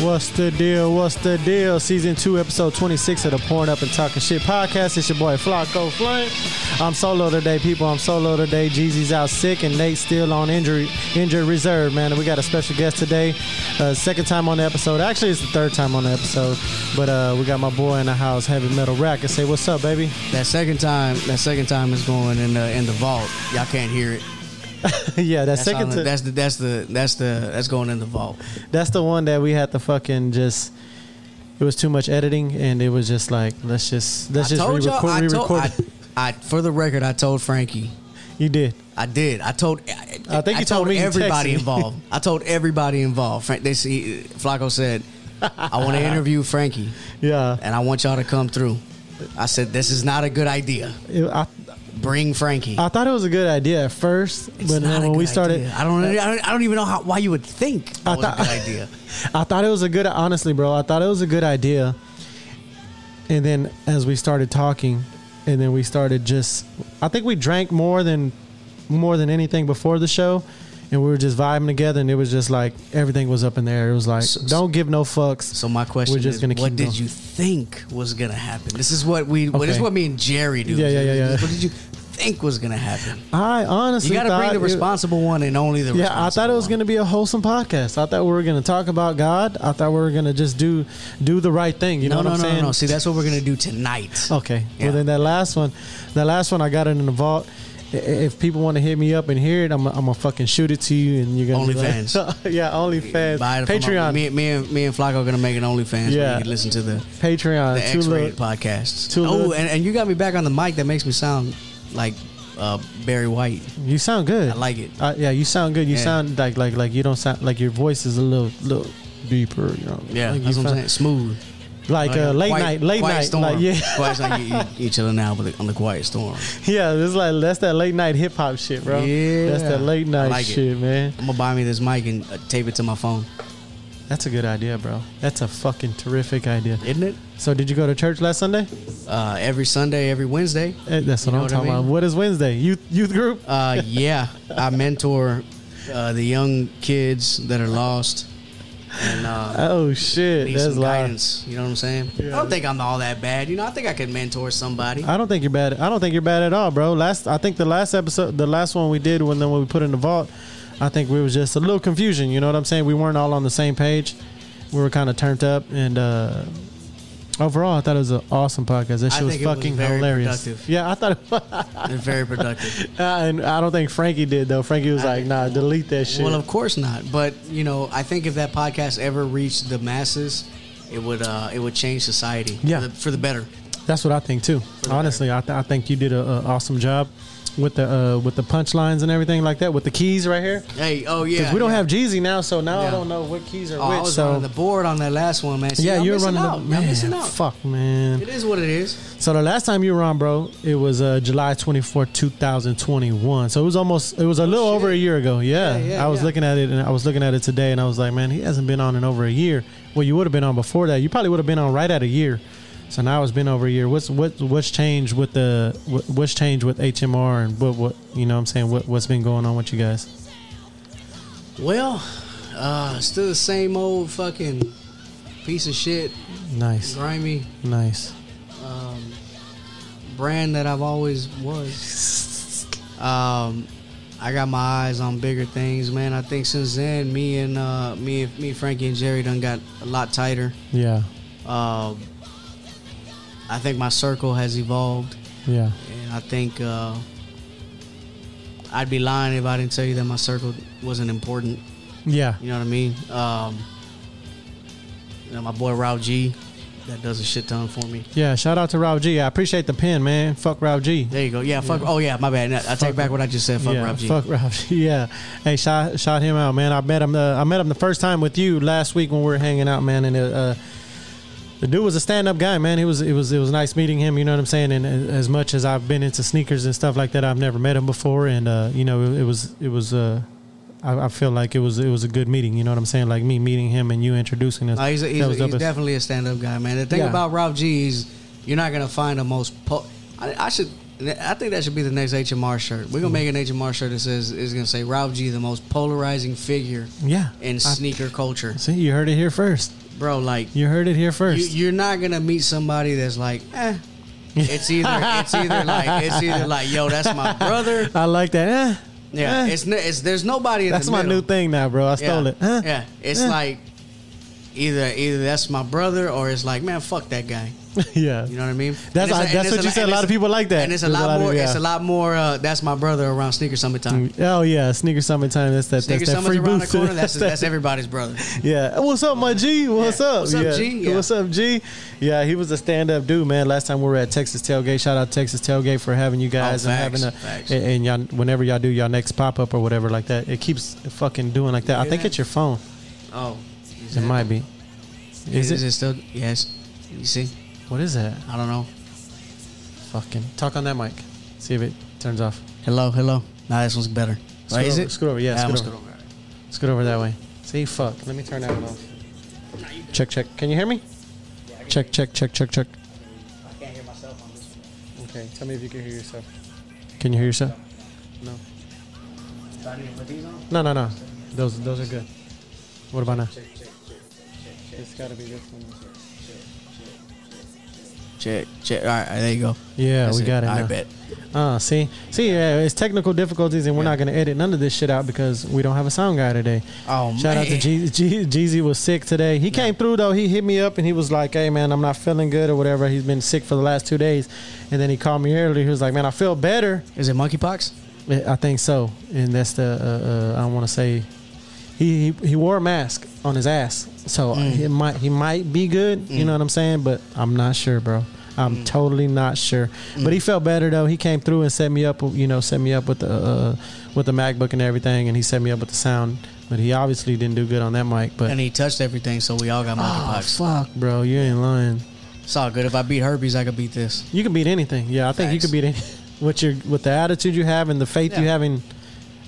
What's the deal? What's the deal? Season 2, episode 26 of the Porn Up and Talking Shit podcast. It's your boy Flacco Flame. I'm solo today, people. I'm solo today. Jeezy's out sick and Nate's still on injury injury reserve, man. And we got a special guest today. Uh, second time on the episode. Actually, it's the third time on the episode. But uh, we got my boy in the house, Heavy Metal Racket. Say, what's up, baby? That second time, that second time is going in the in the vault. Y'all can't hear it. yeah, that That's second all- time. that's the that's the that's the that's going in the vault. That's the one that we had to fucking just. It was too much editing, and it was just like let's just let's I just told y'all. re-record, I told. re-record. I, I for the record, I told Frankie. you did. I did. I told. I, I think you told told me you texted everybody me. involved. I told everybody involved. Frank, they see Flacco said, "I want to interview Frankie, Yeah, and I want y'all to come through." I said, "This is not a good idea. It- I, Bring Frankie." I thought it was a good idea at first, It's but not then a when we good started, idea. I don't, I don't. I don't even know how, why you would think that I was thought- a good idea. I thought it was a good. Honestly, bro, I thought it was a good idea. And then as we started talking, and then we started just, I think we drank more than more than anything before the show, and we were just vibing together, and it was just like everything was up in the air. It was like So- don't give no fucks. So my question We're just is, gonna what keep did going. you think was gonna happen? This is what we. What, this Okay. is what me and Jerry do. Yeah, yeah, yeah, yeah. What did you think was gonna happen? I You honestly got to thought bring the it- responsible one and only the. yeah, I thought it was going to be a wholesome podcast. I thought we were going to talk about God. I thought we were going to just do do the right thing. You No, know no, what no, I'm saying? no, no. See, that's what we're gonna do tonight. Okay. Yeah. Well, then that last one, that last one, I got it in the vault. I- I- If people want to hit me up and hear it, I'm I'm gonna fucking shoot it to you, and you're gonna be like- OnlyFans. yeah, OnlyFans, Buy it from Patreon, our- Me, me and me and Flacco are gonna make an OnlyFans. Yeah. Yeah. Where you can listen to the, Patreon, the two X-rated little, podcasts. Too oh, little. and, and you got me back on the mic. That makes me sound like uh, Barry White. You sound good. I like it. Uh, yeah, you sound good. You Yeah. sound like like like you don't sound like your voice is a little little deeper. You know? Yeah, like that's you what I'm saying. sound- Smooth. Like, uh, a late quiet- night, late quiet night, storm. like yeah. quiet, like you, you, you chilling out with the, on the quiet storm. Yeah, it's like that's that late night hip hop shit, bro. Yeah. that's that late I night like it. shit, man. I'm gonna buy me this mic and uh, tape it to my phone, That's a good idea, bro. That's a fucking terrific idea. isn't it? So, did you go to church last Sunday? Uh, every Sunday, every Wednesday. Eh, That's what You know I'm what I talking mean? about. What is Wednesday? Youth youth group. Uh, yeah, I mentor uh, the young kids that are lost and uh, Oh shit, need that's some live. guidance. You know what I'm saying? I don't think I'm all that bad. You know, I think I could mentor somebody. I don't think you're bad. I don't think you're bad at all, bro. Last, I think the last episode, the last one we did when then when we put in the vault, I think we was just a little confusion. You know what I'm saying? We weren't all on the same page. We were kind of turned up, and uh, overall, I thought it was an awesome podcast. That I shit was think it was fucking very hilarious. productive. Yeah, I thought it was. They're very productive. and I don't think Frankie did though. Frankie was like, "Nah, delete that shit." Well, of course not. But you know, I think if that podcast ever reached the masses, it would uh, it would change society. Yeah. for the, for the better. That's what I think too. Honestly, I, th- I think you did an awesome job with the uh, with the punchlines and everything like that. With the keys right here, Hey, oh yeah, because we don't yeah. have Jeezy now, so now I Yeah. don't know what keys are Oh, I which. was So running the board on that last one, man. See, yeah, I'm you're missing running out. the I'm missing man. out. Fuck man. It is what it is. So the last time you were on, bro, it was uh, July twenty fourth, two 2021. So it was almost, it was a little Oh, shit. over a year ago. Yeah. Yeah, yeah, I was yeah. looking at it and I was looking at it today and I was like, man, he hasn't been on in over a year. Well, you would have been on before that. You probably would have been on right at a year. So now it's been over a year. What's what what's changed with the what, what's changed with HMR and what what you know what I'm saying what what's been going on with you guys? Well, uh, still the same old fucking piece of shit, Nice, grimy nice. um, brand that I've always was. Um, I got my eyes on bigger things, man. I think since then, me and uh, me, and- me, Frankie and Jerry done got a lot tighter. Yeah, Um, I think my circle has evolved. yeah. And I think uh, I'd be lying if I didn't tell you that my circle wasn't important. Yeah, You know what I mean? Um, you know, my boy Rao G, that does a shit ton for me. yeah. Shout out to Rob G. I appreciate the pin, man. Fuck Rob G. There you go. Yeah, fuck. Oh, yeah, my bad. I take back what I just said. Fuck yeah, Rao G. Fuck Rob G. Yeah. Hey, shout shout him out, man. I met him. The, I met him the first time with you last week when we were hanging out, man. And uh, the dude was a stand up guy, man. It was it was it was nice meeting him. You know what I'm saying? And a- as much as I've been into sneakers and stuff like that, I've never met him before. And uh, you know, it, it was it was. Uh, I, I feel like it was it was a good meeting. You know what I'm saying? Like me meeting him and you introducing us. No, Uh, Ah, he's a, he's, That a- was dope he's as- definitely a stand-up guy, man. The thing Yeah. about Ralph G is you're not gonna find the most. Po- I, I should. I think that should be the next HMR shirt. We're gonna make an HMR shirt that says is gonna say Ralph G, the most polarizing figure yeah. in I- sneaker culture. see, you heard it here first. bro, like You heard it here first. you, are not gonna meet somebody that's like, eh. It's either it's either like it's either like, yo, that's my brother. I like that. Eh, Yeah, eh. it's n- it's there's nobody. In that's the my middle. new thing now, bro. I stole yeah. it. Eh, Yeah, it's eh. like either either that's my brother or it's like, man, fuck that guy. yeah. You know what I mean? That's And it's I- and that's it's what you lo- said. A and lot it's- of people like that. And it's a There's a lot lot of- more. yeah. It's a lot more. uh, That's my brother around sneaker summertime. Oh yeah, sneaker summertime. That's that. Sneaker that's that summer's free around the booth. corner. That's that's everybody's brother. Yeah. What's up, my G? What's Yeah. up? What's up, yeah. G? Yeah. What's up, G? Yeah, he was a stand-up dude, man. Last time we were at Texas Tailgate. Shout out Texas Tailgate for having you guys Oh, and facts, having a facts. and, and y'all whenever y'all do y'all next pop-up or whatever like that. It keeps fucking doing like that. I hear think that? it's your phone. Oh, is It that- might be. Is is it? it still? Yes. You see, What is that? I don't know. Fucking talk on that mic. See if it turns off. Hello, hello. Nah, this one's better. Scoot Right, is over, it? scoot over, yeah, I'm scoot gonna over. Let's get over that way. See, fuck. Let me turn that one off. Check, check. Can you hear me? Check, check, check, check, check. I can't hear myself on this Okay. Tell me if you can hear yourself. Can you hear yourself? No. one. Do I need to put these on? No, no, no. Those, those are good. What about now? It's got to be this one. Check, check. All right, there you go. Yeah, That's we got it. I now. bet. Uh, see, see, yeah, it's technical difficulties, and we're Yeah. not gonna edit none of this shit out because we don't have a sound guy today. Oh, shout out to man. Jeezy. Jee- Jeezy was sick today. He came through though. He hit me up and he was like, "Hey man, I'm not feeling good or whatever. He's been sick for the last two days." And then he called me earlier. He was like, "Man, I feel better. Is it monkeypox? I think so." And that's the uh, uh, I don't want to say. He, he he wore a mask on his ass, so uh, Mm. he might he might be good. You know what I'm saying? But I'm not sure, bro. I'm Mm. totally not sure. But he felt better though. He came through and set me up. You know, set me up with the uh, with the MacBook and everything, and he set me up with the sound. But he obviously didn't do good on that mic. But Oh, And he touched everything, so we all got monkeypox. fuck, bro, you ain't lying. it's all good. If I beat herpes, I could beat this. You can beat anything. Yeah, I think you Facts. can beat any with your with the attitude you have and the faith you Yeah. have in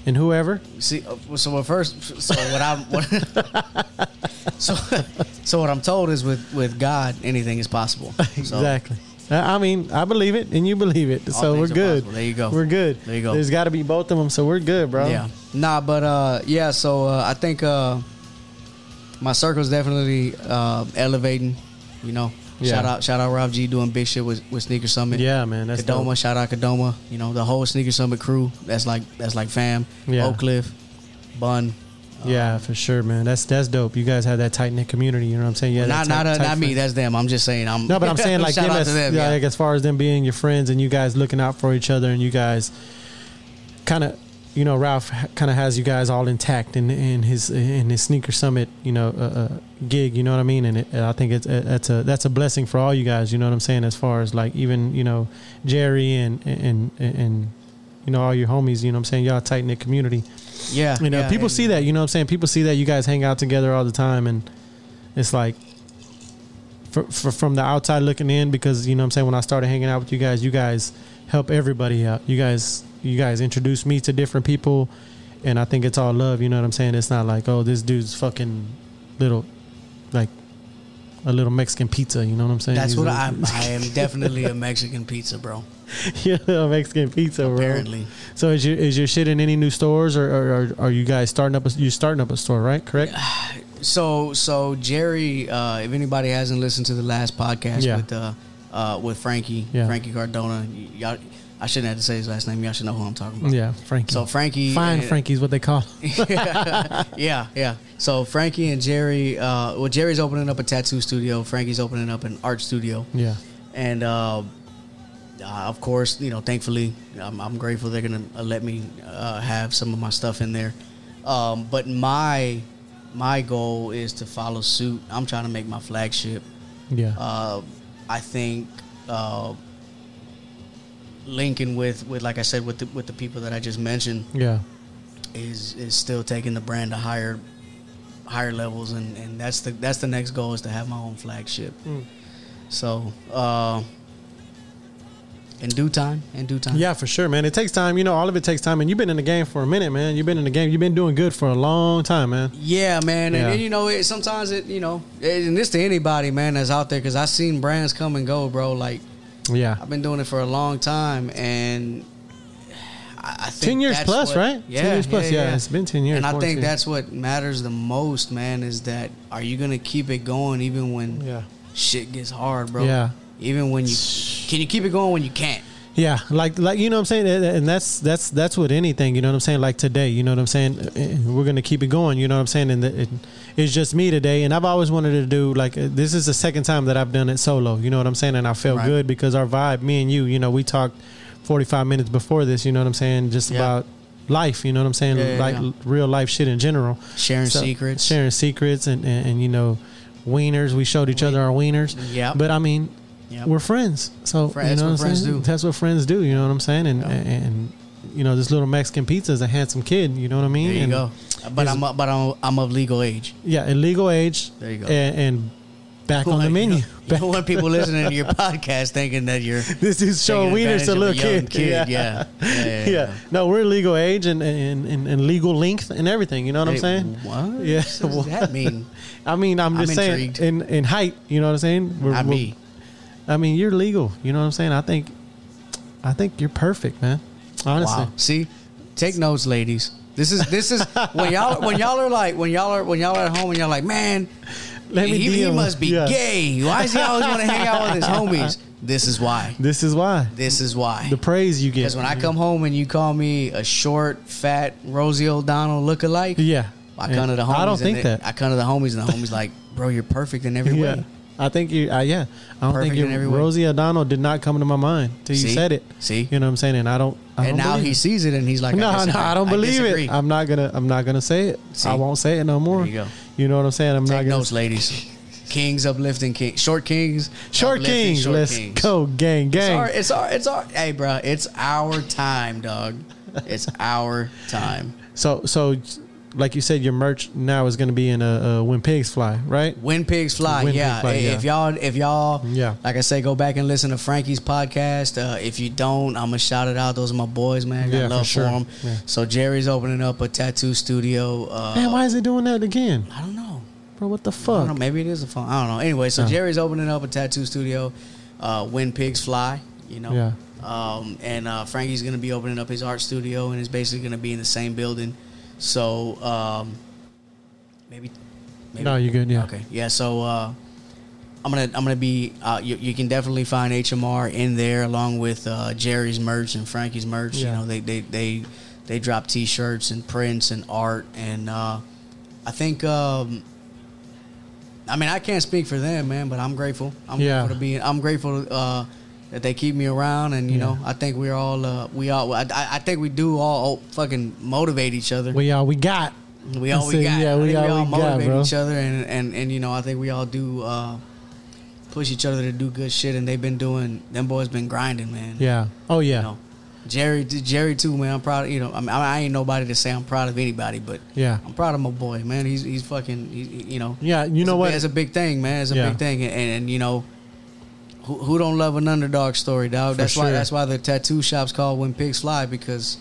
in whoever. See, uh, so what first, so what I'm, what, so, so what I'm told is with with God, anything is possible. So, Exactly. I I mean, I believe it, and you believe it, so we're things are good. possible. There you go. We're good. There you go. There's got to be both of them, so we're good, bro. Yeah. Nah, but uh, yeah. So uh, I think uh, my circle's definitely uh, elevating. You know, Yeah. shout out, shout out, Rob G doing big shit with, with Sneaker Summit. yeah, man. That's Kadoma, dope. shout out Kadoma. You know the whole Sneaker Summit crew. That's like that's like fam. Yeah. Oak Cliff, Bun. Yeah, for sure, man. That's that's dope. You guys have that tight knit community. You know what I'm saying? Yeah, not that not tight- uh, tight not me. friend- That's them. I'm just saying. I'm No, but I'm saying like Um, shout them out as, to them. yeah, Yeah, like as far as them being your friends and you guys looking out for each other and you guys kind of you know Ralph kind of has you guys all intact in in his in his sneaker summit you know uh, uh, gig you know what I mean and, it, and I think it's uh, that's a that's a blessing for all you guys you know what I'm saying as far as like even you know Jerry and and and, and you know all your homies you know what I'm saying y'all tight knit community yeah. you know yeah, people and- see that you know what i'm saying people see that you guys hang out together all the time and it's like for, for, from the outside looking in because you know what i'm saying when i started hanging out with you guys you guys help everybody out you guys you guys introduce me to different people and i think it's all love you know what i'm saying it's not like oh this dude's fucking little like a little mexican pizza you know what i'm saying That's He's what a- I'm. I am definitely a Mexican pizza, bro. you know mexican pizza bro. Apparently. so is your is your shit in any new stores or, or, or are you guys starting up a, you're starting up a store right correct So so Jerry, uh, if anybody hasn't listened to the last podcast Yeah. with uh, uh, with Frankie, Yeah. Frankie Cardona, y- y'all, I shouldn't have to say his last name. Y'all should know who I'm talking about. Yeah, Frankie. So Frankie, fine, uh, Frankie's what they call. him. yeah, yeah. So Frankie and Jerry, uh, well Jerry's opening up a tattoo studio. Frankie's opening up an art studio. yeah, and uh, uh, of course, you know, thankfully, I'm, I'm grateful they're gonna uh, let me uh, have some of my stuff in there. Um, but my my goal is to follow suit. I'm trying to make my flagship. yeah, Uh, I think uh, linking with, with like I said with the, with the people that I just mentioned yeah, is is still taking the brand to higher higher levels and and that's the that's the next goal is to have my own flagship Mm. so uh in due time in due time yeah, for sure, man. It takes time, you know. All of it takes time, and you've been in the game for a minute, man. You've been in the game. You've been doing good for a long time, man. yeah man and, Yeah. and you know it, sometimes it you know it- and this to anybody man that's out there because i've seen brands come and go bro like Yeah, i've been doing it for a long time and I, I think Ten years that's plus, what- right? Yeah, ten years plus. Yeah, it's been ten years. And I think quarantine. that's what matters the most, man. Is that are you gonna keep it going even when yeah, shit gets hard, bro? Yeah. Even when you can you keep it going when you can't. yeah. Like like you know what I'm saying, And- and that's that's that's with anything. You know what I'm saying. Like today, you know what I'm saying. And We're gonna keep it going. You know what I'm saying. And uh, it, it's just me today. And I've always wanted to do like uh, this is the second time that I've done it solo. You know what I'm saying. And I felt Right. good because our vibe, me and you, you know, we talked 45 minutes before this. You know what I'm saying, just Yeah. about life. You know what I'm saying, Yeah, yeah, like yeah. real life shit in general. Sharing So, secrets. sharing secrets, and, and, and you know, wieners. We showed each other our wieners. Yep. But I mean, Yep. we're friends. So Fri- you that's know what what I'm friends saying? do. That's what friends do. You know what I'm saying? And Yeah. and, and, you know, this little Mexican pizza is a handsome kid. You know what I mean? There you and, go. But I'm but I'm I'm of legal age. Yeah, illegal age. There you go. And, and back on the You menu. don't- You don't want people listening to your podcast thinking that you're This dude's showing taking wieners to advantage little of a young kid. kid. Yeah. Yeah, yeah, yeah. No, we're legal age and, and, and, and legal length and everything. You know what I'm Hey, saying? What? Yeah. What does that mean? I mean, I'm I'm just saying intrigued. in, in height. You know what I'm saying? We're- I we're- mean, I mean, you're legal. You know what I'm saying? I think, I think you're perfect, man. Honestly, wow. See, take notes, ladies. This is this is when y'all when y'all are like when y'all are when y'all are at home and y'all like, man, Let me he, he deal. must be Yeah. gay. Why does he always want to hang out with his homies? This is why. this is why This is why. the praise you get. Because when I come home and you call me a short, fat Rosie O'Donnell lookalike, yeah, I Yeah. come to the homies. I don't and think they- that. I come to the homies and the homies like, bro, you're perfect in every yeah, way. I think you. Uh, yeah, I don't Perfect think in you. every way. Rosie O'Donnell did not come to my mind till you See? said it. See? you know what I'm saying? And I don't. I and don't now believe he it. sees it and he's like, No, I no, disagree. I don't believe disagree. it. I'm not gonna. I'm not gonna say it. See? I won't say it no more. There you go. You know what I'm saying? I'm not Take gonna. notes, ladies. Kings uplifting kings, short kings, Short uplifting Kings, short let's kings. go, gang, It's gang. our, it's our, it's our. Hey, bro, it's our time, dog. It's our time. So, so, like you said, your merch now is going to be in uh, uh, when pigs fly, right? When pigs fly, When yeah. Pigs Fly, I- yeah. If y'all, if y'all, Yeah. like I say, go back and listen to Frankie's podcast. Uh, if you don't, I'm gonna shout it out. Those are my boys, man. I got Yeah, for love for, sure. them. Yeah. So Jerry's opening up a tattoo studio. Uh, Man, why is it doing that again, I don't know. bro? What the I don't know. fuck? Maybe it is a phone. I don't know. Anyway, so Jerry's opening up a tattoo studio. Uh, when pigs fly, you know. Yeah. Um, and uh, Frankie's gonna be opening up his art studio, and it's basically gonna be in the same building. So um, maybe, maybe No, you're good. Yeah. Okay. Yeah. So uh, I'm gonna I'm gonna be uh, you, you can definitely find HMR in there along with uh, Jerry's merch and Frankie's merch. Yeah. You know they they they they drop T-shirts and prints and art and uh, I think. Um, I mean, I can't speak for them, man, but I'm grateful. I'm Yeah. grateful to be. I'm grateful uh, that they keep me around, and you Yeah. know, I think we're all uh, we all. I, I I think we do all fucking motivate each other. We all we got. We all That's we it. got. Yeah, I we think all we got, motivate bro. each other, and, and and you know, I think we all do uh, push each other to do good shit. And they've been doing. Them boys been grinding, man. Yeah. Oh yeah. You know, Jerry, Jerry too, man. I'm proud. Of, you know, I, mean, I ain't nobody to say I'm proud of anybody, but Yeah. I'm proud of my boy, man. He's he's fucking. He, he- you know. Yeah. You It's know a, what? It's a big thing, man. It's a Yeah. big thing, and, and, you know, who, who don't love an underdog story, dog? that's why sure. that's why the tattoo shop's called When Pigs Fly because,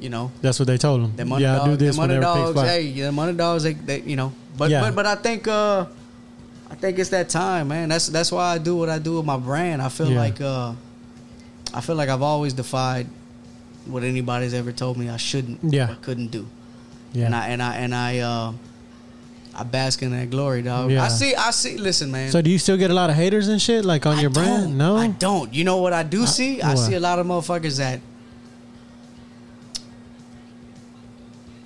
you know, That's what they told him. them yeah, underdogs, I do this them whenever pigs underdogs, fly. hey, them underdogs, they, they you know, but Yeah. but but I think uh, I think it's that time, man. That's that's why I do what I do with my brand. I feel Yeah. like uh, I feel like I've always defied what anybody's ever told me I shouldn't, Yeah. or couldn't do, yeah. and I and I and I uh, I bask in that glory, dog. Yeah. I see, I see. Listen, man. so do you still get a lot of haters and shit like on I your brand? don't. No. I don't. You know what I do see? I what? see a lot of motherfuckers that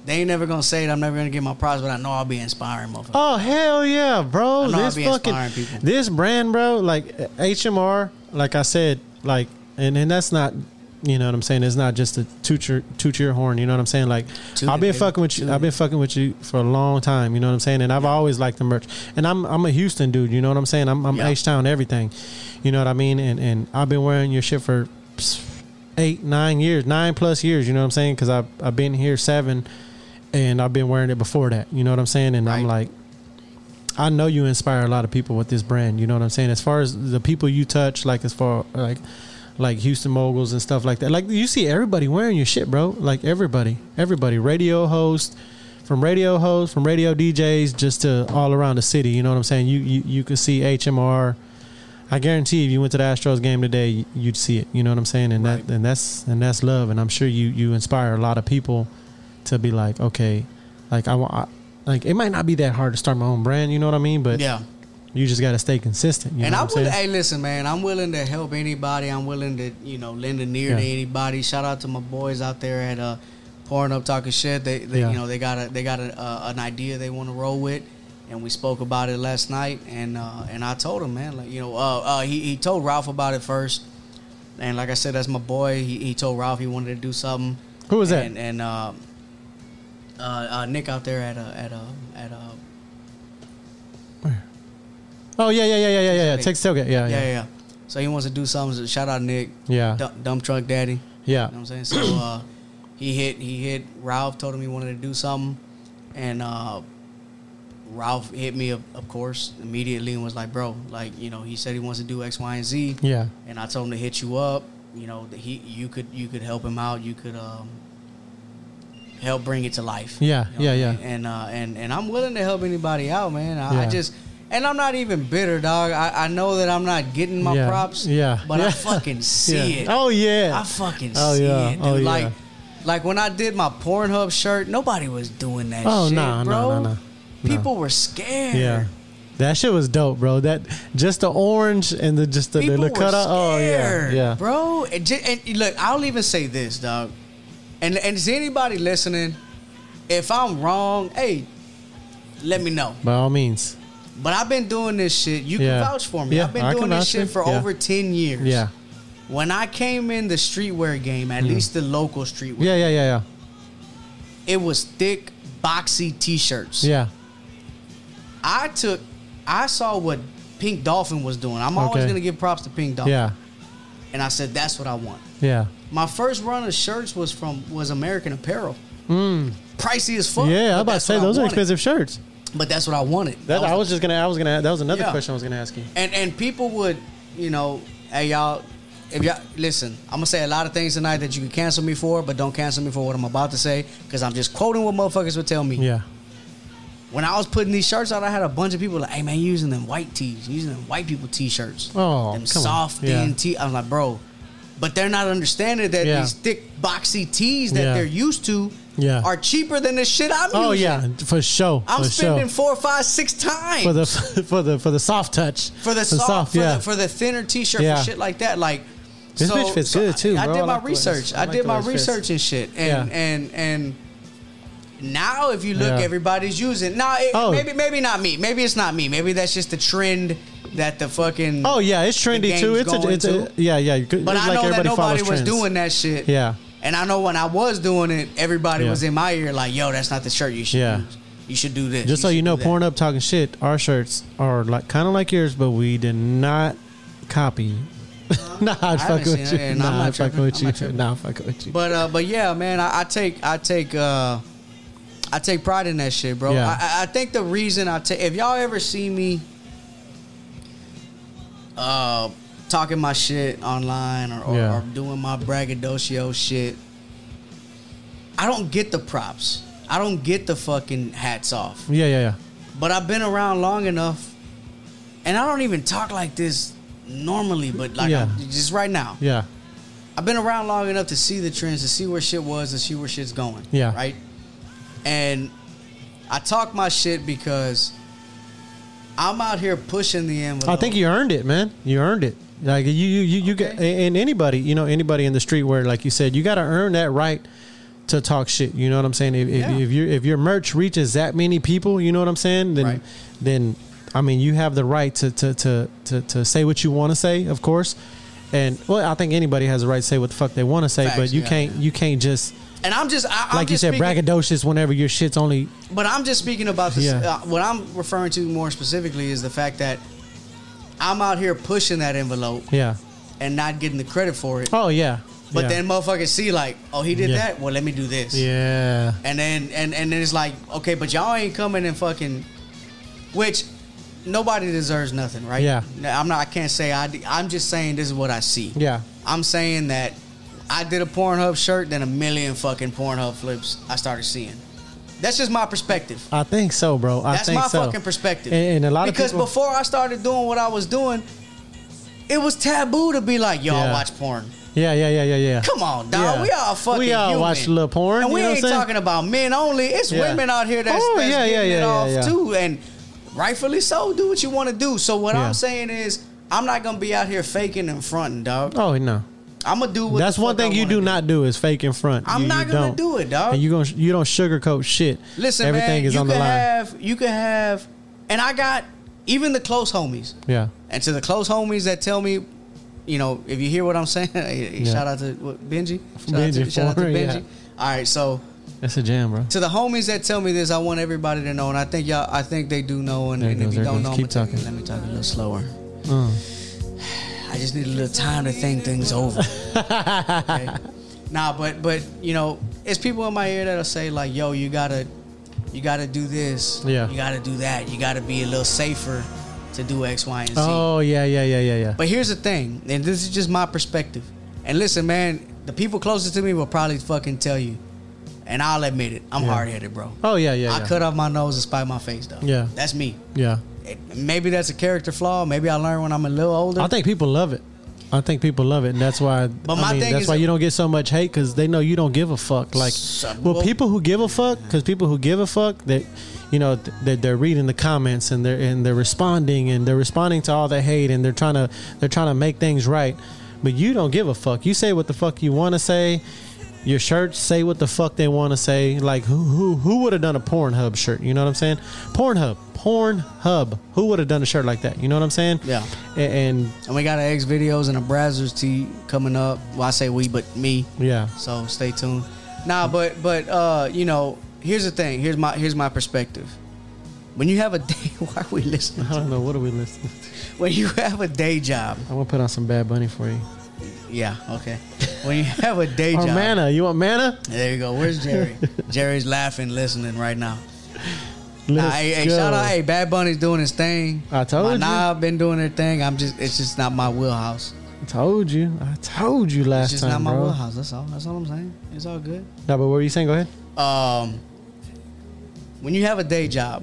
they ain't never gonna say it. I'm never gonna get my props, but I know I'll be inspiring, motherfucker. Oh hell yeah, bro! I know I This be inspiring fucking people. this brand, bro. Like uh, HMR, like I said, like and and that's not, you know what I'm saying. It's not just a toot your toot your horn. You know what I'm saying? Like Toot I've it, been baby. fucking with you. Toot I've been fucking with you for a long time. You know what I'm saying? And I've always liked the merch. And I'm I'm a Houston dude. You know what I'm saying? I'm I'm Yeah. H Town everything. You know what I mean? And and I've been wearing your shit for. pss, Eight, nine years, nine plus years. You know what I'm saying? Because I've I've been here seven, and I've been wearing it before that. You know what I'm saying? And I'm Right. like, I know you inspire a lot of people with this brand. You know what I'm saying? As far as the people you touch, like as far like like Houston moguls and stuff like that. Like you see everybody wearing your shit, bro. Like everybody, everybody, radio host, from radio host, from radio DJs, just to all around the city. You know what I'm saying? You you you can see HMR I guarantee if you went to the Astros game today, you'd see it. You know what I'm saying? And Right. that and that's and that's love. And I'm sure you you inspire a lot of people to be like, okay, like I want. Like it might not be that hard to start my own brand, you know what I mean? But Yeah. you just got to stay consistent. You and know I'm what I'm willing. saying? Hey, listen, man. I'm willing to help anybody. I'm willing to, you know, lend an ear Yeah. to anybody. Shout out to my boys out there at uh, pouring up talking shit. They, they Yeah. you know, they got a, they got a, uh, an idea they want to roll with, and we spoke about it last night. And uh, and I told him, man, like, you know, uh, uh, he he told Ralph about it first, and like I said, that's my boy. He, he told Ralph he wanted to do something. Who was that? And, and uh, uh, uh, Nick out there at uh, at uh, at uh, Oh yeah, yeah, yeah, yeah, yeah, yeah. yeah. Texas tailgate. yeah, Yeah, yeah, yeah, yeah. So he wants to do something. So Shout out Nick. yeah, yeah. Dump, dump truck daddy. You yeah. know what I'm saying? So uh, he hit he hit Ralph, told him he wanted to do something, and uh, Ralph hit me of, of course immediately and was like, "Bro, like you know, he said he wants to do X, Y, and Z, and I told him to hit you up. You know, that he you could you could help him out. You could um, help bring it to life. Yeah, You know yeah, what I yeah. mean? And uh, and and I'm willing to help anybody out, man. I, I Yeah. just. And I'm not even bitter, dog. I, I know that I'm not getting my Yeah, props, yeah, but I yeah, fucking see yeah. it. Oh yeah. I fucking Oh, see yeah. it, dude. Oh, yeah. Like, like when I did my Pornhub shirt, nobody was doing that. Oh, shit, nah, nah, bro. nah, nah. Nah. People were scared. yeah. That shit was dope, bro. That just the orange and the just the, the, People the were cut out. Oh yeah, scared, yeah. bro. And, ju- and look, I'll even say this, dog. And and is anybody listening? If I'm wrong, hey, let me know. By all means. But I've been doing this shit. You Yeah. can vouch for me. Yeah, I've been I doing can this vouch for shit you. for Yeah. over ten years. Yeah. Hmm. When I came in the streetwear game, at least the local streetwear, Yeah, yeah, yeah, it was thick, boxy T-shirts. yeah. Yeah. I took, I saw what Pink Dolphin was doing. I'm always Okay. gonna give props to Pink Dolphin. Yeah. And I said that's what I want. Yeah. My first run of shirts was from was American Apparel. Mm. Pricey as fuck. Yeah, but I'm about to that's say what I those are wanted. expensive shirts. But that's what I wanted. That, I was just gonna I was gonna that was another Yeah. question I was gonna ask you. and and people would, you know, hey y'all, if y'all listen, I'm gonna say a lot of things tonight that you can cancel me for, but don't cancel me for what I'm about to say because I'm just quoting what motherfuckers would tell me. Yeah. When I was putting these shirts out, I had a bunch of people like, "Hey man, you using them white tees, you using them white people t-shirts, Oh, them come on. soft Yeah. thin tee." I was like, "Bro," but they're not understanding that Yeah. these thick boxy tees that Yeah. they're used to Yeah. are cheaper than the shit I'm Oh using. yeah, for sure. I'm for spending sure. four, five, six times for the for the for the soft touch. for the soft, for, yeah. the, for the thinner T-shirt Yeah. for shit like that. Like This bitch fits good, too, I, I bro. did I my like the way this- research. I I, like did the my way this fits. research and shit, and Yeah. and and now if you look, Yeah. everybody's using. Now it, Oh. maybe maybe not me. Maybe it's not me. Maybe that's just the trend that the fucking. oh yeah, it's trendy game's too. It's a, going it's a, to. yeah yeah. you could- But it's I know that everybody nobody follows was trends. doing that shit. Yeah. And I know when I was doing it, everybody Yeah. was in my ear like, "Yo, that's not the shirt you should Yeah. use. You should do this." Just so should you know, do that." Pornhub talking shit. Our shirts are like kind of like yours, but we did not copy. nah, I'm fucking seen it, with you. and I'm Nah, not I'm fucking tripping. with I'm you. not tripping. Nah, I'm fucking with you. But uh, but yeah, man, I, I take I take uh, I take pride in that shit, bro. Yeah. I- I, I think the reason I take if y'all ever see me uh talking my shit online or or, Yeah. or doing my braggadocio shit, I don't get the props. I don't get the fucking hats off. Yeah, yeah, yeah. But I've been around long enough, and I don't even talk like this normally. But like Yeah. I'm- just right now, Yeah, I've been around long enough to see the trends, to see where shit was, to see where shit's going. Yeah. Right? And I talk my shit because I'm out here pushing the envelope. I think you earned it, man. You earned it. Like you, you, you, you get, and anybody, you know, anybody in the street where, like you said, you got to earn that right to talk shit. You know what I'm saying? If, Yeah. if, if your if your merch reaches that many people, you know what I'm saying? Then, Right. then, I mean, you have the right to to to to, to say what you want to say, of course. And well, I think anybody has a right to say what the fuck they want to say, Facts, but you yeah. can't you can't just And I'm just, I, I'm like you just said speaking, braggadocious whenever your shit's only But I'm just speaking about this. Yeah. Uh, what I'm referring to more specifically is the fact that I'm out here pushing that envelope yeah. and not getting the credit for it. Oh yeah. But Yeah. then motherfuckers see, like, oh, he did Yeah. that? Well, let me do this. yeah. And then and and then it's like, okay, but y'all ain't coming and fucking, which nobody deserves nothing, right? Yeah. Now, I'm not. I can't say I. d- I'm just saying this is what I see. Yeah. I'm saying that I did a Pornhub shirt, then a million fucking Pornhub flips I started seeing. That's just my perspective. I think so, bro. I That's think my so. fucking perspective. And, and a lot because of people, before I started doing what I was doing, it was taboo to be like, y'all Yeah. watch porn. Yeah, yeah, yeah, yeah, yeah. Come on, dog. Yeah. We all fucking. We all human. watch a little porn, and you we know what ain't I'm saying? talking about men only. It's Yeah. women out here that's, Oh, that's yeah, yeah, getting it yeah, off yeah, yeah. too, and rightfully so. Do what you want to do. So what Yeah. I'm saying is, I'm not gonna be out here faking and fronting, dog. Oh no, I'm gonna do what. that's the one fuck I thing you wanna do not do is fake in front. I'm You- not you gonna don't. do it, dog. And you gonna you don't sugarcoat shit. Listen, everything man, is you on the could line. have, you could have, and I got even the close homies. yeah, And to the close homies that tell me, you know, if you hear what I'm saying, shout out to what, Benji. Shout out to, Benji shout out to Foreman, Benji. yeah. All right, so that's a jam, bro. to the homies that tell me this, I want everybody to know, and I think y'all, I think they do know, and, There it and if goes, you there it don't goes. know, Keep I'ma take- talking. let me talk a little slower. Mm. I just need a little time to think things over. okay? Nah, but but you know, it's people in my ear that'll say like, "Yo, you gotta, you gotta do this. Yeah. you gotta do that. You gotta be a little safer to do X, Y, and Z." Oh yeah, yeah, yeah, yeah, yeah. But here's the thing, and this is just my perspective. And listen, man, the people closest to me will probably fucking tell you. And I'll admit it, I'm Yeah. hard headed, bro. Oh yeah, yeah, I yeah. cut off my nose and spite my face, though. Yeah. That's me. Yeah, It- maybe that's a character flaw. Maybe I learned when I'm a little older. I think people love it. I think people love it, and that's why. But I my mean, thing that's is- why you don't get so much hate because they know you don't give a fuck. Like, So- well, well- people who give a fuck, because people who give a fuck, that you know, th- that they're reading the comments and they're and they're responding and they're responding to all the hate and they're trying to they're trying to make things right. But you don't give a fuck. You say what the fuck you want to say. Your shirts say what the fuck they want to say. Like who who who would have done a Pornhub shirt? You know what I'm saying? Pornhub, Pornhub. Who would have done a shirt like that? You know what I'm saying? Yeah. A- and and we got an X videos and a Brazzers tee coming up. Well, I say we, but me. Yeah. So stay tuned. Nah, but but uh, you know, here's the thing. Here's my here's my perspective. When you have a day, why are we listening? I don't know. What are we listening to? When you have a day job, I'm going to put on some Bad Bunny for you. Yeah, okay. When you have a day Or job. Manna. You want Manna? There you go. Where's Jerry? Jerry's laughing, listening right now. Nah, Let's hey, hey, go. shout out, hey, Bad Bunny's doing his thing. I told my you. Nah, been doing their thing. I'm just, it's just not my wheelhouse. I told you. I told you It's last just not time, my bro. No, wheelhouse. That's all. That's all I'm saying. It's all good. but what were you saying? Go ahead. Um, when you have a day job,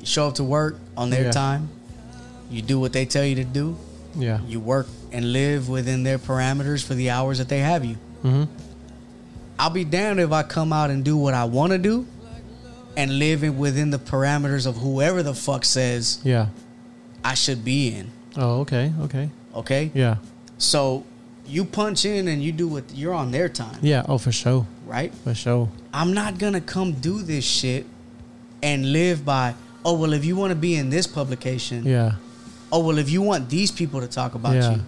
you show up to work on their Yeah. time. You do what they tell you to do. Yeah. You work and live within their parameters for the hours that they have you. Mm-hmm. I'll be damned if I come out and do what I want to do and live in within the parameters of whoever the fuck says Yeah. I should be in. Oh, okay. Okay. Okay? Yeah. So you punch in and you do what you're on their time, Yeah. Oh, for sure. right? For sure. I'm not going to come do this shit and live by, oh, well, if you want to be in this publication, Yeah. oh, well, if you want these people to talk about Yeah. you.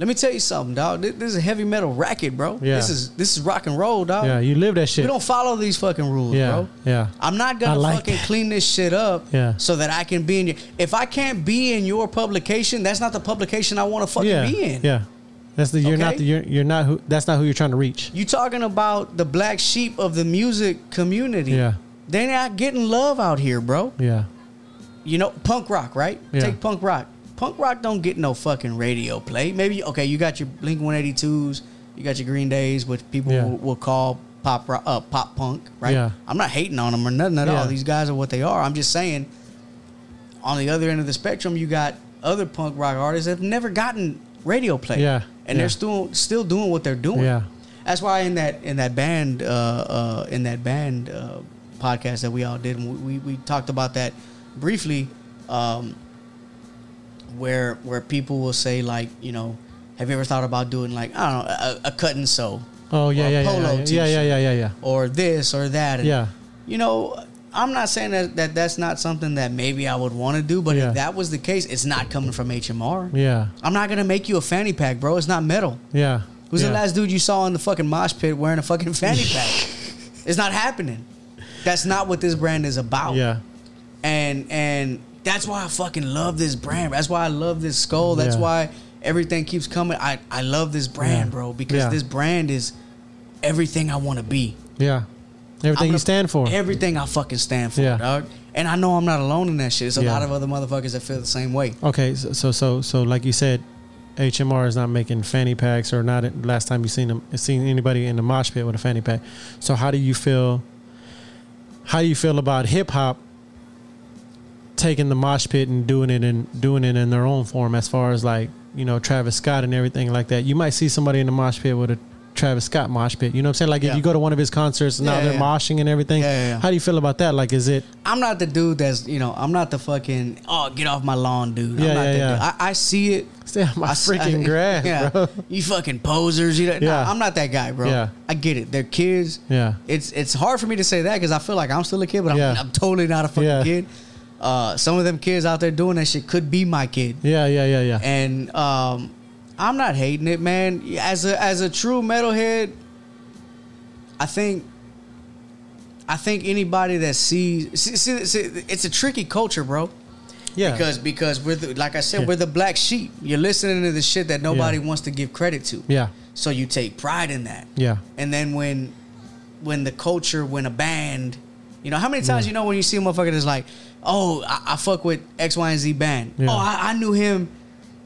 Let me tell you something, dog. This, this is a heavy metal racket, bro. Yeah. This is this is rock and roll, dog. Yeah. You live that Oh. We shit. don't follow these fucking rules, Yeah. bro. Yeah. I'm not I gonna like fucking that. clean this shit up Yeah. so that I can be in your if I can't be in your publication, that's not the publication I wanna fucking Yeah. be in. Yeah. That's the you're not Okay? the, you're, you're not who that's not who you're trying to reach. You talking about the black sheep of the music community. Yeah. They're not getting love out here, bro. Yeah. You know, punk rock, right? Yeah. Take punk rock. Punk rock don't get no fucking radio play. Maybe okay, you got your Blink 182s, you got your Green Days, which people Yeah. will, will call pop rock, uh, pop punk, right? Yeah. I'm not hating on them or nothing at all. Yeah. These guys are what they are. I'm just saying, on the other end of the spectrum, you got other punk rock artists that have never gotten radio play. Yeah. and Yeah. they're still still doing what they're doing. Yeah. That's why in that in that band uh, uh, in that band uh, podcast that we all did, and we, we we talked about that briefly, um, where where people will say like, you know, have you ever thought about doing like I don't know a, a cut and sew, Oh yeah Or yeah yeah, polo yeah yeah yeah t-shirt. yeah yeah yeah. or this or that, and, Yeah. you know. I'm not saying that, that that's not something that maybe I would want to do, but Yeah. if that was the case, it's not coming from HMR. Yeah. I'm not gonna make you a fanny pack, bro. It's not metal. Yeah. Who's yeah. the last dude you saw in the fucking mosh pit wearing a fucking fanny pack? it's not happening. That's not what this brand is about. Yeah. And and that's why I fucking love this brand. That's why I love this skull. That's Yeah. why everything keeps coming. I, I love this brand, Yeah. bro, because Yeah. this brand is everything I want to be. Yeah. Everything I'm you gonna- stand for. Everything I fucking stand for, Yeah. dog. And I know I'm not alone in that shit. It's a Yeah. lot of other motherfuckers that feel the same way. Okay, so so so, so like you said, HMR is not making fanny packs or not. Last time you seen them, seen anybody in the mosh pit with a fanny pack. So how do you feel? How do you feel about hip hop taking the mosh pit and doing it and doing it in their own form? As far as like you know Travis Scott and everything like that. You might see somebody in the mosh pit with a Travis Scott mosh pit. You know what I'm saying? Like if Yeah. you go to one of his concerts and now Yeah, they're yeah. moshing and everything. Yeah, yeah, yeah. How do you feel about that? Like, is it? I'm not the dude that's you know I'm not the fucking oh get off my lawn dude. Yeah, I'm not yeah, the yeah. Dude. I, I see it. Stay on my I s- freaking I- grass, yeah. bro. You fucking posers. You know, Yeah. nah, I'm not that guy, bro. Yeah. I get it. They're kids. Yeah. It's it's hard for me to say that because I feel like I'm still a kid, but I'm, Yeah. I'm totally not a fucking Yeah. kid. Uh, some of them kids out there doing that shit could be my kid, Yeah, yeah, yeah, yeah. and um, I'm not hating it, man. As a as a true metalhead, I think. I think anybody that sees see, see, see, it's a tricky culture, bro yeah. because because we're the, like I said, Yeah. we're the black sheep. You're listening to the shit that nobody wants to give credit to. yeah, So you take pride in that. yeah, And then when when the culture, when a band, you know, how many times you know when you see a motherfucker that's like, oh, I, I fuck with X, Y, and Z band. Yeah. Oh, I, I knew him.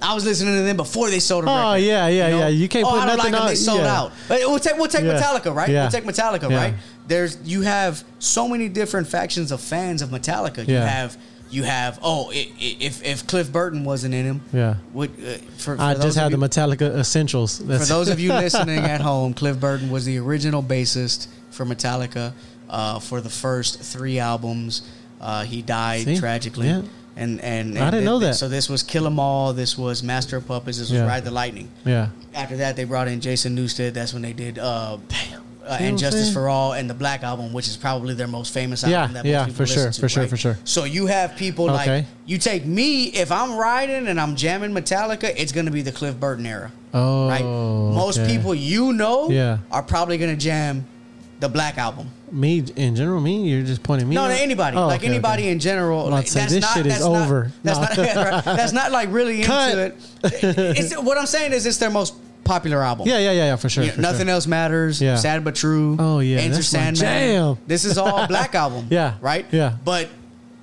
I was listening to them before they sold a record. Oh, yeah, yeah, know? yeah. You can't oh, put I don't like nothing them. out- They sold yeah. out. But we'll take we'll take Yeah. Metallica, right? Yeah. We'll take Metallica, Yeah. right? There's you have so many different factions of fans of Metallica. You Yeah. have you have oh i- i- if if Cliff Burton wasn't in him, Yeah. Would uh, for, for I those just of had the you- Metallica essentials. That's, for those of you listening at home, Cliff Burton was the original bassist for Metallica uh, for the first three albums. Uh, he died See? tragically. Yeah. And, and, I and didn't know that. So this was Kill 'Em All. This was Master of Puppets. This was Yeah. Ride the Lightning. yeah, After that, they brought in Jason Newsted. That's when they did uh, bam, uh, I'm "And Justice saying? for All" and the Black Album, which is probably their most famous album. Yeah, that yeah, most people for listen sure, to, for sure, right? for sure. So you have people like Okay. you take me if I'm riding and I'm jamming Metallica, it's gonna be the Cliff Burton era. Oh, right. Most okay. people you know Yeah. are probably gonna jam the Black Album. me in general. Me, you're just pointing me. No, out? to anybody, Oh, like okay, anybody okay. in general. I'm about Like, to say, that's this not, shit is that's not- over. That's No. not. right. That's not like really Cut. into it. It's, what I'm saying is, it's their most popular album. Yeah, yeah, yeah, yeah. For sure. Yeah, for nothing sure. else matters. Yeah. Sad but true. Oh, yeah, Enter that's my Sandman. jam. This is all Black Album. Yeah, Right. yeah. But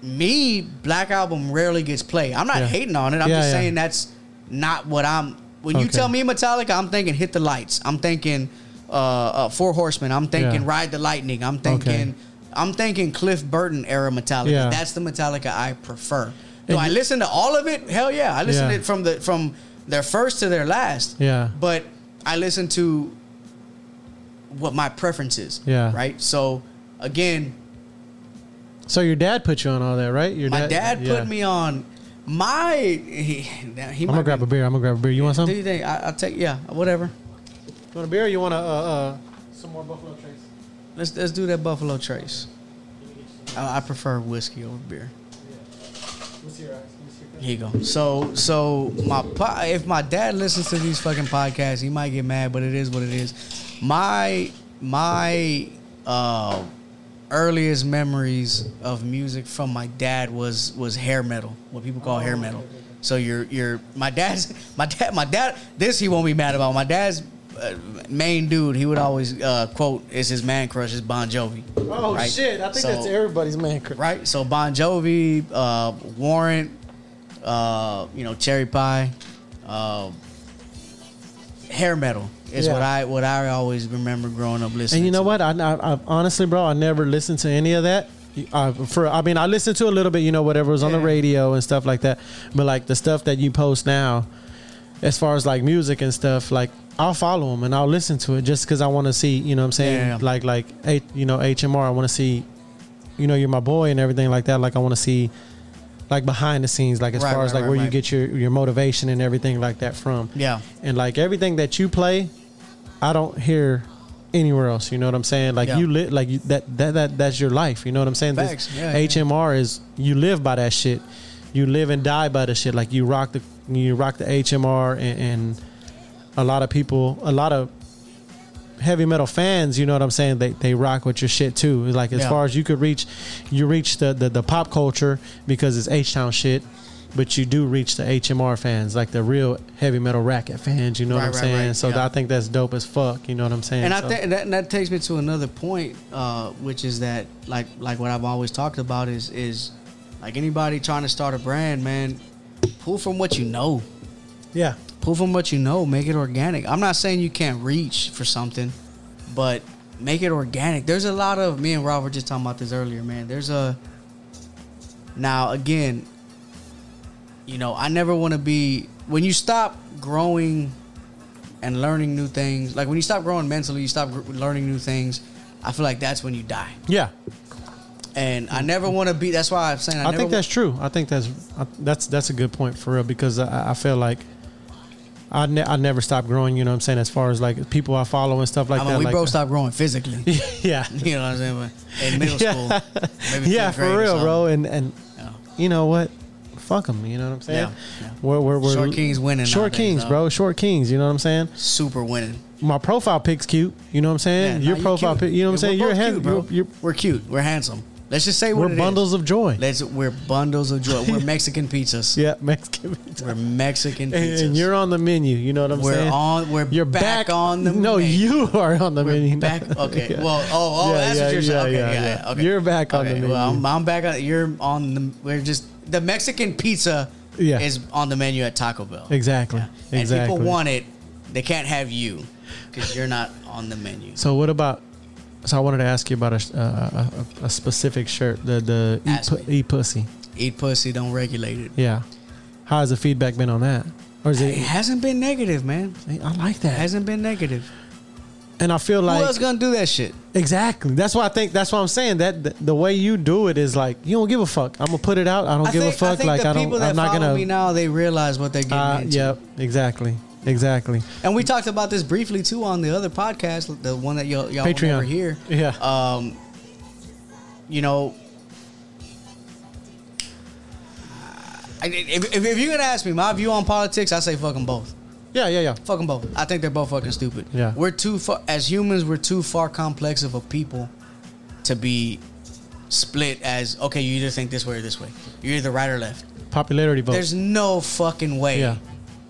me, Black Album rarely gets played. I'm not Yeah. hating on it. I'm Yeah, just yeah. saying that's not what I'm. When you Okay. tell me Metallica, I'm thinking Hit the Lights. I'm thinking uh, uh, Four Horsemen. I'm thinking Yeah. Ride the Lightning. I'm thinking. I'm thinking Cliff Burton era Metallica. Yeah. That's the Metallica I prefer. Do And I you- listen to all of it? Hell yeah, I listen to Yeah. it from the from their first to their last Yeah. but I listen to what my preference is. Yeah. Right. So again, So your dad put you on all that, right? Your my dad yeah. put me on my. He, now he I'm gonna grab a beer. I'm gonna grab a beer. You want Do something? you think I, I'll take? Yeah, whatever. You want a beer? Or you want a uh, uh, some more Buffalo Trace? Let's let's do that Buffalo Trace. I, I prefer whiskey over beer. Here you go. So so my po- if my dad listens to these fucking podcasts, he might get mad, but it is what it is. My my uh, earliest memories of music from my dad was was hair metal, what people call hair metal. So you're you're my dad's my dad my dad this he won't be mad about. My dad's uh, main dude, he would always uh, quote is his man crush is Bon Jovi. Oh right? shit! I think that's So- everybody's man. crush. right? So Bon Jovi, uh, Warrant, uh, you know, Cherry Pie, uh, hair metal is Yeah. what I what I always remember growing up listening. And you know to. what? I, I, I honestly, bro, I never listened to any of that. I, for I mean, I listened to a little bit, you know, whatever was on the Yeah. radio and stuff like that. But like the stuff that you post now, as far as like music and stuff, like I'll follow them and I'll listen to it just because I want to see, you know, what I'm saying, Yeah. like like a, you know HMR. I want to see, you know, you're my boy and everything like that. Like I want to see, like behind the scenes, like as Right, far as right, like right, where you right. get your your motivation and everything like that from Yeah. and like everything that you play, I don't hear anywhere else. You know what I'm saying? Like Yeah. you lit like you, that that that that's your life. You know what I'm saying? Facts. This Yeah, yeah. HMR is you live by that shit. You live and die by the shit. Like you rock the you rock the HMR and, and a lot of people, a lot of heavy metal fans, you know what I'm saying? They they rock with your shit too. Like as Yeah. far as you could reach, you reach the the, the pop culture because it's H Town shit, but you do reach the HMR fans, like the real heavy metal racket fans. You know Right, what I'm right, saying? right, So yeah. I think that's dope as fuck. You know what I'm saying? And I So- think that, that takes me to another point, uh, which is that like like what I've always talked about is is like anybody trying to start a brand, man, pull from what you know. yeah, pull from what you know make it organic i'm not saying you can't reach for something but make it organic there's a lot of me and rob were just talking about this earlier man there's a now again you know, I never want to be when you stop growing and learning new things. Like when you stop growing mentally, you stop gr- learning new things. I feel like that's when you die. Yeah, And I never want to be. That's why I'm saying I, I, never think wa- that's true. I think that's I, that's that's a good point for real because I, I feel like I ne- I never stop growing. You know what I'm saying? As far as like people I follow and stuff like I mean, that. we like, both stopped growing physically. Yeah, You know what I'm saying? But in middle school, Yeah. maybe yeah, fifth for grade or real, something. bro. And and Yeah. you know what? Fuck them. You know what I'm saying? Yeah, yeah. We're, we're, we're Short kings winning Short nowadays, kings, though. bro. Short kings. You know what I'm saying? Super winning. My profile pic's cute. You know what I'm Yeah, saying? nah, Your you profile cute. pic. You know what I'm Yeah, saying? We're You're both hand. cute, bro. you're- you're- we're cute. We're handsome. Let's just say what we're bundles of joy. Let's. We're bundles of joy. We're Mexican pizzas. Yeah, Mexican. pizza. We're Mexican And, pizzas. and you're on the menu. You know what I'm We're saying? on- we're you're back on the No, menu. you are on the menu. now. back. Okay. Yeah. Well. Oh. Oh. Yeah, that's yeah, what you're saying. yeah, okay. yeah, Yeah. yeah. Okay. You're back on the okay. menu. Well, I'm, I'm back on. You're on the. We're just the Mexican pizza. Yeah. Is on the menu at Taco Bell. Exactly. And Exactly. people want it. They can't have you because you're not on the menu. So what about? So I wanted to ask you about a uh, a, a specific shirt, the the eat, Ask pu- me. eat pussy. Eat pussy. Don't regulate it. Yeah. How has the feedback been on that? Or is It it? hasn't been negative, man. I like It that. hasn't been negative. And I feel like Who else gonna do that shit? exactly. That's why I think. That's why I'm saying that the, the way you do it is like you don't give a fuck. I'm gonna put it out. I don't give think, a fuck. think like the I don't. people that I'm not follow gonna. me now they realize what they're getting uh, into. yep. Exactly. Exactly. And we talked about this briefly too on the other podcast, the one that y'all y'all will Patreon. never hear. Yeah. Um, you know, I- if, if, if you're gonna ask me my view on politics, I say fucking both. yeah. Yeah. Yeah. Fucking both. I think they're both fucking stupid. Yeah. We're too far as humans. We're too far complex of a people to be split as okay. You either think this way or this way. You're either right or left. Popularity vote. There's no fucking way yeah.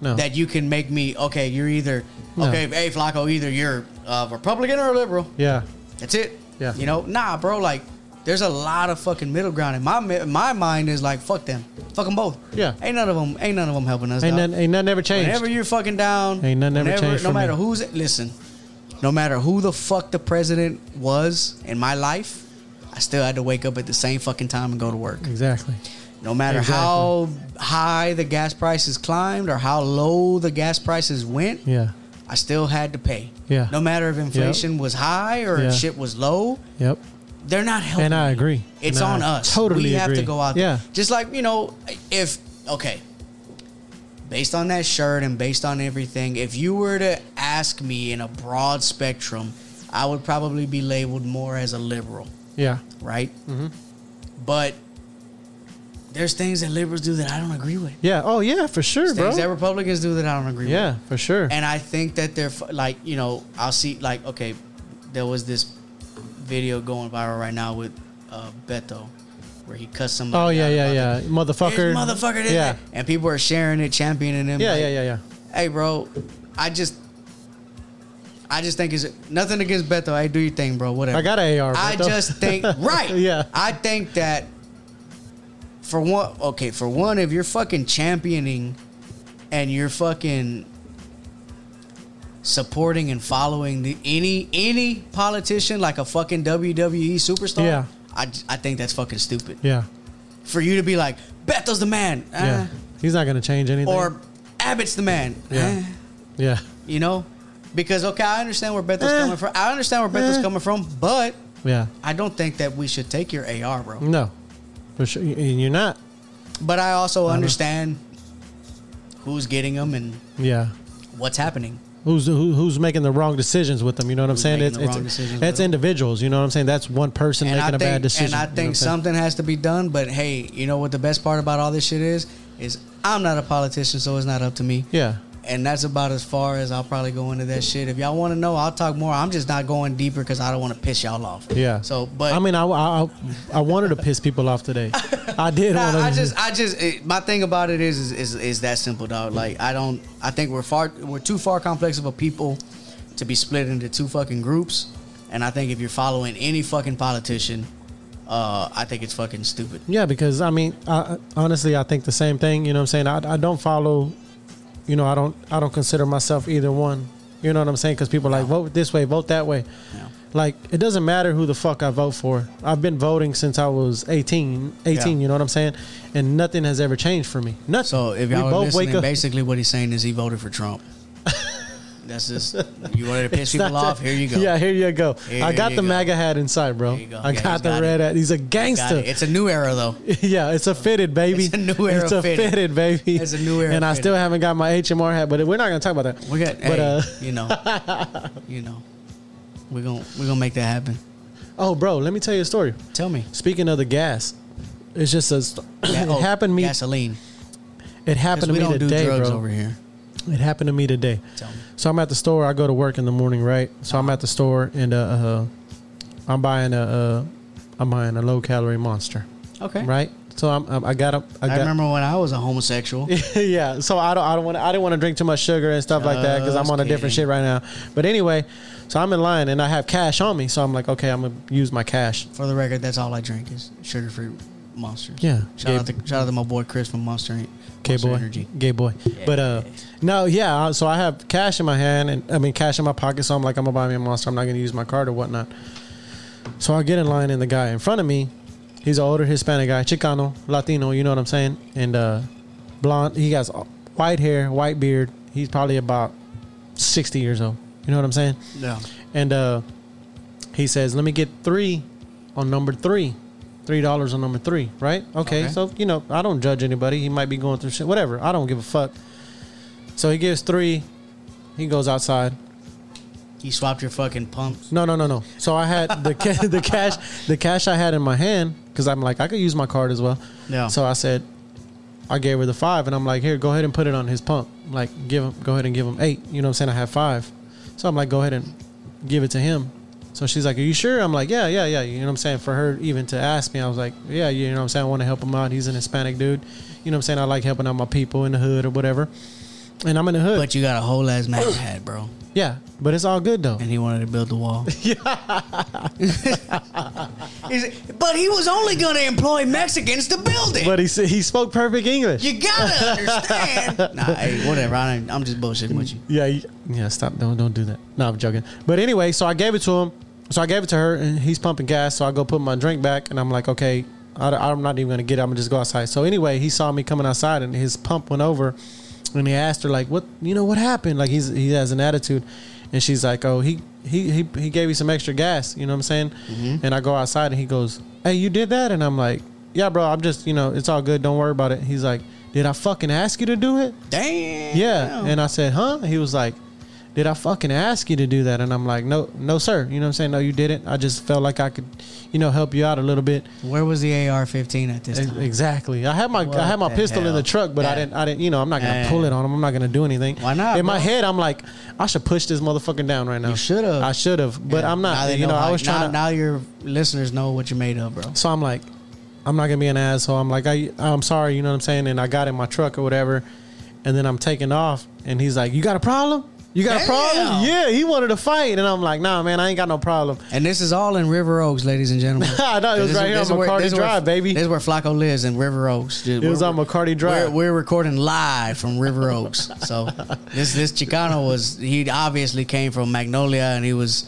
No. that you can make me okay. You're either No. okay, hey Flacco, either you're a Republican or a liberal. yeah. That's it. Yeah. You know, nah, bro. Like, there's a lot of fucking middle ground, and my mi- my mind is like, fuck them, fuck them both. Yeah. Ain't none of them. Ain't none of them helping us. Ain't dog. nothing. Ain't nothing ever changed. Whenever you're fucking down, Ain't nothing ever whenever- changed No for me. matter who's listen, no matter who the fuck the president was in my life, I still had to wake up at the same fucking time and go to work. Exactly. No matter Exactly. how high the gas prices climbed or how low the gas prices went, Yeah. I still had to pay. Yeah. No matter if inflation was high or Yeah. shit was low, Yep. they're not helping. And I agree. It's And I on us. Totally. we have to agree. go out there. Yeah. Just like, you know, if okay. Based on that shirt and based on everything, if you were to ask me in a broad spectrum, I would probably be labeled more as a liberal, Yeah. right? Mm-hmm. But there's things that liberals do that I don't agree with. Yeah. Oh yeah. For sure, bro. Things that Republicans do that I don't agree with. Yeah. For sure. And I think that they're f- like, you know, I'll see like, okay, there was this video going viral right now with uh, Beto, where he cussed Oh somebody. yeah, out yeah, about yeah, the- motherfucker, This motherfucker. Did yeah, yeah. And people are sharing it, championing him. yeah, like, yeah, yeah, yeah. Hey, bro, I just, I just think it's nothing against Beto. Hey, do your thing, bro. Whatever. I got an AR. I Beto. just think right. Yeah. I think that for one, okay, for one, if you're fucking championing and you're fucking supporting and following the any any politician like a fucking WWE superstar, Yeah. I, I think that's fucking stupid. yeah, For you to be like Beto's the man, eh, yeah. He's not gonna change anything. or Abbott's the man, Yeah. eh, yeah, you know, because okay, I understand where Beto's Eh. coming from. I understand where Beto's Eh. coming from, but yeah. I don't think that we should take your AR, bro. No, for sure. And you're not. But I also Uh-huh. understand who's getting them and Yeah. what's happening. Who's who, who's making the wrong decisions with them? You know what I'm saying? making It's the it's, wrong decisions with it's them. individuals. You know what I'm saying? That's one person And making I, a think, bad decision. and I you know think what I'm saying? something has to be done. But hey, you know what the best part about all this shit is? Is I'm not a politician, so it's not up to me. Yeah, And that's about as far as I'll probably go into that shit. If y'all want to know, I'll talk more. I'm just not going deeper because I don't want to piss y'all off. yeah. So, but I mean, I I, I- I wanted to piss people off today. I did want Nah, to. I just, I just, it, my thing about it is, is, is, is that simple, dog. Like, I don't, I think we're far, we're too far complex of a people to be split into two fucking groups. And I think if you're following any fucking politician, uh, I think it's fucking stupid. Yeah, because I mean, I, honestly, I think the same thing. You know what I'm saying? I, I don't follow, you know, I don't I don't consider myself either one. You know what I'm saying? Because people are like vote this way, vote that way. You know? Like it doesn't matter who the fuck I vote for. I've been voting since I was 18, 18, Yeah. you know what I'm saying? And nothing has ever changed for me. Nothing. So if We y'all are both wake listening, up- basically what he's saying is he voted for Trump. That's just you wanted to piss It's people not off. that- Here you go. Yeah, here you go. Here I got you the go. MAGA hat inside, bro. Here you go. I Yeah, he's got the got red it. hat. He's a Got gangster. it. It's a new era though. yeah, it's a fitted baby. It's a new era It's a fitted. fitted, baby. It's a new era And I still fitted. haven't got my HMR hat, but we're not gonna talk about that. We got, hey, But uh, you know, you know, we're gonna we're gonna make that happen. oh, bro, let me tell you a story. Tell me, Speaking of the gas, it's just a. st- Ga- it oh, happened me. gasoline. It 'Cause happened to we me don't today, do drugs bro. over here. It happened to me today. Tell me. So I'm at the store. I go to work in the morning, right? So I'm at the store and uh, uh I'm buying a uh, I'm buying a low calorie monster, Okay. right? So I'm, I'm I got a I I got remember when I was a homosexual. yeah. So I don't I don't want I didn't want to drink too much sugar and stuff like that because I'm Just on a different kidding. shit right now. But anyway, so I'm in line and I have cash on me, so I'm like, okay, I'm gonna use my cash. For the record, that's all I drink is sugar free monsters. Yeah. Shout out to shout out to my boy Chris from Monster, Inc. Gay Monster boy, Energy. gay boy. But uh, no, yeah. uh, So I have cash in my hand, and I mean cash in my pocket. So I'm like, I'm gonna buy me a monster. I'm not gonna use my card or whatnot. So I get in line, and the guy in front of me, he's an older Hispanic guy, Chicano, Latino. You know what I'm saying? And uh, blonde. He has white hair, white beard. He's probably about sixty years old. You know what I'm saying? Yeah. And uh, he says, "Let me get three on number three, three dollars on number three, right? Okay, Okay. So you know, I don't judge anybody. He might be going through shit, whatever. I don't give a fuck. So he gives three. He goes outside. You swapped your fucking pumps. No, no, no, no. So I had the ca- the cash the cash I had in my hand because I'm like I could use my card as well. Yeah. So I said, I gave her the five, and I'm like, here, go ahead and put it on his pump. Like, give him, go ahead and give him eight. You know what I'm saying? I have five, so I'm like, go ahead and give it to him. So she's like, are you sure? I'm like, yeah, yeah, yeah. You know what I'm saying? For her even to ask me, I was like, yeah, you know what I'm saying? I want to help him out. He's an Hispanic dude. You know what I'm saying? I like helping out my people in the hood or whatever. And I'm in the hood. But you got a whole ass MAGA hat, bro. yeah, but it's all good though. And he wanted to build the wall. He's- but he was only going to employ Mexicans to build it. But he s- he spoke perfect English. you gotta understand. nah, hey, whatever. I don't, I'm just bullshitting with you. Yeah, you- yeah. Stop! Don't don't do that. No, I'm joking. But anyway, so I gave it to him. So I gave it to her, and he's pumping gas. So I go put my drink back, and I'm like, okay, I, am not even gonna get. it. I'm gonna just go outside. So anyway, he saw me coming outside, and his pump went over, and he asked her like, what you know what happened? Like he's he has an attitude, and she's like, oh he he he, he gave you some extra gas. You know what I'm saying? And I go outside, and he goes, hey, you did that? And I'm like, yeah, bro. I'm just you know it's all good. Don't worry about it. He's like, did I fucking ask you to do it? Damn. Yeah. And I said, huh? He was like, did I fucking ask you to do that? And I'm like, no, no, sir. You know what I'm saying? No, you didn't. I just felt like I could, you know, help you out a little bit. Where was the AR-15 at this E- time? Exactly. I had my I had What my the pistol in hell? the truck, but I Yeah. didn't I didn't you know I'm not gonna Yeah. pull it on him. I'm not gonna do anything. Why not, In my bro? head, I'm like, I should push this motherfucker down right now. You should've. I should have, but Yeah. I'm Now not. they You know, how- I was trying now, to. Now your listeners know what you're made of, bro. So I'm like, I'm not gonna be an asshole. I'm like, I, I'm sorry, you know what I'm saying? And I got in my truck or whatever, and then I'm taking off, and he's like, you got a problem? You got a problem? Damn. Yeah, he wanted to fight, and I'm like, nah, man, I ain't got no problem. And this is all in River Oaks, ladies and gentlemen. I know, it was This is- right here this on is where- McCarty this is where- Drive, baby. This is where Flacco lives in River Oaks. It was on McCarty Drive. We're, we're recording live from River Oaks. So this this Chicano was he obviously came from Magnolia and he was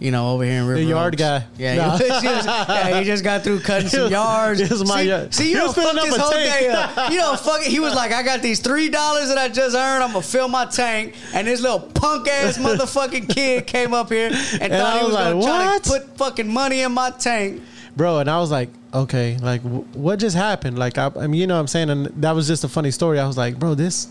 you know over here in River yard Oaks. guy. Yeah, No. he was, he was- yeah, he just got through cutting some was- yards. it was my see, yard. see, you He don't was fuck filling up this a whole tank. day up. You don't fuck it. He was like, I got these three dollars that I just earned. I'm gonna fill my tank. And this little punk ass motherfucking kid came up here and, thought I he was was gonna like, try "What?" to put fucking money in my tank. bro. And I was like, okay, like w- what just happened? Like I, I mean, you know what I'm saying? And that was just a funny story. I was like, bro, this,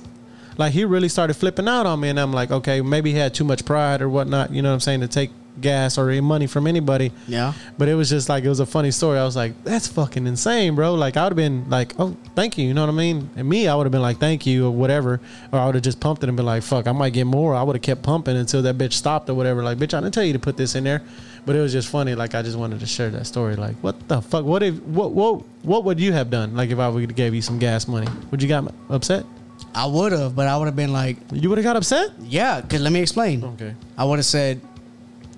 like he really started flipping out on me, and I'm like, okay, maybe he had too much pride or whatnot. You know what I'm saying? To take gas or any money from anybody. Yeah. But it was just like it was a funny story. I was like, that's fucking insane, bro. Like I would have been like, oh, thank you. You know what I mean? And me, I would have been like, thank you or whatever, or I would have just pumped it and been like, fuck, I might get more. I would have kept pumping until that bitch stopped or whatever. Like, bitch, I didn't tell you to put this in there. But it was just funny. Like I just wanted to share that story. Like, what the fuck? What if what what what would you have done? Like if I would have gave you some gas money, would you got upset? I would have, but I would have been like, You would have got upset? yeah, because let me explain. Okay. I would have said,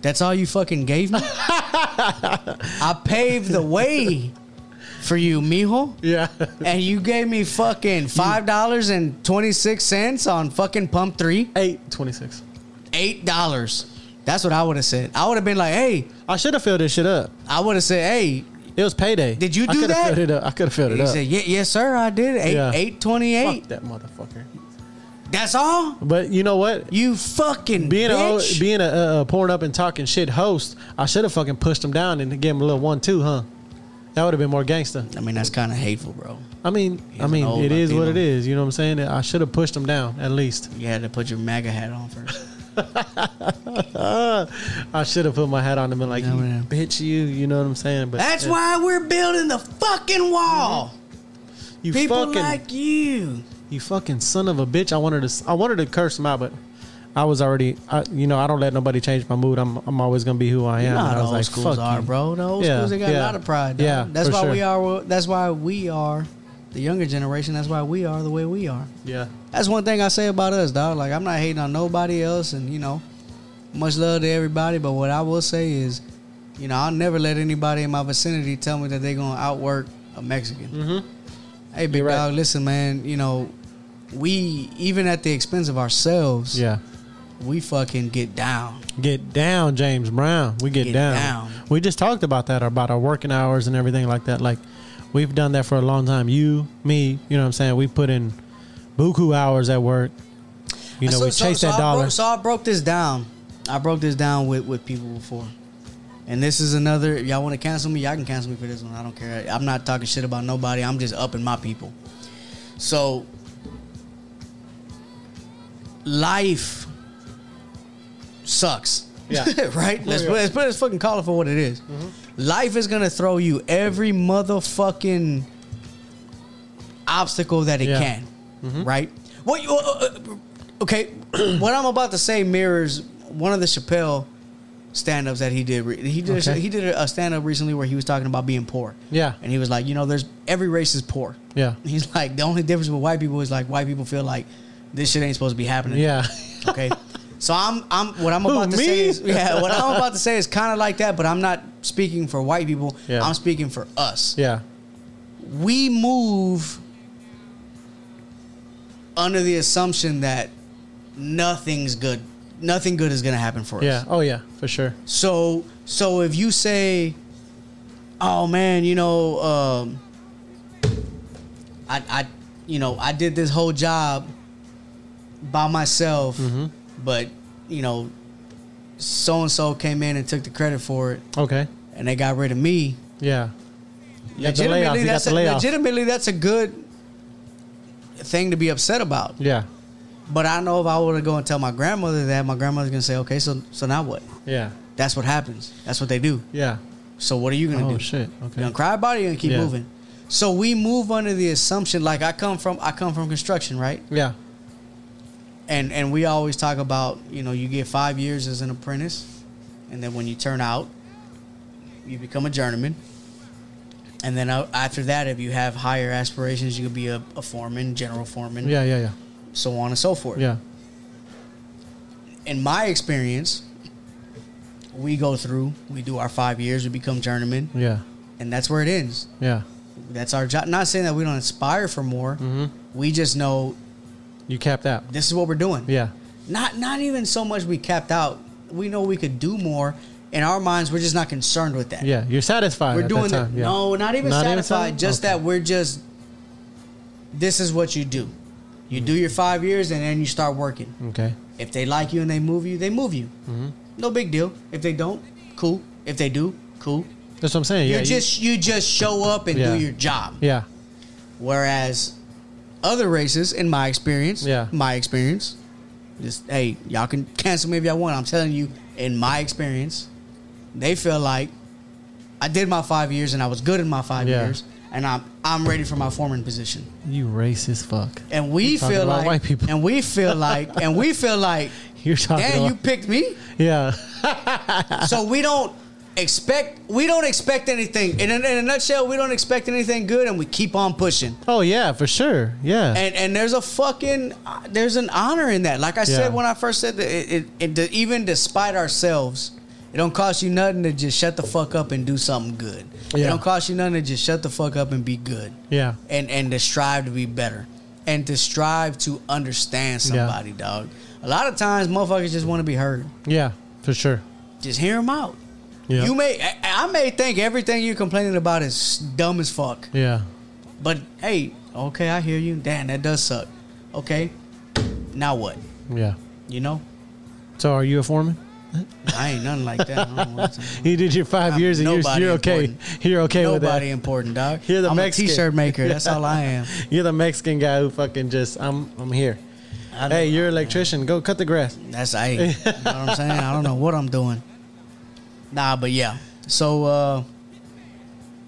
"That's all you fucking gave me. I paved the way for you, mijo, Yeah. and you gave me fucking five dollars and twenty six cents on fucking pump three, Eight twenty six. eight dollars." That's what I would have said. I would have been like, hey, I should have filled this shit up. I would have said, hey. It was payday. Did you I do coulda that? Filled it up. I could have filled it He up. said, yeah, yes, sir, I did. Eight, Yeah. eight twenty-eight. Fuck that motherfucker. That's all. But you know what? You fucking Being a bitch. old- being a, a, a porn up and talking shit host, I should have fucking pushed him down and gave him a little one two, huh? That would have been more gangster. I mean, that's kind of hateful, bro. I mean, I an mean, old it is what it Latino. is. You know what I'm saying? I should have pushed him down at least. You had to put your MAGA hat on first. Uh, I should have put my hat on and been like, No, "You man. bitch, you. You know what I'm saying? But That's why we're building the fucking wall. you People fucking, like you. you fucking son of a bitch. I wanted to, I wanted to curse him out, but I was already, I, you know, I don't let nobody change my mood. I'm, I'm always gonna be who I am. you know And how I the was old like, schools "Fuck are, you." bro. The old Yeah, schools they got yeah. a lot of pride. dog. Yeah, that's for why we sure. are. That's why we are the younger generation. That's why we are the way we are. Yeah, That's one thing I say about us, dog. Like I'm not hating on nobody else, and you know, much love to everybody. But what I will say is, you know, I'll never let anybody in my vicinity tell me that they're gonna outwork a Mexican. Hey, big Mm-hmm. You're right. dog, listen, man. You know, we even at the expense of ourselves, yeah. we fucking get down. Get down, James Brown. We get, Get down. down. We just talked about that about our working hours and everything like that. Like we've done that for a long time. You, me, you know what I'm saying? We put in buku hours at work. You know, So- we so- chase so that I dollar. Broke, so I broke this down. I broke this down with with people before, and this is another. Y'all want to cancel me? Y'all can cancel me for this one. I don't care. I'm not talking shit about nobody. I'm just upping my people. So, life sucks. Yeah. Mm-hmm. right. Let's, let's put let's fucking call it for what it is. Life is gonna throw you every motherfucking obstacle that it Yeah. Mm-hmm. can, right? What you uh, uh, okay? what I'm about to say mirrors one of the Chappelle stand-ups that he did. re- He did a, Okay. he did a stand-up recently where he was talking about being poor. Yeah. and he was like, you know, there's every race is poor. Yeah. he's like the only difference with white people is like white people feel like this shit ain't supposed to be happening. yeah. Okay. So I'm I'm what I'm Who, about to me? say is yeah, what I'm about to say is kind of like that, but I'm not speaking for white people. Yeah. I'm speaking for us. yeah. We move under the assumption that nothing's good. Nothing good is going to happen for us. Yeah. Oh yeah, for sure. So so if you say, "Oh man, you know, um, I I you know I did this whole job by myself, Mm-hmm. but you know, so and so came in and took the credit for it, Okay. and they got rid of me." Yeah. You got Legitimately, the layoff. You got that's the a, layoff. legitimately that's a good thing to be upset about. Yeah. But I know if I were to go and tell my grandmother that, my grandmother's gonna say, "Okay, so so now what?" Yeah. That's what happens. That's what they do. Yeah. So what are you gonna Oh do? shit. You Okay. gonna cry about it? You gonna keep Yeah. moving? So we move under the assumption, like I come from, I come from construction, right? Yeah. And and we always talk about, you know, you get five years as an apprentice, and then when you turn out, you become a journeyman. And then uh, after that, if you have higher aspirations, you could be a, a foreman, general foreman, Yeah. Yeah. Yeah. so on and so forth. Yeah. in my experience, we go through, we do our five years, we become journeyman, Yeah. and that's where it ends. Yeah. That's our job. Not saying that we don't aspire for more. Mm-hmm. We just know You capped out. this is what we're doing. Yeah. Not not even so much we capped out. We know we could do more. In our minds, we're just not concerned with that. Yeah. You're satisfied. We're at doing that that. time. Yeah. No, not even satisfied. just Okay. that we're just. This is what you do. You do your five years and then you start working. Okay. If they like you and they move you, they move you. Mm-hmm. No big deal. If they don't, cool. If they do, cool. That's what I'm saying. Yeah. you you- just you just show up and Yeah. do your job. Yeah. Whereas other races, in my experience, Yeah. my experience, just hey, y'all can cancel me if y'all want. I'm telling you, in my experience, they feel like I did my five years and I was good in my five Yeah. years, and I'm I'm ready for my foreman position. You racist fuck. And we talking feel about like white people. and we feel like and we feel like, You're talking damn, you about- picked me. Yeah. so we don't expect we don't expect anything. In a, in a nutshell, we don't expect anything good, and we keep on pushing. Oh yeah, for sure. Yeah. And and there's a fucking there's an honor in that. Like I Yeah. said when I first said that, it, it, it, even despite ourselves, it don't cost you nothing to just shut the fuck up and do something good. It Yeah. don't cost you nothing to just shut the fuck up and be good. yeah. And and to strive to be better, and to strive to understand Yeah. somebody, dog. A lot of times, motherfuckers just want to be heard. Yeah. for sure. Just hear him out. Yeah. You may, I- I may think everything you're complaining about is dumb as fuck. yeah. But hey, okay, I hear you. Damn, that does suck. Okay, now what? Yeah. You know, So are you a foreman? I ain't nothing like that. I don't know what to- He did your 5 I'm years and you're, nobody you're okay. important. You're okay with that. Nobody important, dog. You're the I'm Mexican. a t-shirt maker. That's all I am. You're the Mexican guy who fucking just I'm I'm here. I Hey, don't- you're an electrician. Go cut the grass. That's I. You know what I'm saying? I don't know what I'm doing. Nah, but yeah. So, uh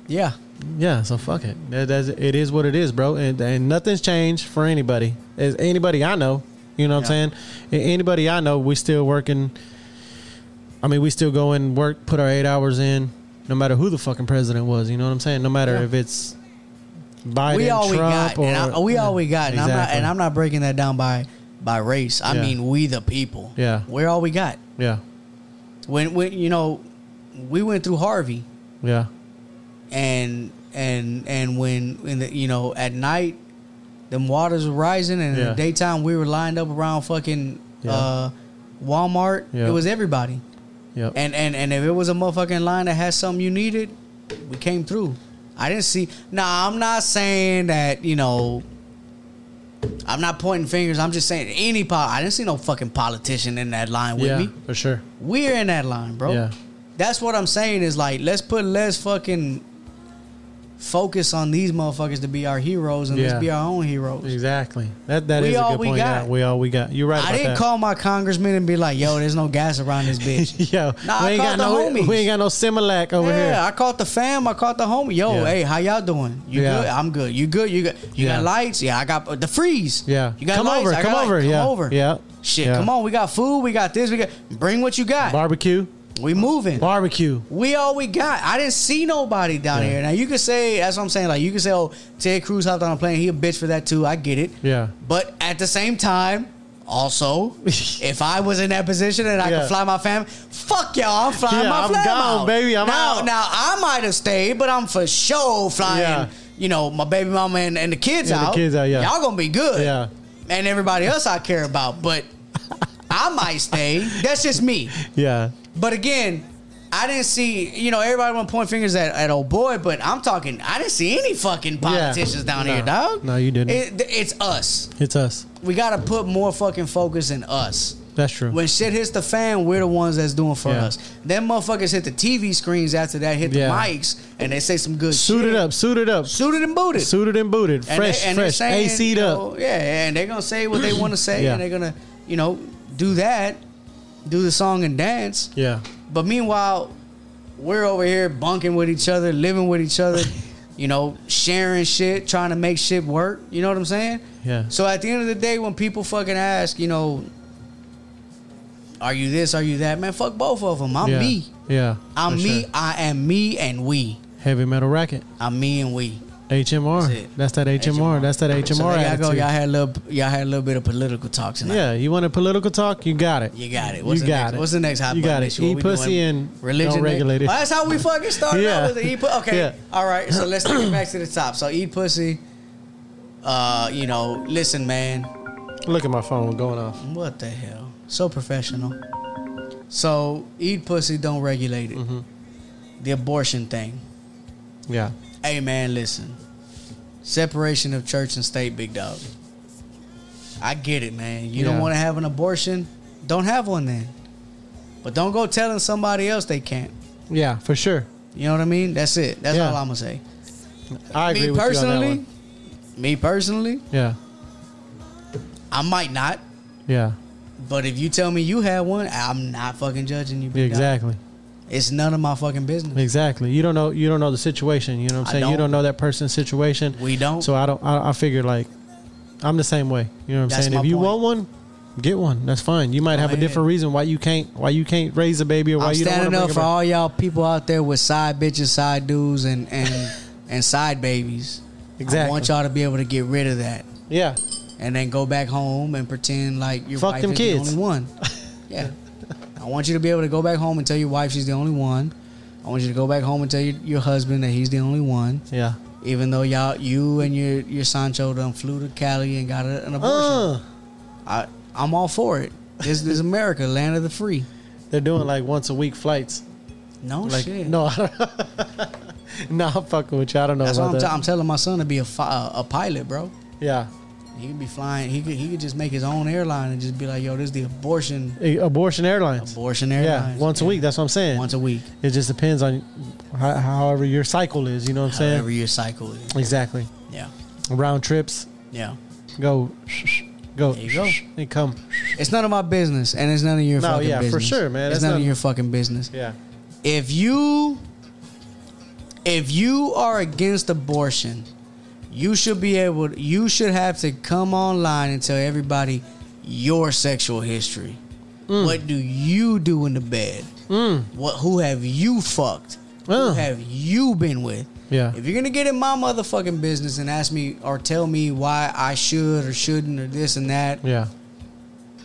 yeah, Yeah, so fuck it. That, that's, it is what it is, bro. And, and nothing's changed for anybody. As anybody I know, you know what I'm saying? A- Anybody I know, we still working. I mean, we still go in work, put our eight hours in, no matter who the fucking president was. You know what I'm saying? No matter Yeah. if it's Biden, we all we Trump, got, and or I, we all we got, and I'm not, Exactly. and I'm not breaking that down by by race. I Yeah. mean, we the people. Yeah. we're all we got. yeah, When when you know, we went through Harvey, yeah, and and and when in the you know at night, them waters were rising, and in Yeah. the daytime we were lined up around fucking Yeah. uh, Walmart. Yeah. It was everybody. yep, And and and if it was a motherfucking line that had something you needed, we came through. I didn't see. Nah, I'm not saying that. You know, I'm not pointing fingers. I'm just saying any pol. I didn't see no fucking politician in that line with yeah, me. for sure. We're in that line, bro. Yeah. That's what I'm saying is like let's put less fucking focus on these motherfuckers to be our heroes and Yeah. let's be our own heroes. Exactly. That that is We a all good we point. Yeah, got. we all we got. You're right. I about didn't that. call my congressman and be like, "Yo, there's no gas around this bitch." Yo, Nah, we I ain't got no called the homies. we ain't got no Similac over yeah, here. I caught the fam. I caught the homie. Yo, Yeah. hey, how y'all doing? You Yeah. good? I'm good. You good? You good? You Yeah. got lights? Yeah, I got uh, the freeze. Yeah. you got come lights? over. I Come got light. over. Come yeah. over. Yeah. Shit, Yeah. come on. We got food. We got this. We got bring what you got. Barbecue. we moving. Barbecue. we all we got. I didn't see nobody down Yeah. here. Now you could say that's what I'm saying. Like you could say, oh, Ted Cruz hopped on a plane. He a bitch for that too. I get it. Yeah. But at the same time, also, if I was in that position and I Yeah. could fly my fam, fuck y'all, I'm flying Yeah, my I'm fam gone, out. baby, I'm now, out. Now I might have stayed, but I'm for sure flying. Yeah. You know, my baby mama and, and the kids Yeah, the out. kids out, yeah. Y'all gonna be good. Yeah. And everybody else I care about, but I might stay. That's just me. Yeah. But again, I didn't see, you know, everybody want to point fingers at, at old boy, but I'm talking, I didn't see any fucking politicians down No. here, dog. No, you didn't. It, it's us. It's us. We got to put more fucking focus in us. That's true. When shit hits the fan, we're the ones that's doing for Yeah. us. Them motherfuckers hit the TV screens after that, hit Yeah. the mics, and they say some good suited shit. up. Suited up. Suited and booted. Suited and booted. And Fresh. they- and they're fresh. saying, AC'd you up. know, Yeah, and they're going to say what they want to say, Yeah. and they're going to, you know, do that, do the song and dance. Yeah. But meanwhile, we're over here bunking with each other, living with each other, you know, sharing shit, trying to make shit work. You know what I'm saying? Yeah. So at the end of the day, when people fucking ask, you know, are you this? Are you that? Man, fuck both of them. I'm yeah. me. Yeah. I'm for me. sure. I am me and we. Heavy metal racket. I'm me and we. HMR. That's, That's it. that HMR. That's that HMR So there y'all attitude. go. Y'all had a little. Y'all had a little bit of political talk tonight. yeah. You want a political talk? You got it. You got it. What's You the got next, it. What's the next hot You button got it. issue? What Eat we doing? pussy and religion. don't regulate it. Oh, that's how we fucking started Yeah. out with the eat pussy. Okay. Yeah. All right. So let's take it back to the top. So eat pussy. Uh, you know, listen, man. Look at my phone going off. What the hell? So professional. So eat pussy, don't regulate it. Mm-hmm. The abortion thing. Yeah. Hey man, listen. Separation of church and state, big dog. I get it, man. You Yeah. don't want to have an abortion? Don't have one then. But don't go telling somebody else they can't. Yeah. For sure. You know what I mean? That's it. That's Yeah. all I'm gonna say. I agree me with you personally, on that one. me personally, Yeah. I might not. Yeah. But if you tell me you had one, I'm not fucking judging you. big dog. Exactly. It's none of my fucking business. Exactly. You don't know. You don't know the situation. You know what I'm I saying. You don't. don't know that person's situation. We don't. So I don't. I, I figure like, I'm the same way. You know what I'm That's saying. my If you point. want one, get one. That's fine. You might Go have a ahead. different reason why you can't. Why you can't raise a baby or why I'm you don't want standing to up bring for a all y'all people out there with side bitches, side dudes, and and and side babies. I Exactly. want y'all to be able to get rid of that, baby. Yeah. and then go back home and pretend like your Fuck wife them is kids. the only one. Yeah, I want you to be able to go back home and tell your wife she's the only one. I want you to go back home and tell your, your husband that he's the only one, Yeah. even though y'all, you and your your Sancho done flew to Cali and got a, an abortion. Uh, I, I'm all for it. This, this is America, land of the free. They're doing like once a week flights. No Like Oh, shit. no, I don't, no, I'm fucking with you. I don't know That's why about I'm, that. i I'm telling my son to be a, fi- a pilot, bro. yeah, He could be flying. He could he could just make his own airline and just be like, yo, this is the abortion A- abortion airlines. abortion yeah, airline. once a week. That's what I'm saying. Once a week. It just depends on how, however your cycle is. You know what I'm saying? However your cycle is. exactly. Yeah. Round trips. Yeah. Go, go, There you go. and come. It's none of my business, and it's none of your No, fucking yeah, for business. sure, man. It's That's none not- of your fucking business. Yeah, If you if you are against abortion, you should be able. you should have to come online and tell everybody your sexual history. Mm. What do you do in the bed? What? Who have you fucked? Who Yeah. have you been with? Yeah. If you're gonna get in my motherfucking business and ask me or tell me why I should or shouldn't or this and that, yeah,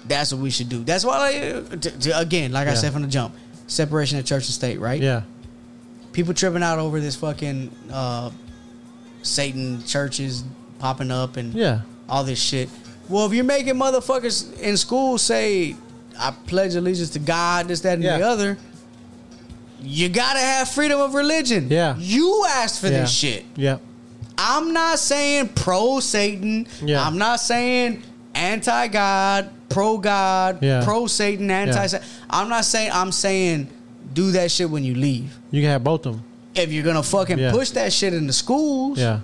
that's what we should do. That's why, like, t- t- again, like I Yeah. said from the jump, separation of church and state, right? yeah, People tripping out over this fucking uh, Satan churches popping up and yeah. all this shit. Well, if you're making motherfuckers in school say, I pledge allegiance to God, this, that, and the Yeah. other, you gotta have freedom of religion. Yeah. You asked for yeah. this shit. Yeah, I'm not saying pro Satan. Yeah. I'm not saying anti God, pro God, Yeah. pro Satan, anti Satan. I'm not saying, I'm saying do that shit when you leave. you can have both of them. If you're gonna fucking Yeah. push that shit in the schools, Yeah,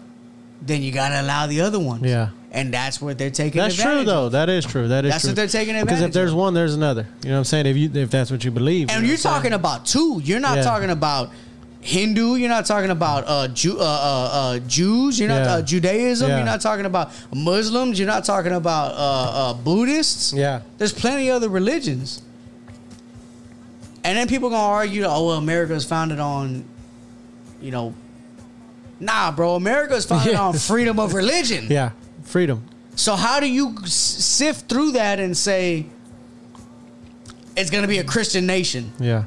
then you gotta allow the other ones. Yeah. And that's what they're taking that's advantage true of. though. That is true. That is That's true. what they're taking Because advantage if there's of. one, there's another. You know what I'm saying? If you if that's what you believe. And you know you're what I'm saying? talking about two. You're not Yeah. talking about Hindu. You're not talking about uh, Jew, uh, uh, uh, Jews. You're not Yeah. uh, Judaism. Yeah. You're not talking about Muslims. You're not talking about uh, uh, Buddhists. Yeah. There's plenty of other religions. And then people gonna argue, oh well, America is founded on, you know, nah, bro, America is founded Yeah. on freedom of religion. Yeah, freedom. So how do you s- sift through that and say it's gonna be a Christian nation? Yeah.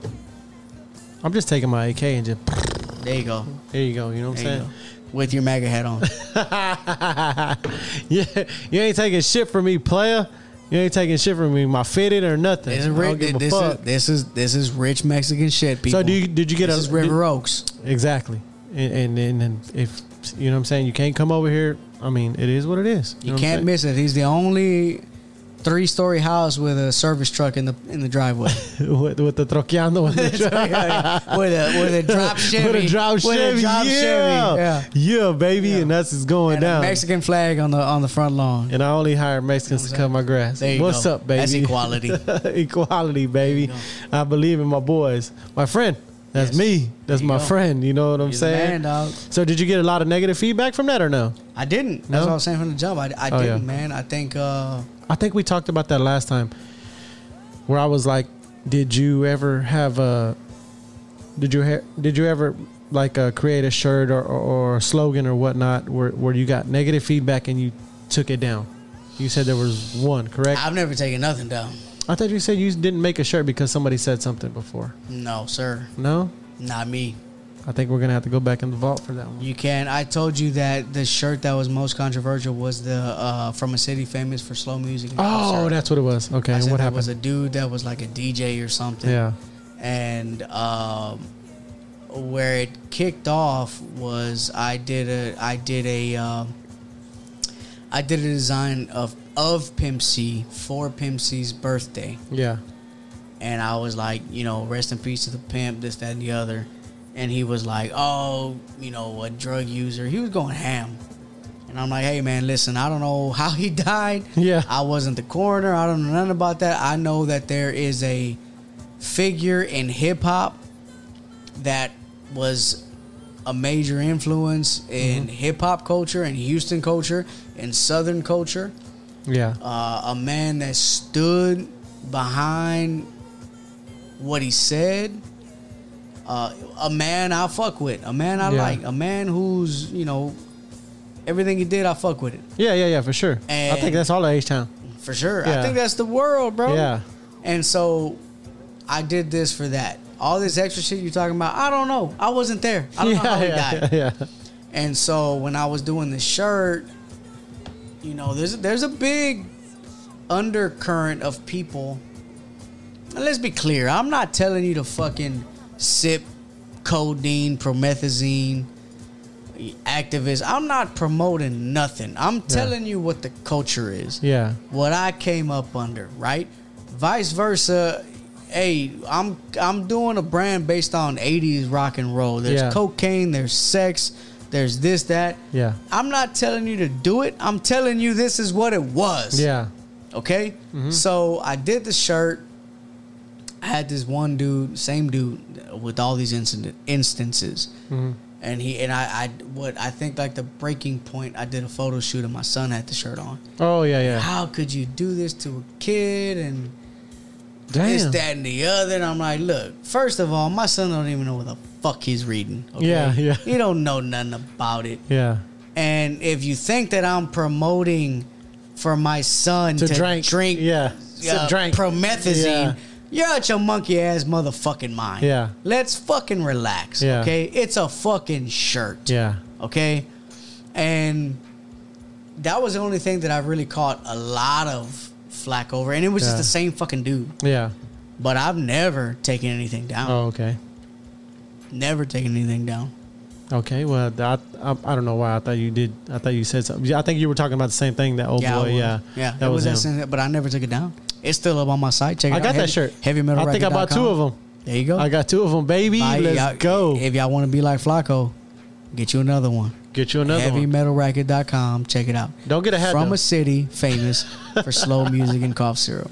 I'm just taking my AK and just There you go. there you go. You know what I'm There you saying? go. With your MAGA hat on. yeah, you ain't taking shit from me, player. You ain't taking shit from me, my fitted or nothing. This I is, don't rich, give a this, is, fuck. this is this is rich Mexican shit, people. so do you, did you get this a is River Oaks. did- exactly? And and, and and if you know what I'm saying, you can't come over here. I mean, it is what it is. You know what I'm can't saying? miss it. He's the only three story house with a service truck in the in the driveway. with, with the troqueando. With with a with a drop Chevy. With a drop with a Chevy, drop yeah. Chevy, Yeah. yeah, baby, and that's just going And a down. Mexican flag on the on the front lawn. and I only hire Mexicans to cut my grass. There you What's go. up, baby? That's equality. equality, baby. There I believe in my boys. My friend. That's Yes. me. That's There you my go. friend. You know what I'm You're the saying? man, dog. So did you get a lot of negative feedback from that or no? I didn't. That's No? what I was saying from the jump. I, I Oh, didn't, yeah. man. I think uh, I think we talked about that last time where I was like, did you ever have a did you ha- did you ever like uh, create a shirt or, or, or a slogan or whatnot where, where you got negative feedback and you took it down? You said there was one, correct? I, I've never taken nothing down. thought you said you didn't make a shirt because somebody said something before. No, sir. No? Not me. I think we're gonna have to go back in the vault for that one. You can. I told you that the shirt that was most controversial was the uh, from a city famous for slow music. and pop Oh, syrup. that's what it was. Okay, I and said what there happened? Was a dude that was like a DJ or something. yeah, And um, where it kicked off was I did a I did a um, I did a design of of Pimp C for Pimp C's birthday. yeah, and I was like, you know, rest in peace to the pimp, this, that, and the other. And he was like, oh, you know, a drug user. He was going ham. And I'm like, hey, man, listen, I don't know how he died. Yeah. I wasn't the coroner. I don't know nothing about that. I know that there is a figure in hip hop that was a major influence in hip hop culture and Houston culture and Southern culture yeah, uh, a man that stood behind what he said. Uh, a man I fuck with. A man I Yeah. like. A man who's you know everything he did I fuck with it yeah, yeah, yeah, for sure. I think And- that's all of H Town. for sure. Yeah. I think that's the world, bro. Yeah. And so I did this for that. All this extra shit you're talking about, I don't know. I wasn't there. I don't know how he yeah, died. yeah, And so when I was doing the shirt, you know, there's there's a big undercurrent of people And let's be clear. I'm not telling you to fucking sip codeine, promethazine, activist. I'm not promoting nothing. I'm telling you what the culture is. Yeah. What I came up under, right? Vice versa. Hey, I'm I'm doing a brand based on 80s rock and roll. There's Yeah. cocaine, there's sex, there's this that. Yeah. I'm not telling you to do it. I'm telling you this is what it was. Yeah. Mm-hmm. Okay? So I did the shirt. I had this one dude, same dude, with all these incident instances, Mm-hmm. and he and I, I, what I think like the breaking point. I did a photo shoot and my son had the shirt on. Oh yeah, yeah. How could you do this to a kid and this, Damn. that, and the other? And I'm like, look, first of all, my son don't even know what the fuck he's reading. Okay? Yeah, yeah. He don't know nothing about it. Yeah. And if you think that I'm promoting for my son to, To drink. drink, Yeah. uh, To drink. promethazine, Yeah. you're out your monkey ass motherfucking mind. Yeah. Let's fucking relax. Yeah. Okay. It's a fucking shirt. Yeah. Okay. And that was the only thing that I really caught a lot of flack over. And it was just Yeah. the same fucking dude. Yeah. But I've never taken anything down. Oh okay. Never taken anything down. Okay. Well, I, I I don't know why I thought you did. I thought you said something. Yeah, I think you were talking about the same thing. That old Yeah, I Oh, boy. was. Yeah. yeah. That it was, was, that him. sense- but I never took it down. It's still up on my site. Check it I out. got heavy, that shirt. Heavy metal. I think I bought two of them. There you go. I got two of them, baby. Buy- Let's y'all- go. If y'all want to be like Flacco, get you another one. Get you another one. HeavyMetalRacket.com. Check it out. Don't get a hat, From though. a city famous for slow music and cough syrup.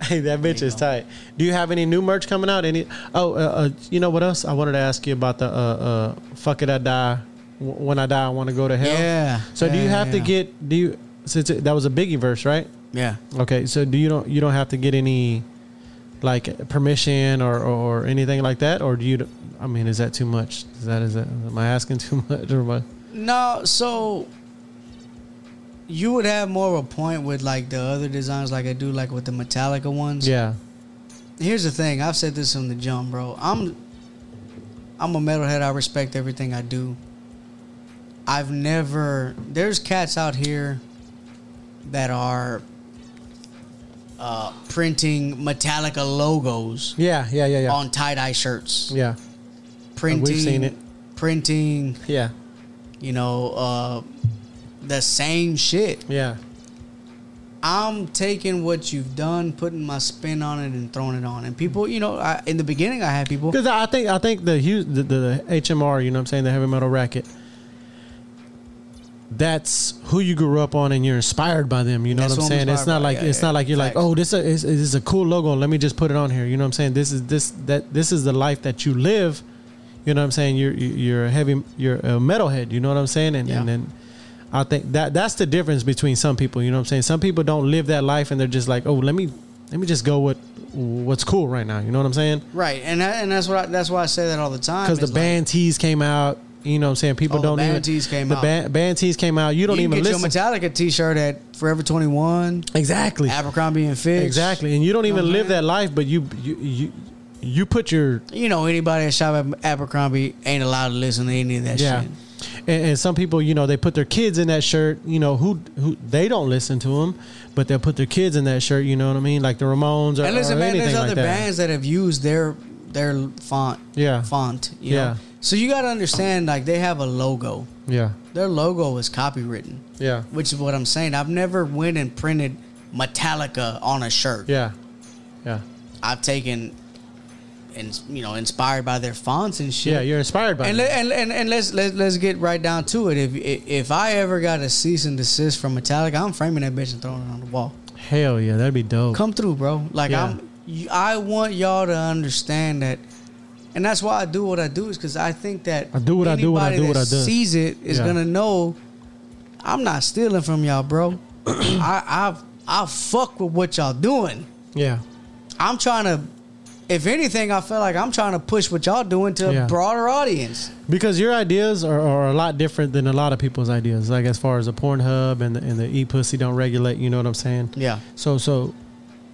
Hey, that bitch is tight. Do you have any new merch coming out? Any? Oh, uh, uh, you know what else? I wanted to ask you about the uh, uh, "Fuck It, I Die." W- When I die, I want to go to hell. Yeah. So do you Yeah, have to yeah. get? Do you? Since it, that was a Biggie verse, right? Yeah. Okay. So do you don't you don't have to get any, like permission or or, or anything like that, or do you? I mean, is that too much? Is that is that am I asking too much or what? No, so you would have more of a point with like the other designs, like I do, like with the Metallica ones. Yeah. here's the thing. I've said this from the jump, bro. I'm I'm a metalhead. I respect everything I do. I've never there's cats out here that are uh, printing Metallica logos Yeah. Yeah. Yeah. Yeah. on tie dye shirts. Yeah. Printing, seen it. printing, Yeah. you know, uh, the same shit. Yeah. I'm taking what you've done, putting my spin on it, and throwing it on. And people, you know, I, in the beginning, I had people. Because I think I think the, hu- the the HMR, you know what I'm saying, the heavy metal racket. That's who you grew up on, and you're inspired by them. You know That's what I'm who I'm saying. It's inspired not by, like yeah, it's yeah, not like you're facts. like, oh, this is, this is a cool logo. Let me just put it on here. You know what I'm saying. This is this that this is the life that you live. You know what I'm saying. You're you're a heavy you're a metalhead. You know what I'm saying. And and Yeah. then I think that that's the difference between some people. You know what I'm saying. Some people don't live that life, and they're just like, oh, let me let me just go with what's cool right now. You know what I'm saying Right, and that, and that's what I, that's why I say that all the time. because the is like, band tees came out. You know what I'm saying? People Oh, the don't band even tees came the out. Band, band tees came out. You don't you can even get listen your Metallica T-shirt at Forever Twenty One, exactly, Abercrombie and Fitch, exactly, and you don't even what I'm live saying? that life. But you you you, you put your You know, anybody that shop at Abercrombie ain't allowed to listen to any of that yeah. shit. And, and some people, you know, they put their kids in that shirt. You know who who they don't listen to them, but they'll put their kids in that shirt. You know what I mean? Like the Ramones or, And listen, or man, anything there's like other that. bands that have used their their font, Yeah. font, you Yeah. know. So you got to understand, like they have a logo. Yeah, Their logo is copywritten, yeah, which is what I'm saying. I've never went and printed Metallica on a shirt. yeah, yeah, I've taken, and you know, inspired by their fonts and shit. yeah. You're inspired by and, it. let, and and and let's let, let's get right down to it. If if I ever got a cease and desist from Metallica, I'm framing that bitch and throwing it on the wall. Hell yeah, that'd be dope. Come through, bro. Like Yeah. I'm, you- I want y'all to understand that, and that's why I do what I do is because I think that I do what I do when I anybody do what that I do. Sees it is Yeah. gonna know. I'm not stealing from y'all, bro. I I I fuck with what y'all doing. yeah, I'm trying to. If anything, I feel like I'm trying to push what y'all doing to Yeah. a broader audience. Because your ideas are, are a lot different than a lot of people's ideas. Like as far as the Pornhub and the, and the e pussy don't regulate. You know what I'm saying? Yeah. So so,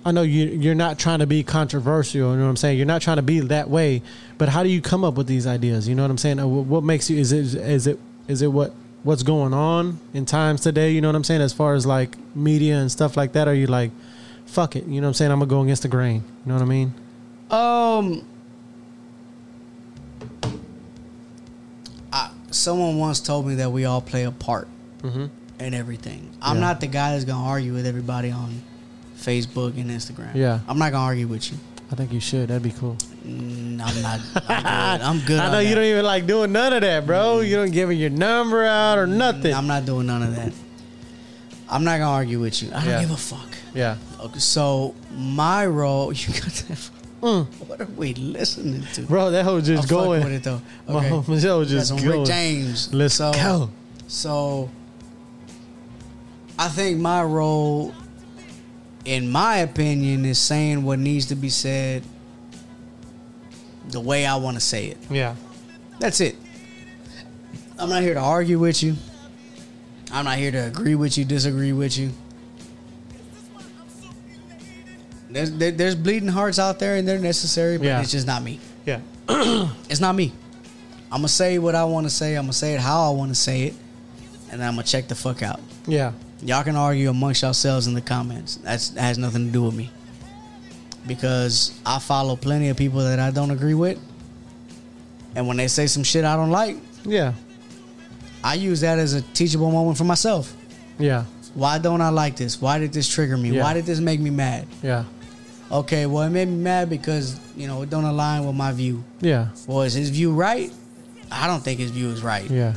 I know you you're not trying to be controversial. You know what I'm saying? You're not trying to be that way. But how do you come up with these ideas? You know what I'm saying? Uh, wh- What makes you? Is it is it is it what what's going on in times today? You know what I'm saying? As far as like media and stuff like that, are you like? fuck it. You know what I'm saying? I'm gonna go against the grain. You know what I mean? Um, I, someone once told me that we all play a part Mm-hmm. in everything. I'm Yeah. not the guy that's gonna argue with everybody on Facebook and Instagram. Yeah. I'm not gonna argue with you. I think you should. That'd be cool. Mm, I'm not. I'm good. I'm good I on know you that. Mm. don't even like doing none of that, bro. You don't giving your number out or nothing. I'm not doing none of that. I'm not gonna argue with you. I don't Yeah. give a fuck. yeah. Okay, so my role, you got that. Mm. What are we listening to? Bro, that hoe I'm just fucking going. with it though. My Okay. hoe that hoe That's "Oh, just on going. Rick James. Let's so, go. So, I think my role, in my opinion, is saying what needs to be said the way I want to say it. Yeah. That's it. I'm not here to argue with you. I'm not here to agree with you, disagree with you. There's, there, there's bleeding hearts out there and they're necessary, but Yeah. it's just not me. Yeah. It's not me. I'm gonna say what I want to say. I'm gonna say it how I want to say it, and then I'm gonna check the fuck out. Yeah. Y'all can argue amongst yourselves in the comments. That's that has nothing to do with me. Because I follow plenty of people that I don't agree with, and when they say some shit I don't like, Yeah. I use that as a teachable moment for myself. Yeah. Why don't I like this? Why did this trigger me? Yeah. Why did this make me mad? Yeah. Okay, well it made me mad because you know it don't align with my view. Yeah. Well, is his view right? I don't think his view is right. Yeah.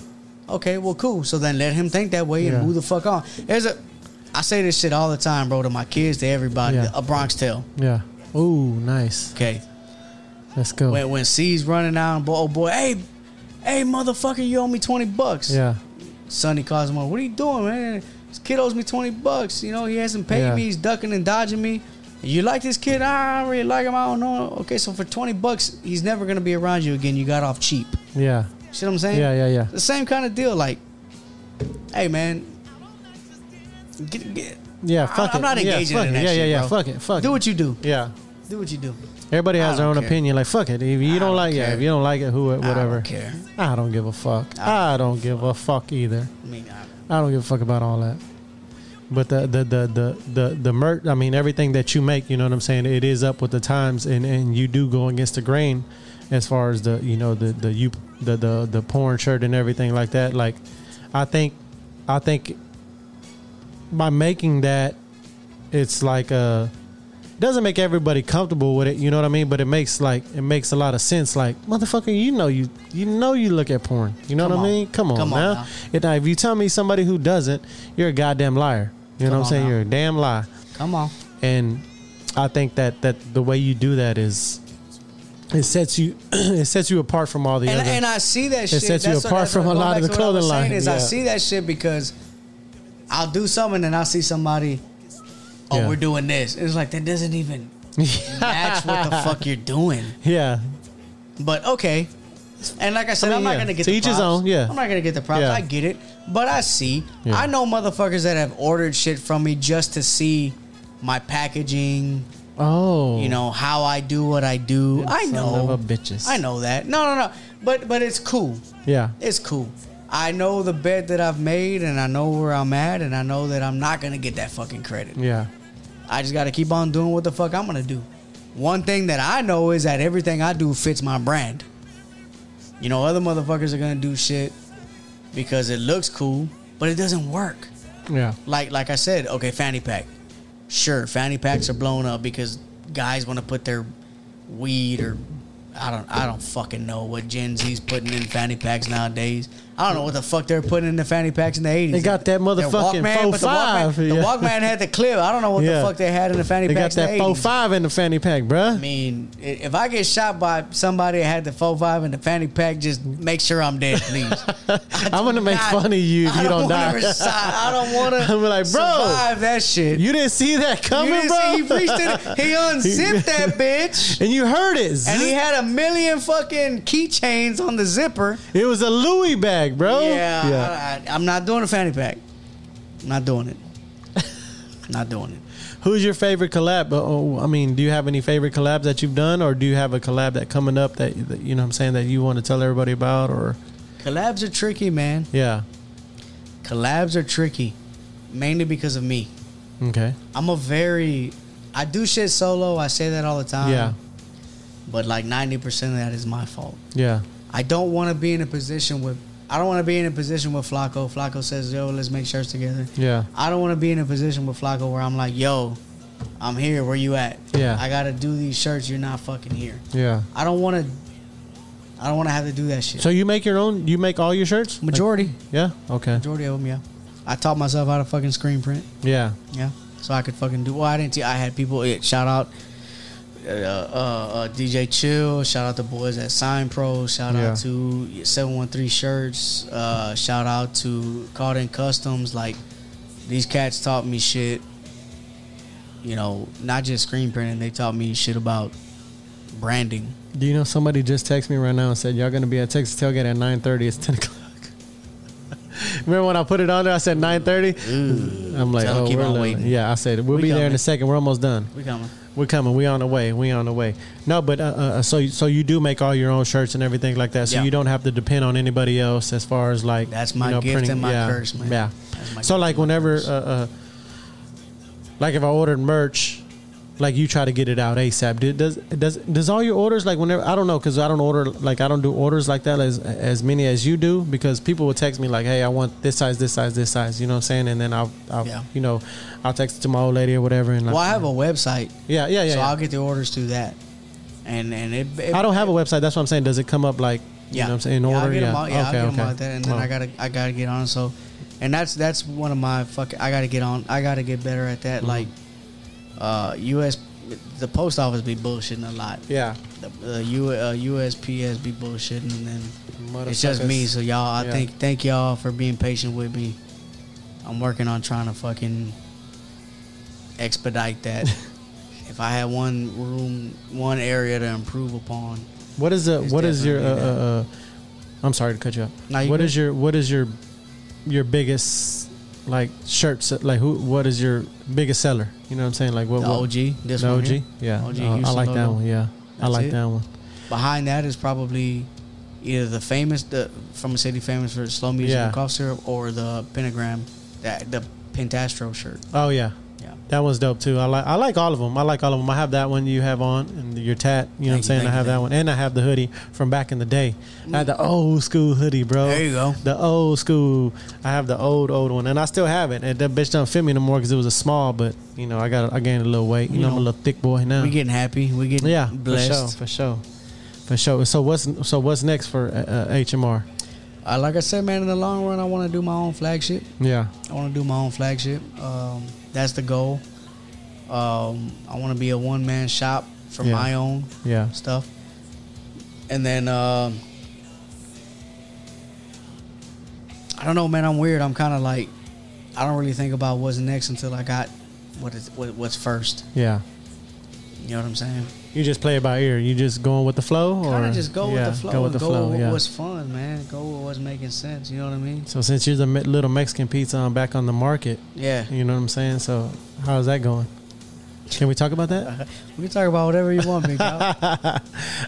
Okay, well, cool. So then let him think that way Yeah. and move the fuck on. There's a, I say this shit all the time, bro, to my kids, to everybody. Yeah. A Bronx Tale. Yeah. Ooh, nice. Okay, Let's go. when when C's running out, boy, oh boy, hey, hey, motherfucker, you owe me twenty bucks. Yeah. Sonny calls him up. What are you doing, man? This kid owes me twenty bucks. You know he hasn't paid Yeah. me. He's ducking and dodging me. You like this kid? Ah, I don't really like him. I don't know. Okay, so for twenty bucks, he's never gonna be around you again. You got off cheap. Yeah. See what I'm saying? Yeah. Yeah. Yeah. the same kind of deal. Like, hey man, get, get, Yeah. Fuck it. I'm not Yeah, engaging fuck in it. that Yeah. shit, Yeah. Yeah. bro. Fuck it. Fuck do it. what you do. Yeah. Do what you do. Everybody I has their don't own care. opinion. Like fuck it. If you don't don't like, yeah. care. If you don't like it, who, I whatever. don't care. I don't give a fuck. I don't give a fuck either. I mean, I, I don't give a fuck about all that. But the the the the the the merch. I mean, everything that you make, you know what I'm saying. It is up with the times, and and you do go against the grain, as far as the you know the the you the the the porn shirt and everything like that. Like, I think, I think by making that, it's like uh doesn't make everybody comfortable with it. You know what I mean? But it makes like it makes a lot of sense. Like motherfucker, you know you you know you look at porn. You know Come what on. I mean? Come on, Come on now. now. And now, if you tell me somebody who doesn't, you're a goddamn liar. You Come know what I'm on saying? now. You're a damn lie. come on. And I think that that the way you do that is it sets you it sets you apart from all the And, other. and I see that shit. sets you That's what- apart that's what from a go lot back of the to what I was clothing saying line. Is I Yeah. see that shit because I'll do something and I see somebody. Oh, Yeah. we're doing this. It's like that doesn't even match what the fuck you're doing. yeah, But okay. And like I said, I I mean, am not yeah. gonna get To the each his props. own, yeah. I'm not gonna get the props. Yeah. I get it, but I see. Yeah. I know motherfuckers that have ordered shit from me just to see my packaging. Oh, You know how I do what I do. I son know. of a bitches. I know that. No, no, no. But but it's cool. Yeah, It's cool. I know the bet that I've made, and I know where I'm at, and I know that I'm not gonna get that fucking credit. yeah, I just gotta keep on doing what the fuck I'm gonna do. One thing that I know is that everything I do fits my brand. You know, other motherfuckers are gonna do shit because it looks cool, but it doesn't work. yeah, Like like I said, okay, fanny pack. Sure, fanny packs are blown up because guys wanna put their weed or I don't I don't fucking know what Gen Z's putting in fanny packs nowadays. I don't know what the fuck they're putting in the fanny packs in the eighties. They got that motherfucking but the Walkman, 4.5, the yeah. Walkman had the clip. I don't know what the Yeah. fuck they had in the fanny they got packs. in that the four 80s. five in the fanny pack, bruh. I mean, i- if I get shot by somebody that had the four five and the fanny pack, just make sure I'm dead, please. I'm gonna make fun of you if I you don't, wanna die. reside- I don't want to. I'm like, bro, survive that shit. You didn't see that coming, You bro. didn't see he reached it. He unzipped that bitch, and you heard it. and he had a million fucking keychains on the zipper. it was a Louis bag, bro. yeah, I, I, I'm not doing a fanny pack. I'm not doing it. not doing it. Who's your favorite collab? Uh, Oh, I mean, do you have any favorite collabs that you've done, or do you have a collab that coming up that, that you know what I'm saying that you want to tell everybody about? Or Collabs are tricky, man. yeah, Collabs are tricky, mainly because of me. okay, I'm a very I do shit solo. I say that all the time. Yeah. But like ninety percent of that is my fault. Yeah. I don't want to be in a position with. I don't want to be in a position with Flacco. Flacco says, "Yo, let's make shirts together." Yeah. I don't want to be in a position with Flacco where I'm like, "Yo, I'm here. Where you at?" Yeah. I gotta do these shirts. You're not fucking here. Yeah. I don't want to. I don't want to have to do that shit. So you make your own? You make all your shirts? majority, Like- yeah. Okay. majority of them, yeah. I taught myself how to fucking screen print. Yeah. Yeah, so I could fucking do. Well, I didn't. Te- I had people. It, shout out uh, uh, uh, DJ Chill. Shout out the boys at Sign Pro. Shout Yeah. out to Seven One Three Shirts. Uh, shout out to Called In Customs. Like these cats taught me shit. You know, not just screen printing. They taught me shit about branding. Do you know somebody just texted me right now and said y'all gonna be at Texas Tailgate at nine thirty? It's ten o'clock. Remember when I put it on there? I said nine thirty. I'm like, Mm. Tell 'em oh, keep we're on li- waiting. yeah. I said we'll We be there in coming. a second. We're almost done. We coming. We're coming. We on the way. We on the way. No, but uh, uh, so so you do make all your own shirts and everything like that. So Yeah. you don't have to depend on anybody else as far as like That's you my know, gift printing- and my yeah, curse, man. Yeah. That's my So gift like and my whenever, curse. uh, uh, like if I ordered merch, like you try to get it out ASAP. Do- Does does does all your orders like whenever I don't know because I don't order like I don't do orders like that as as many as you do because people will text me like hey I want this size this size this size you know what I'm saying and then I'll, I'll Yeah. you know I'll text it to my old lady or whatever and like, Well, I have a website, yeah yeah yeah. so yeah. I'll get the orders through that. And and it, it I don't have a website. That's what I'm saying. Does it come up like you Yeah, know what I'm saying in order? Yeah, I'll get them out, yeah, I'll okay, get 'em okay. out there, and then Oh. I gotta, I gotta get on. So, and that's that's one of my fucking. I gotta get on. I gotta get better at that. Mm-hmm. Like, uh, US, the post office be bullshitting a lot. yeah. The uh, U, uh, USPS be bullshitting, and then it's just Motherfuckers. me. So y'all, I Yeah. think thank y'all for being patient with me. I'm working on trying to fucking expedite that. if I had one room, one area to improve upon, What is the It's what is your? Uh, uh, definitely uh, I'm sorry to cut you off. No, you What good. is your what is your your biggest like shirts like who what is your biggest seller? You know what I'm saying? Like what the what- OG, Oh, this the one OG? here. Yeah. OG Oh, I Houston like that logo. one. Yeah. I That's like it. that one. Behind that is probably either the famous the from a city famous for slow music Yeah. and cough syrup or the pentagram that the pentastro shirt. Oh yeah. Yeah. That one's dope too. I like I like all of them. I like all of them. I have that one you have on and your tat. You know Thank what I'm you, saying? I thank have you, that thank one and I have the hoodie from back in the day. I had the old school hoodie, bro. There you go. The old school. I have the old old one and I still have it. And that bitch don't fit me no more because it was a small. But you know I got I gained a little weight. You, You know, I'm a know, little thick boy now. We getting happy. We getting yeah, blessed. for sure, for sure, for sure. So what's so what's next for uh, uh, HMR? Uh, like I said, man, in the long run, I want to do my own flagship. Yeah, I want to do my own flagship. Um, that's the goal. Um, I want to be a one man shop for Yeah. my own yeah, stuff, and then um, I don't know, man. I'm weird. I'm kind of like I don't really think about what's next until I got what is what, what's first. yeah. You know what I'm saying? You just play it by ear. You just going with the flow, or Kind of just go Yeah, with the flow. Go with the go flow. with yeah. what's fun, man. Go with what's making sense. You know what I mean? So since you're the me- little Mexican pizza, I'm back on the market. Yeah. You know what I'm saying? So how's that going? Can we talk about that? We can talk about whatever you want, big cow. I,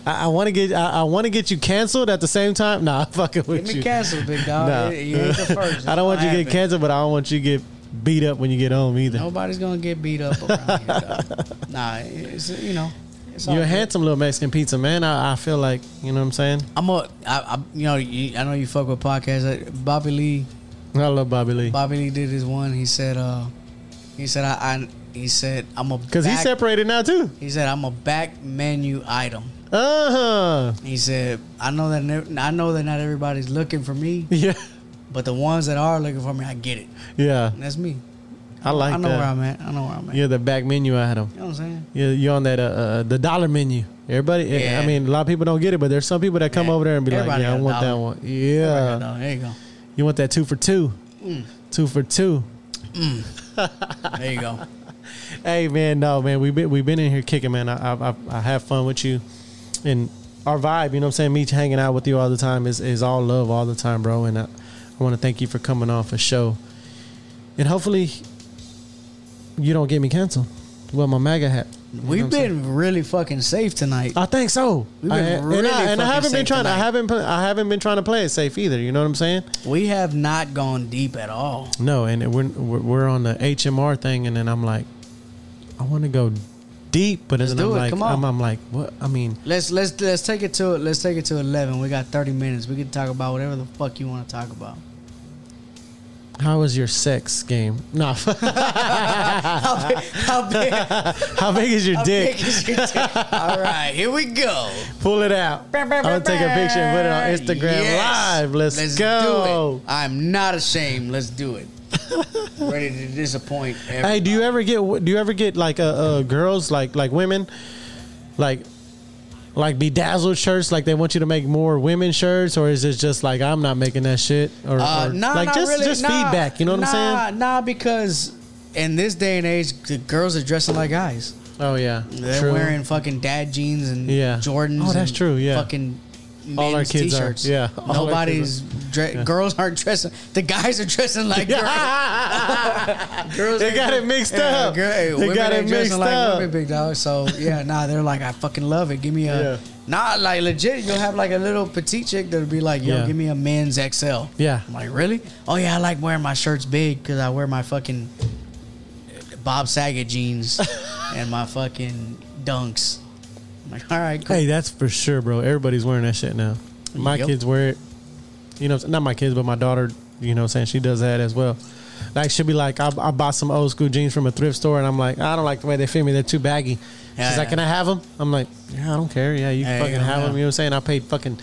I want to get I, I want to get you canceled at the same time. Nah, I'm fucking with Get me you. canceled, big dog. Nah. You ain't the first. I don't want It's you to gonna get happen. canceled, but I don't want you to get beat up when you get home either. Nobody's gonna get beat up around here. Dog. Nah, it's you know. It's all You're a good. handsome little Mexican pizza man. I, I feel like you know what I'm saying. I'm a, I, I, you know, you, I know you fuck with podcasts. Uh, Bobby Lee, I love Bobby Lee Bobby Lee did his one. He said, uh, he said, I, I he said, I'm a because he's back- separated now too. He said, I'm a back menu item. Uh huh. He said, I know that, nev- I know that not everybody's looking for me, Yeah, but the ones that are looking for me, I get it. yeah. And that's me. I like I know that. where I'm at. I know where I'm at. You're the back menu item. You know what I'm saying? You're, you're on that uh, uh, the dollar menu. Everybody, eh, Yeah. I mean, a lot of people don't get it, but there's some people that come Yeah. over there and be Everybody like, "Yeah, I got a want that dollar. one. Right Yeah, now, there you go. you want that two for two, Mm. two for two. There you go. Hey man, no man, we've been we've been in here kicking, man. I I, I, I have fun with you, and our vibe. You know what I'm saying? Me hanging out with you all the time is is all love all the time, bro. And I, I want to thank you for coming on for show, and hopefully, you don't get me canceled. Well, my MAGA hat. You know what We've I'm saying? been really fucking safe tonight. I think so. We've been I, and really I, and I fucking haven't been safe trying. I tonight. haven't. pl- I haven't been trying to play it safe either. You know what I'm saying? We have not gone deep at all. No, and we're we're, we're on the HMR thing, and then I'm like, I want to go deep, but Let's then do I'm it. like, Come on. I'm, I'm like, what? I mean, Let's let's let's take it to let's take it to eleven. We got thirty minutes. We can talk about whatever the fuck you want to talk about. how is your sex game? No, How big, how big, how how big is your dick? big is your dick? All right, here we go. Pull it out. I'm gonna take a picture and put it on Instagram Yes. Live. Let's, Let's go. do it. I'm not ashamed. Let's do it. Ready to disappoint. Everybody. Hey, do you ever get do you ever get like uh, uh girls like like women like like bedazzled shirts like they want you to make more women shirts or is it just like I'm not making that shit or, Uh, or- nah, like not just really. just Nah, feedback you know what nah, I'm saying Nah, because in this day and age, the girls are dressing like guys. oh yeah They're true. wearing fucking dad jeans and Yeah. Jordans. Oh, that's and true, yeah. Fucking All men's our kids are, t-shirts. yeah. All our Nobody's dre- girls aren't dressing. The guys are dressing like girls. girls. They ain't- got it mixed up. girl- hey, They women got ain't it dressing mixed like up. Women, big dog. So yeah, nah. They're like, I fucking love it. Give me a. Yeah. Nah, like legit, you'll have like a little petite chick that'll be like, "Yo, Yeah. give me a men's XL." Yeah. I'm like, really? Oh yeah, I like wearing my shirts big because I wear my fucking Bob Saget jeans and my fucking dunks. I'm like, all right, cool. hey that's for sure bro everybody's wearing that shit now my Yep. kids wear it you know not my kids but my daughter you know what I'm saying she does that as well like she'll be like I, I bought some old school jeans from a thrift store and I'm like I don't like the way they fit me they're too baggy Yeah, she's like yeah. can I have them I'm like yeah I don't care yeah you Yeah, fucking yeah, have yeah. them you know what I'm saying I paid fucking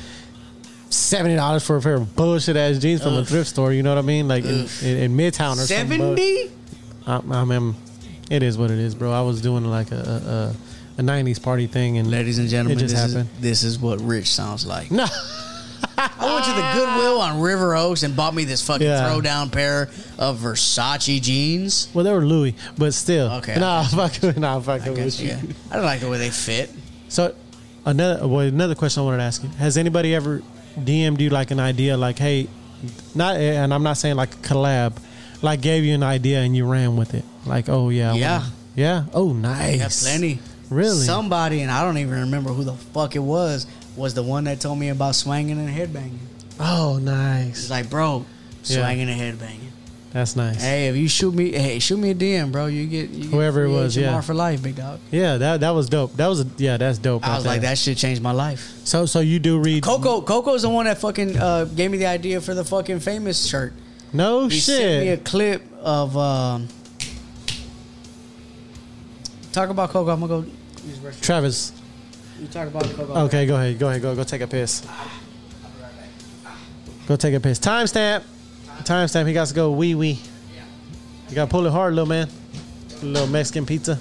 seventy dollars for a pair of bullshit ass jeans from a thrift store you know what I mean like in, in, in Midtown or something but- Seventy? I, I mean it is what it is bro I was doing like a a, a, a 90s party thing and Ladies and gentlemen, It just this, happened. Is, this is what rich sounds like. no I went to the Goodwill on River Oaks and bought me this fucking Yeah. throwdown pair of Versace jeans. Well, they were Louis, but still. Okay. Nah, fucking, nah, fucking with Gotcha, you. yeah. I don't like the way they fit. So, another well, another question I wanted to ask you: Has anybody ever DM'd you like an idea, like, hey, not, and I'm not saying like a collab, like gave you an idea and you ran with it, like, oh yeah, I wanna- Yeah. yeah, oh nice, Yeah, plenty. Really? Somebody, and I don't even remember who the fuck it was, was the one that told me about swanging and headbanging. oh It's nice, like, bro, Yeah. swanging and headbanging. that's nice. Hey, if you shoot me, hey, shoot me a DM, bro. You get you get Whoever it free was, HMR yeah. for life, big dog. Yeah, that that was dope. That was yeah, that's dope. I right was like, there. that shit changed my life. So so you do read? Coco, Coco's the one that fucking uh, gave me the idea for the fucking famous shirt. No He sent me a Oh, shit. clip of. Um, talk about Coco. I'm gonna go. use the restroom. Travis. You talk about Coco. Okay, go ahead. Go ahead. Go go take a piss. Go take a piss. Timestamp. Timestamp. He got to go wee wee. You got to pull it hard, little man. Little Mexican pizza.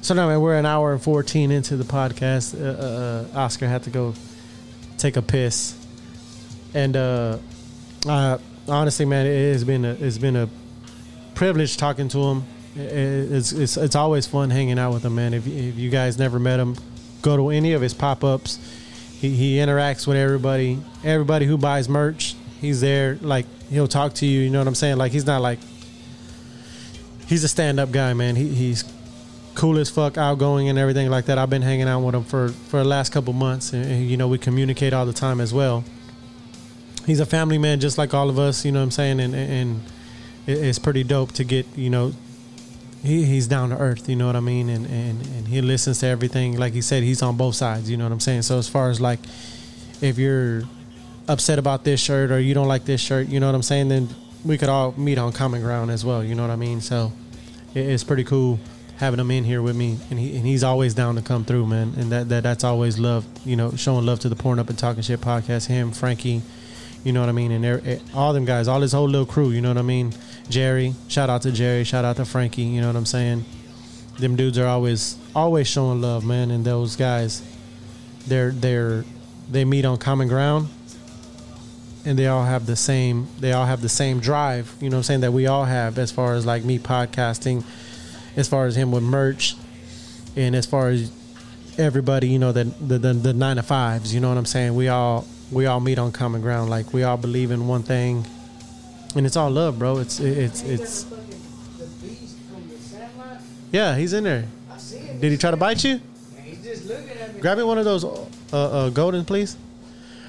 So now, man, we're an hour and 14 into the podcast. Uh, uh, uh, Oscar had to go take a piss. And uh, uh, honestly, man, it has been a, it's been a privilege talking to him. I- I- It's, it's it's always fun hanging out with him, man. If, if you guys never met him, go to any of his pop ups. He, he interacts with everybody. Everybody who buys merch, he's there. Like he'll talk to you. You know what I'm saying? Like he's not like he's a stand up guy, man. He, he's cool as fuck, outgoing and everything like that. I've been hanging out with him for for the last couple months, and, and, you know we communicate all the time as well. He's a family man, just like all of us. You know what I'm saying? And and- and it, it's pretty dope to get you know. He, he's down to earth, you know what I mean, and, and and he listens to everything. Like he said, he's on both sides, you know what I'm saying. So as far as like, if you're upset about this shirt or you don't like this shirt, you know what I'm saying, then we could all meet on common ground as well. You know what I mean? So it, it's pretty cool having him in here with me, and he and he's always down to come through, man. And that, that that's always love, you know, showing love to the Porn Up and Talking Shit podcast. Him, Frankie, you know what I mean, and they're- eh, all them guys, all his whole little crew. You know what I mean? Jerry, shout out to Jerry, shout out to Frankie. You know what I'm saying? Them dudes are always always showing love, man, and those guys, they're they're they meet on common ground and they all have the same they all have the same drive you know what i'm saying that we all have as far as like me podcasting as far as him with merch and as far as everybody you know that the, the, the nine to fives you know what i'm saying we all we all meet on common ground like we all believe in one thing and it's all love bro it's it's it's yeah he's in there did he try to bite you He's just looking at me. Grab me one of those uh, uh, golden, please.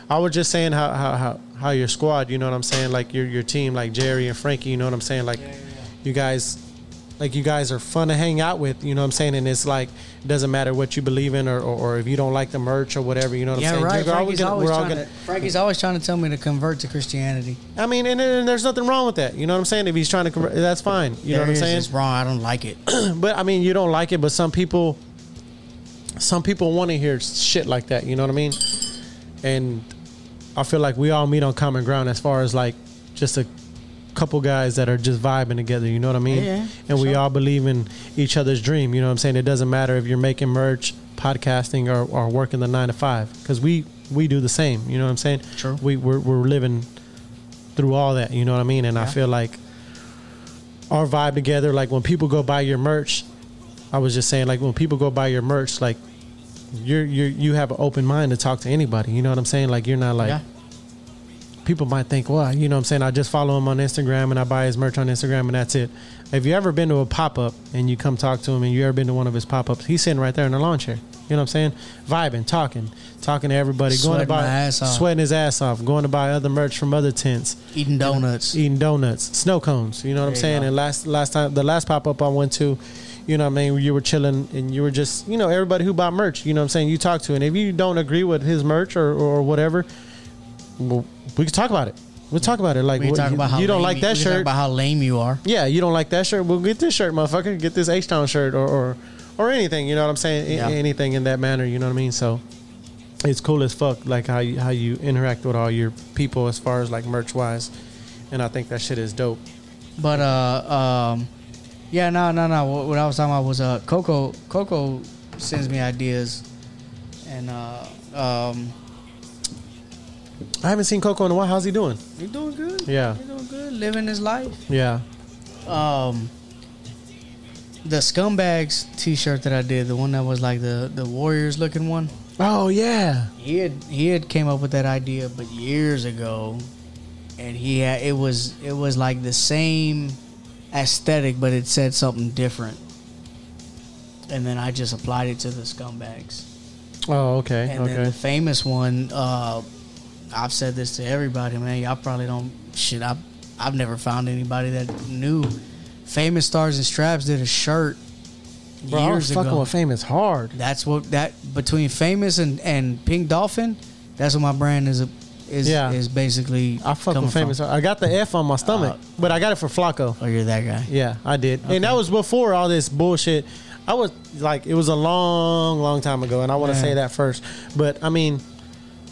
I was just saying how, how how how your squad, you know what I'm saying, like your your team, like Jerry and Frankie, you know what I'm saying, like you guys like you guys are fun to hang out with. You know what I'm saying? And it's like it doesn't matter what you believe in or, or, or if you don't like the merch or whatever. You know what I'm Yeah, saying? right. We're all Frankie's gonna- always we're all trying gonna- to Frankie's always trying to tell me to convert to Christianity. I mean, and, and there's nothing wrong with that. You know what I'm saying? If he's trying to, convert- that's fine. You know There what I'm is, saying? It's wrong. I don't like it. But I mean, you don't like it, but some people, some people want to hear shit like that. You know what I mean? And I feel like we all meet on common ground as far as like just a couple guys that are just vibing together. You know what I mean? Yeah, yeah, and we sure. all believe in each other's dream. You know what I'm saying? It doesn't matter if you're making merch, podcasting, or, or working the nine to five because we we do the same. You know what I'm saying? True. We we're, we're living through all that. You know what I mean? And I Yeah. feel like our vibe together. Like when people go buy your merch, I was just saying like when people go buy your merch, like you're you are you have an open mind to talk to anybody. You know what I'm saying? Like you're not like yeah. people might think, well, you know what I'm saying? I just follow him on Instagram and I buy his merch on Instagram and that's it. Have you ever been to a pop up and you come talk to him and you ever been to one of his pop ups? He's sitting right there in the lawn chair. You know what I'm saying? Vibing, talking, talking to everybody, going to Sweating buy, my ass off. sweating his ass off, going to buy other merch from other tents, Eating donuts. eating donuts, snow cones. You know what I'm There you saying? go. And last last time, the last pop up I went to, you know what I mean? You were chilling and you were just, you know, everybody who bought merch, you know what I'm saying? You talk to. And if you don't agree with his merch or, or whatever, well, we can talk about it. We'll talk about it. Like, We can what- talk you, about how you lame don't like that we can talk shirt. about how lame you are. yeah, you don't like that shirt. We'll get this shirt, motherfucker. Get this H Town shirt or, or or anything. You know what I'm saying? A- Yeah. Anything in that manner. You know what I mean? So it's cool as fuck. Like how you, how you interact with all your people as far as like merch wise, and I think that shit is dope. But uh, um, yeah, no, no, no. What, what I was talking about was uh, Coco. Coco sends me ideas, and uh, um, I haven't seen Coco in a while. How's he doing? you're doing good. Yeah. you're doing good. Living his life. Yeah. Um, the scumbags T-shirt that I did, the one that was like the the Warriors looking one. Oh yeah. He had he had came up with that idea, but years ago, and he had, it was it was like the same aesthetic, but it said something different. And then I just applied it to the scumbags. Oh okay. And then okay. the famous one, uh, I've said this to everybody, man. Y'all probably don't shit. I I've never found anybody that knew. Famous stars and straps did a shirt Bro, I was years fucking ago. with Famous hard. That's what that between famous and and Pink Dolphin, that's what my brand is a, is Yeah. is basically. I fuck coming Uh, with Famous. Hard. I got the F on my stomach, but I got it for Flacco. From. Oh, you're that guy. Yeah, I did. And that was before all this bullshit. I was like, it was a long, long time ago, and I want to Yeah. say that first. But I mean,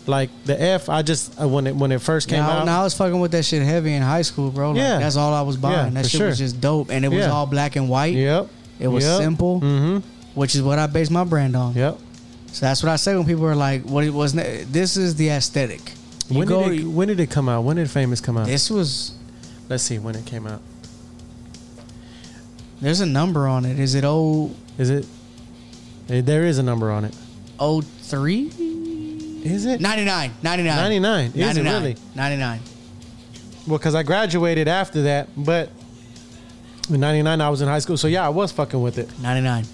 like the F, I just uh, when it when it first came Now, out, now I was fucking with that shit heavy in high school, bro. Like, Yeah. that's all I was Yeah, buying. that for shit was sure. just dope, and it was Yeah. all black and white. yep, It was yep, simple, Mm-hmm. which is what I based my brand on. Yep. So that's what I say when people are like, "What it was?" ne- This is the aesthetic. You When go- did it, when did it come out? When did Famous come out? this was. Let's see when it came out. There's a number on it. Is it oh Is it? eh, There is a number on it. oh three? Is it? 99 99 99. Is it really? 99 Well, because I graduated after that, but in '99 I was in high school, so yeah, I was fucking with it. 99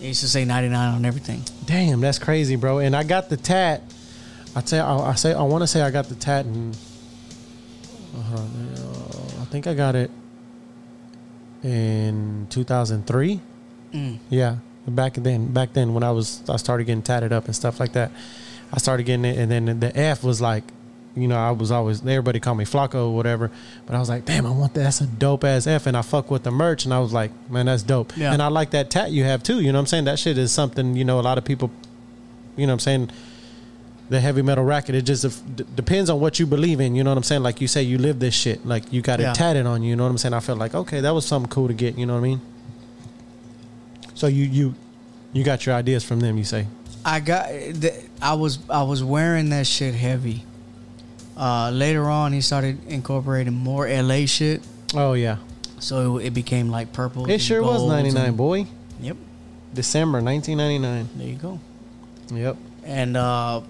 they used to say 99 on everything Damn, that's crazy, bro. And I got the tat. I tell, I, I say, I want to say I got the tat, and uh, I think I got it in 2003. Mm. Yeah, back then, back then when I was, I started getting tatted up and stuff like that. I started getting it, and then the F was like, you know, I was always everybody called me Flacco or whatever, but I was like, damn, I want that. That's a dope ass F, and I fuck with the merch, and I was like, man, that's dope. Yeah. And I like that tat you have too. You know what I'm saying? That shit is something you know a lot of people, you know what I'm saying. The heavy metal racket, it just def- d- depends on what you believe in. You know what I'm saying? Like you say, you live this shit. Like you got Yeah. it tatted on you. You know what I'm saying? I felt like okay, that was something cool to get. You know what I mean? So you you you got your ideas from them, you say? i got th- i was i was wearing that shit heavy uh later on he started incorporating more la shit Oh yeah, so it, it became like purple it sure was ninety nine, boy. yep December nineteen ninety nine. there you go Yep. and uh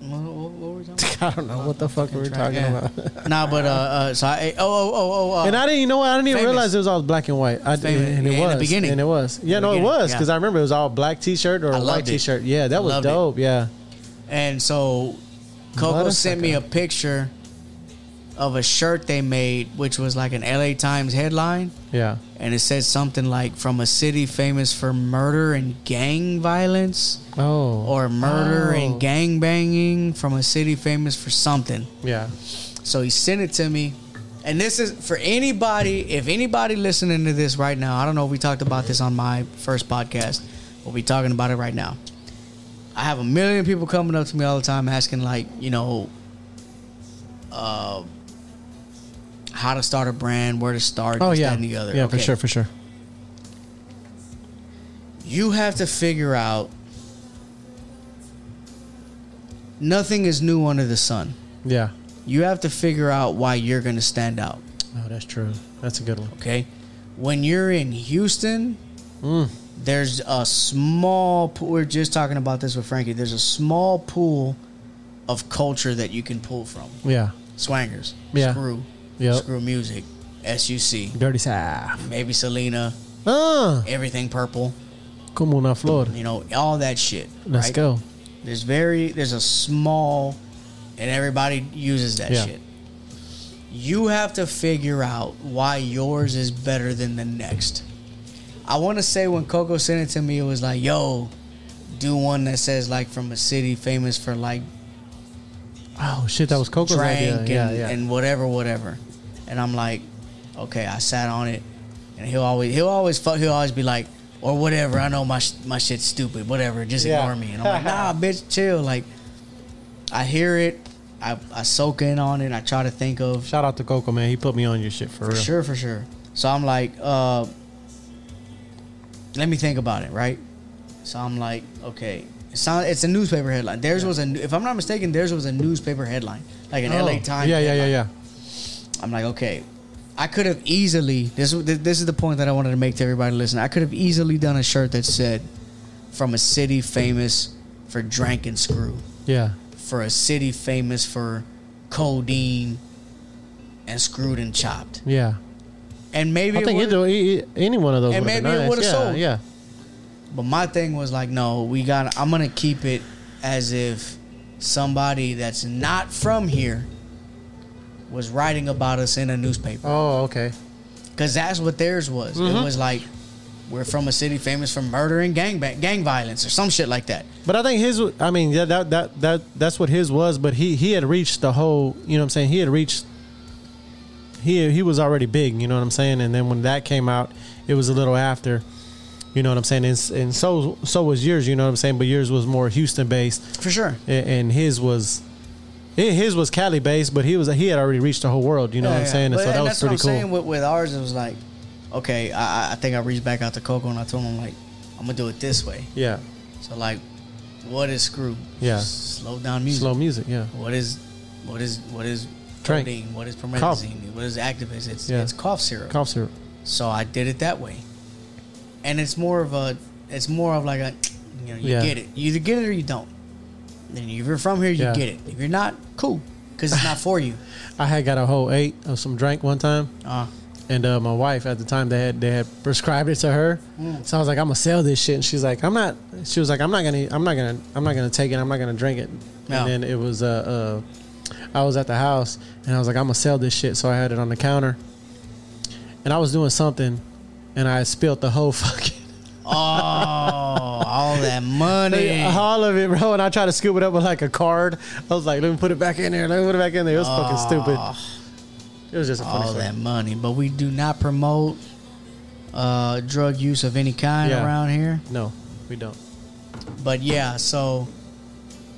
what, what, what were we talking I don't know what the fuck we were about? talking Yeah. about. nah, but uh, uh, so I oh oh oh oh. Uh, and I didn't, you know what? I didn't even Famous. realize it was all black and white. I, Famous. and it Yeah, in was the beginning. and it was. Yeah, In the no, it beginning, was because yeah. I remember it was all black t shirt or I a white loved it. t shirt. Yeah, that was Loved it. dope. Yeah, And so Coco sent me a picture of a shirt they made, which was like an LA Times headline, Yeah. and it said something like "From a city famous for murder and gang violence." Oh. Or murder Oh. and gang banging from a city famous for something. Yeah. So he sent it to me. And this is for anybody, if anybody listening to this right now, I don't know if we talked about this on my first podcast, but we talking about it right now. I have a million people coming up to me all the time asking, like, you know, uh, how to start a brand, where to start, Oh this, yeah. that, and the other. Yeah, for Okay. sure, for sure. You have to figure out nothing is new under the sun. Yeah. You have to figure out why you're going to stand out. Oh, that's true. That's a good one. Okay. When you're in Houston, Mm. there's a small pool. We are just talking about this with Frankie. There's a small pool of culture that you can pull from. Yeah. Swangers, Yeah. screw, Yep. screw music, SUC, Dirty South. maybe Selena, Ah, everything purple, como una flor. you know, all that shit. Let's right? go. There's very there's a small and everybody uses that Yeah. shit. You have to figure out why yours is better than the next. I want to say when Coco sent it to me, it was like, "Yo, do one that says like from a city famous for like Oh shit, that was Coco's idea. drank Yeah, and, yeah. and whatever, whatever." And I'm like, "Okay." I sat on it, and he'll always he'll always fuck he'll always be like, "Or whatever." I know my sh- my shit's stupid. Whatever, just Yeah. ignore me. And I'm like, "Nah, bitch, chill." Like, I hear it, I I soak in on it. I try to think of Shout out to Coco, man. He put me on your shit for, for real. sure, for sure. So I'm like, uh, let me think about it, right? So I'm like, okay, it's not, it's a newspaper headline. Theirs was a, if I'm not mistaken, theirs was a newspaper headline, like an Oh, LA Times. Yeah, yeah, headline. yeah, yeah. I'm like, okay, I could have easily. This is- this is the point that I wanted to make to everybody listening. I could have easily done a shirt that said, "From a city famous for drank and screw, Yeah. for a city famous for codeine and screwed and chopped," Yeah. and maybe I it think would've- either, e- e- any one of those And would maybe it nice. would've yeah, sold. Yeah. But my thing was like, no, we got. I'm gonna keep it as if somebody that's not from here was writing about us in a newspaper, Oh, okay. because that's what theirs was. It was like, we're from a city famous for murder and gang ba- gang violence or some shit like that. But I think his, w- I mean, yeah, that that that that's what his was. But he he had reached the whole, you know, what I'm saying he had reached. He he was already big, you know what I'm saying. And then when that came out, it was a little after, you know what I'm saying. And, s- and so so was yours, you know what I'm saying. But yours was more Houston based, For sure. and, and his was. hi- His was Cali based, but he was he had already reached the whole world. You know what I'm saying, and But- so that and was that's what pretty I'm saying cool. with, with ours. It was like, okay, I, I- I think I reached back out to Coco and I told him like, I'm gonna do it this way. Yeah, So like, what is screw? Yeah. slow down music. slow music. Yeah, What is, what is, what is Drink. codeine? What is promethazine? What is activist? It's Yeah. it's cough syrup. cough syrup. So I did it that way, and it's more of a, it's more of like a, you know, you Yeah. get it. You either get it or you don't. And if you're from here, you Yeah. get it. If you're not, cool, because it's not for you. I had got a whole eight of some drink one time. Uh, And uh, my wife at the time they had they had prescribed it to her, so I was like, I'm gonna sell this shit. And she's like, I'm not. She was like, I'm not gonna, I'm not gonna, I'm not gonna take it. I'm not gonna drink it. No. And then it was uh, uh, I was at the house and I was like, I'm gonna sell this shit. So I had it on the counter, and I was doing something, and I spilled the whole fucking oh, all that money. all of it, bro. And I tried to scoop it up with like a card. I was like, let me put it back in there. Let me put it back in there. It was fucking stupid. It was just a funny all story. that money. But we do not promote uh, drug use of any kind Yeah. around here. No, we don't. But yeah, so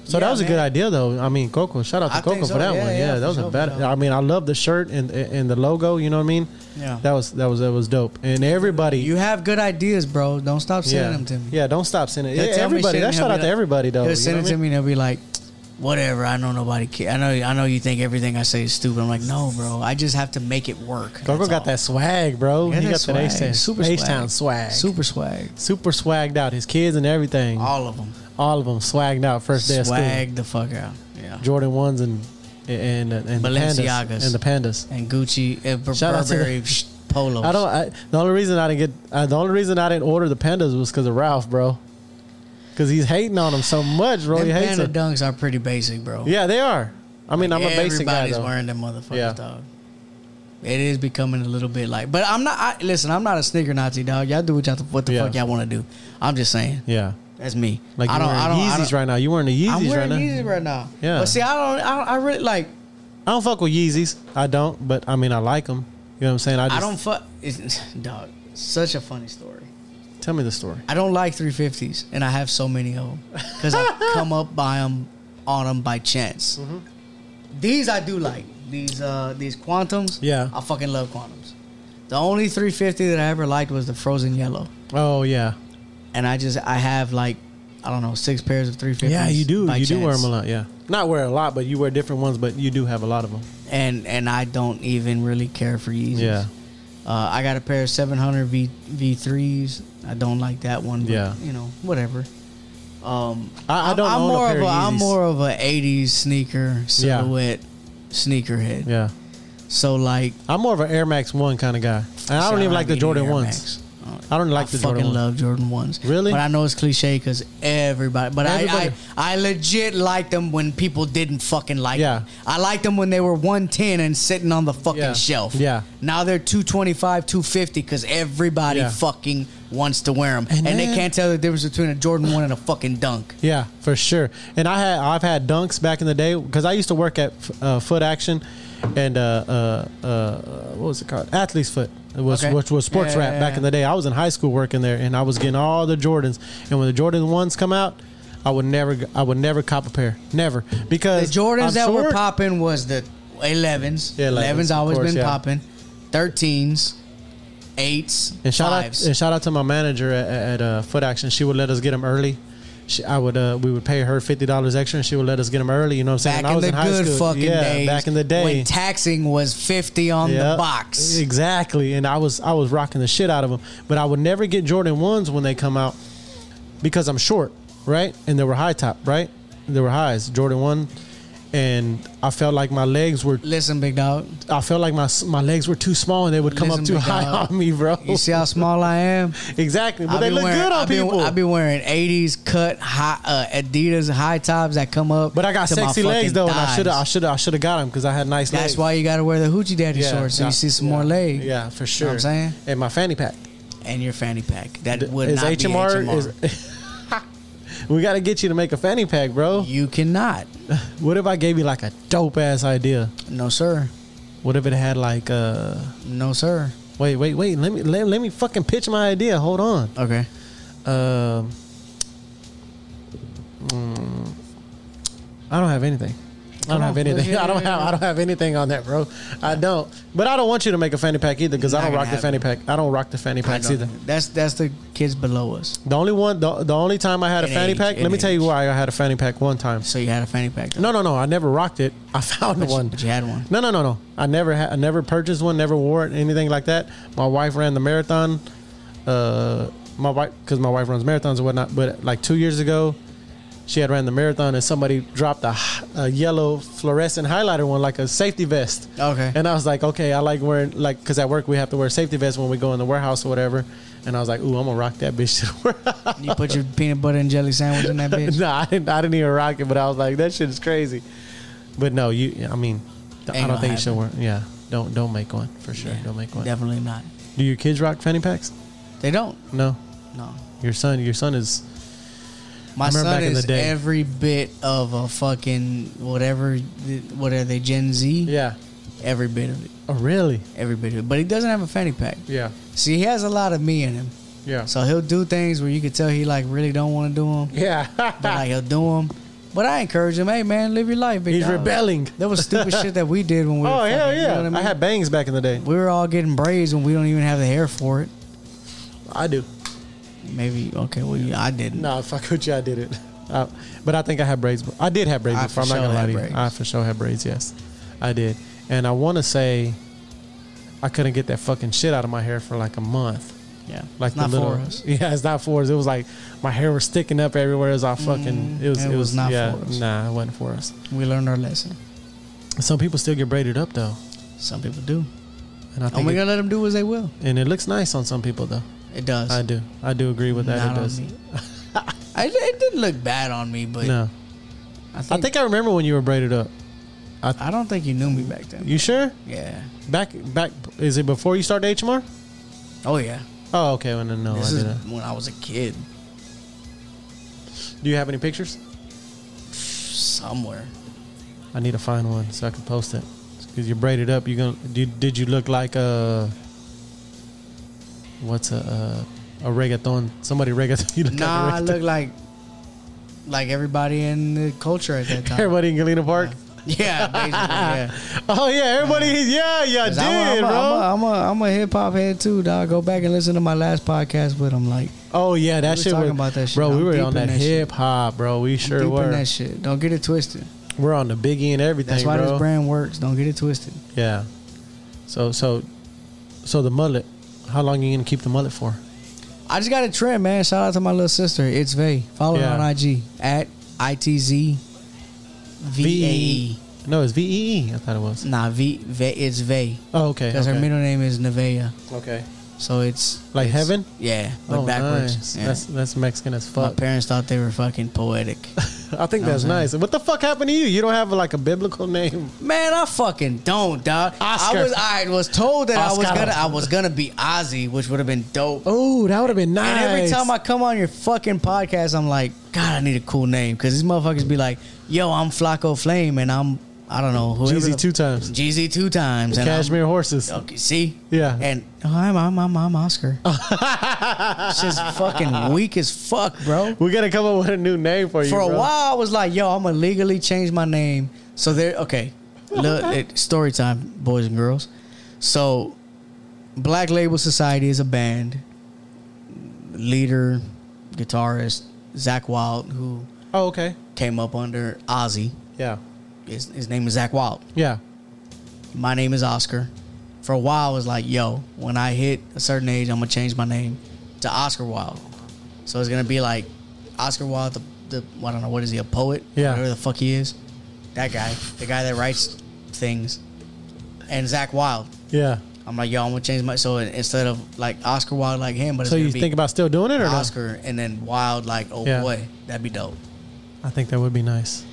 So Yeah, that was a man. good idea, though. I mean, Coco, shout out to I think Coco so. for that Yeah, one. Yeah, yeah, that for was sure, a bad. for sure. I mean, I love the shirt and and the logo. You know what I mean? Yeah. That was that was that was dope. And everybody, You have good ideas, bro. Don't stop sending yeah, them to me. yeah. Don't stop sending. Yeah, They'll tell me everybody. shit That and shout he'll out be to like- everybody, though. They'll you send know it what I to mean? me and they'll be like, "Whatever." I know nobody cares. I know. I know you think everything I say is stupid. I'm like, no, bro. I just have to make it work. Coco That's got all. that swag, bro. Yeah, he that got swag. that H Town, Super H Town swag, super, Super swag. swagged out. His kids and everything, all, All of them. of them swagged out. First day of Swag the fuck out. Yeah. school, Jordan ones and and and the pandas Balenciagas. and the pandas. And Gucci and Bur- Shout out to the- Burberry polos. I don't. I, the only reason I didn't get. Uh, the only reason I didn't order the pandas was because of Ralph, bro. Because he's hating on them so much, bro. Them He hates panda them. dunks are pretty basic, bro. Yeah, they are. I mean, I'm a basic guy Everybody's though. wearing them motherfuckers, Yeah. dog. It is becoming a little bit like, but I'm not. I, listen, I'm not a sneaker Nazi, dog. Y'all do what y'all what the Yeah. fuck y'all want to do. I'm just saying, Yeah, that's me. like you're wearing Yeezys right now. You wearing the I'm Yeezys right wearing now? Yeezys right now. Yeah. but see, I don't. I, don't, I really like. I don't fuck with Yeezys. I don't, but I mean, I like them. You know what I'm saying? I, just, I don't fuck. It's, dog, such a funny story. Tell me the story. I don't like 350s, and I have so many of them because I come up by them on them by chance. Mm-hmm. These I do like these uh these quantums. Yeah. I fucking love quantums. The only 350 that I ever liked was the frozen yellow, Oh yeah, and I just I have like I don't know six pairs of 350s. yeah. You do. by You do chance. wear them a lot. Yeah, not wear a lot, but you wear different ones. But you do have a lot of them. and and I don't even really care for Yeezys. Yeah. Uh, I got a pair of 700 V V3s. I don't like that one. But, Yeah. You know, whatever. Um, I- I I'm- don't I'm own a more pair of of a am Yeezys. more of a 80s sneaker Yeah. silhouette sneakerhead. Yeah, So like, I'm more of an Air Max One kind of guy, and I don't shit, even like the need Jordan Air ones. Max. Uh, I don't like I the fucking Jordan ones. love Jordan ones. Really? But I know it's cliche because everybody. But Everybody. I, I, I legit liked them when people didn't fucking like Yeah. them. I liked them when they were one ten and sitting on the fucking Yeah. shelf. Yeah. Now they're two twenty five, two fifty because everybody Yeah. fucking wants to wear them, And and, they then- can't tell the difference between a Jordan one and a fucking dunk. Yeah, for sure. And I had I've had dunks back in the day because I used to work at uh, Foot Action, and uh, uh, uh, what was it called? Athlete's Foot. It was Okay. which was sports Yeah, rap yeah, back yeah. in the day. I was in high school working there, and I was getting all the Jordans. And when the Jordan ones come out, I would never I would never cop a pair, never The because Jordans I'm that were short. popping was the 11s. Yeah, 11s, 11s, of always course, been yeah. popping. 13s, 8s, And shout fives. out and shout out to my manager at, at uh, Foot Action. She would let us get them early. She, I would uh, we would pay her fifty dollars extra, and she would let us get them early. You know what I'm saying? back And I in was the high good school. fucking yeah, days. Back in the day, when taxing was fifty on the Yep. box. Exactly, and I was I was rocking the shit out of them, but I would never get Jordan ones when they come out because I'm short, right? And they were high top, right? They were highs, Jordan one, and I felt like my legs were Listen, big dog. I felt like my my legs were too small and they would come Listen, up too big high dog. on me, bro. You see how small I am? exactly, but they been look wearing, good on I've been, people. I've been wearing '80s cut high, uh, Adidas high tops that come up. but I got to my sexy legs fucking though, and I thighs. should I should I should have got them because I had nice legs. That's why you got to wear the hoochie daddy shorts so I- you see some yeah, more legs. Yeah, for sure. know what I'm saying? and my fanny pack. And your fanny pack. That Th- would is not HMR, be HMR. Is, we got to get you to make a fanny pack, bro. you cannot. What if I gave you like a dope ass idea? No sir. What if it had like uh No sir. wait wait wait let me let, let me fucking pitch my idea. Hold on. Okay. Um, mm, I don't have anything. I Come don't have on, anything. yeah, I don't yeah, have. I don't have anything on that, bro. I don't. But I don't want you to make a fanny pack either, because Not I don't gonna rock the fanny happen. pack. I don't rock the fanny packs either. That's that's the kids below us. The only one, the, the only time I had a In fanny age, pack. Let in me tell you age. why I had a fanny pack one time. So you had a fanny pack. Though. No, no, no. I never rocked it. I found But you- one. but you had one. No, no, no, no. I never, ha- I never purchased one. Never wore it. Anything like that. My wife ran the marathon. Uh, my wife, because my wife runs marathons and whatnot. But like two years ago, she had ran the marathon and somebody dropped a, h- a yellow fluorescent highlighter one, like a safety vest. Okay. And I was like, okay, I like wearing like because at work we have to wear safety vests when we go in the warehouse or whatever. And I was like, ooh, I'm gonna rock that bitch to the warehouse. You put your peanut butter and jelly sandwich in that bitch. no, I didn't. I didn't even rock it, but I was like, that shit is crazy. But no, you. I mean, I gonna don't think you should wear. Yeah, don't don't make one for sure. don't make one. Definitely not. Do your kids rock fanny packs? They don't. No, No. your son. Your son is. My remember son back in the is day. every bit of a fucking whatever. th- What are they? Gen Z. Yeah. Every bit of it. Oh really? Every bit of it. But he doesn't have a fanny pack. Yeah. See, he has a lot of me in him. Yeah. So he'll do things where you can tell he like really don't want to do them, but yeah. like he'll do them. But I encourage him. Hey man, live your life. Big He's dog." rebelling. That was stupid shit that we did when we. Were Oh hell fucking, you know yeah! what I, I, mean? had bangs back in the day. We were all getting braids when we don't even have the hair for it. I do. Maybe okay. Well, yeah, I didn't. No, fuck with you. I did it. Uh, but I think I had braids. I did have braids I before. I'm for not sure gonna lie had to you. braids. I for sure had braids. Yes, I did. And I want to say, I couldn't get that fucking shit out of my hair for like a month. Yeah, Like it's not the little, for us. Yeah, it's not for us. It was like my hair was sticking up everywhere. It was all fucking. It was. It, Mm, it was, was not yeah, for us. Nah, it wasn't for us. We learned our lesson. Some people still get braided up though, Some people do, and I and think. we're it, gonna let them do as they will. and it looks nice on some people though. It does. I do. I do agree with Not that. it on does. me. I, it didn't look bad on me, but No, I think, I think I remember when you were braided up. I don't think you knew me back then. You sure? yeah. Back back is it before you start the HMR? Oh yeah. Oh, okay. Well, no, no, I This is didn't. when I was a kid. Do you have any pictures? Somewhere. I need to find one so I can post it. Because you're braided up, you're gonna. Did, did you look like a? What's a a, a reggaeton? Somebody reggaeton. You look Nah, I like a look like like everybody in the culture at that time. Everybody in Galena Park. Yeah, basically, yeah. Oh yeah, everybody. Yeah, yeah, I 'Cause did, I'm a, bro. I'm a, I'm a, I'm a hip hop head too, dog. Go back and listen to my last podcast with him. Like, oh yeah, that we shit. talking was- about that shit. Bro, we I'm were deep on in that that shit. hip hop, bro. We I'm sure deep in were. that shit. Don't get it twisted. We're on the biggie and everything, That's why bro. this brand works. Don't get it twisted. Yeah. So so so the mullet. How long you gonna keep the mullet for? I just got a trim, man. Shout out to my little sister. It's Vay. Follow Yeah. her on IG at itz v No, it's V E E. I thought it was. a nah v Vay. It's Vay Oh, okay. because okay. her middle name is Nevea. Okay. So it's Like it's- heaven? Yeah, but oh, backwards. nice. Yeah. That's that's Mexican as my fuck. parents thought they were fucking poetic. I think know that's what I'm nice. What the fuck happened to you? You don't have like a biblical name. Man, I fucking don't, dog. Oscar. I was I was told that I Oscar. was gonna I was gonna be Ozzy, which would have been dope. Oh, that would have been nice. And every time I come on your fucking podcast, I'm like, God, I need a cool name because these motherfuckers be like, Yo, I'm Flaco Flame, and I'm I don't know who GZ two times. GZ two times, and I'm- Cashmere horses. okay, see, Yeah. and oh, I'm I'm I'm, I'm Oscar. it's just fucking weak as fuck, bro. We gotta come up with a new name for you. For a bro. while, I was like, yo, I'm gonna legally change my name. So there, okay, Oh, look, it, story time, boys and girls. So, Black Label Society is a band. Leader, guitarist Zach Wild, who Oh, okay. came up under Ozzy. Yeah. His, his name is Zach Wild. Yeah. My name is Oscar. For a while, I was like, yo, when I hit a certain age, I'm gonna change my name to Oscar Wilde. So it's gonna be like Oscar Wilde, the, the well, I don't know, what is he, a poet? Yeah. Whatever the fuck he is. That guy, the guy that writes things. And Zach Wilde. Yeah. I'm like, yo, I'm gonna change my. So instead of like Oscar Wilde like him, but it's So gonna you be think about still doing it or no? Oscar and then Wilde like, oh Yeah. boy, that'd be dope. I think that would be nice.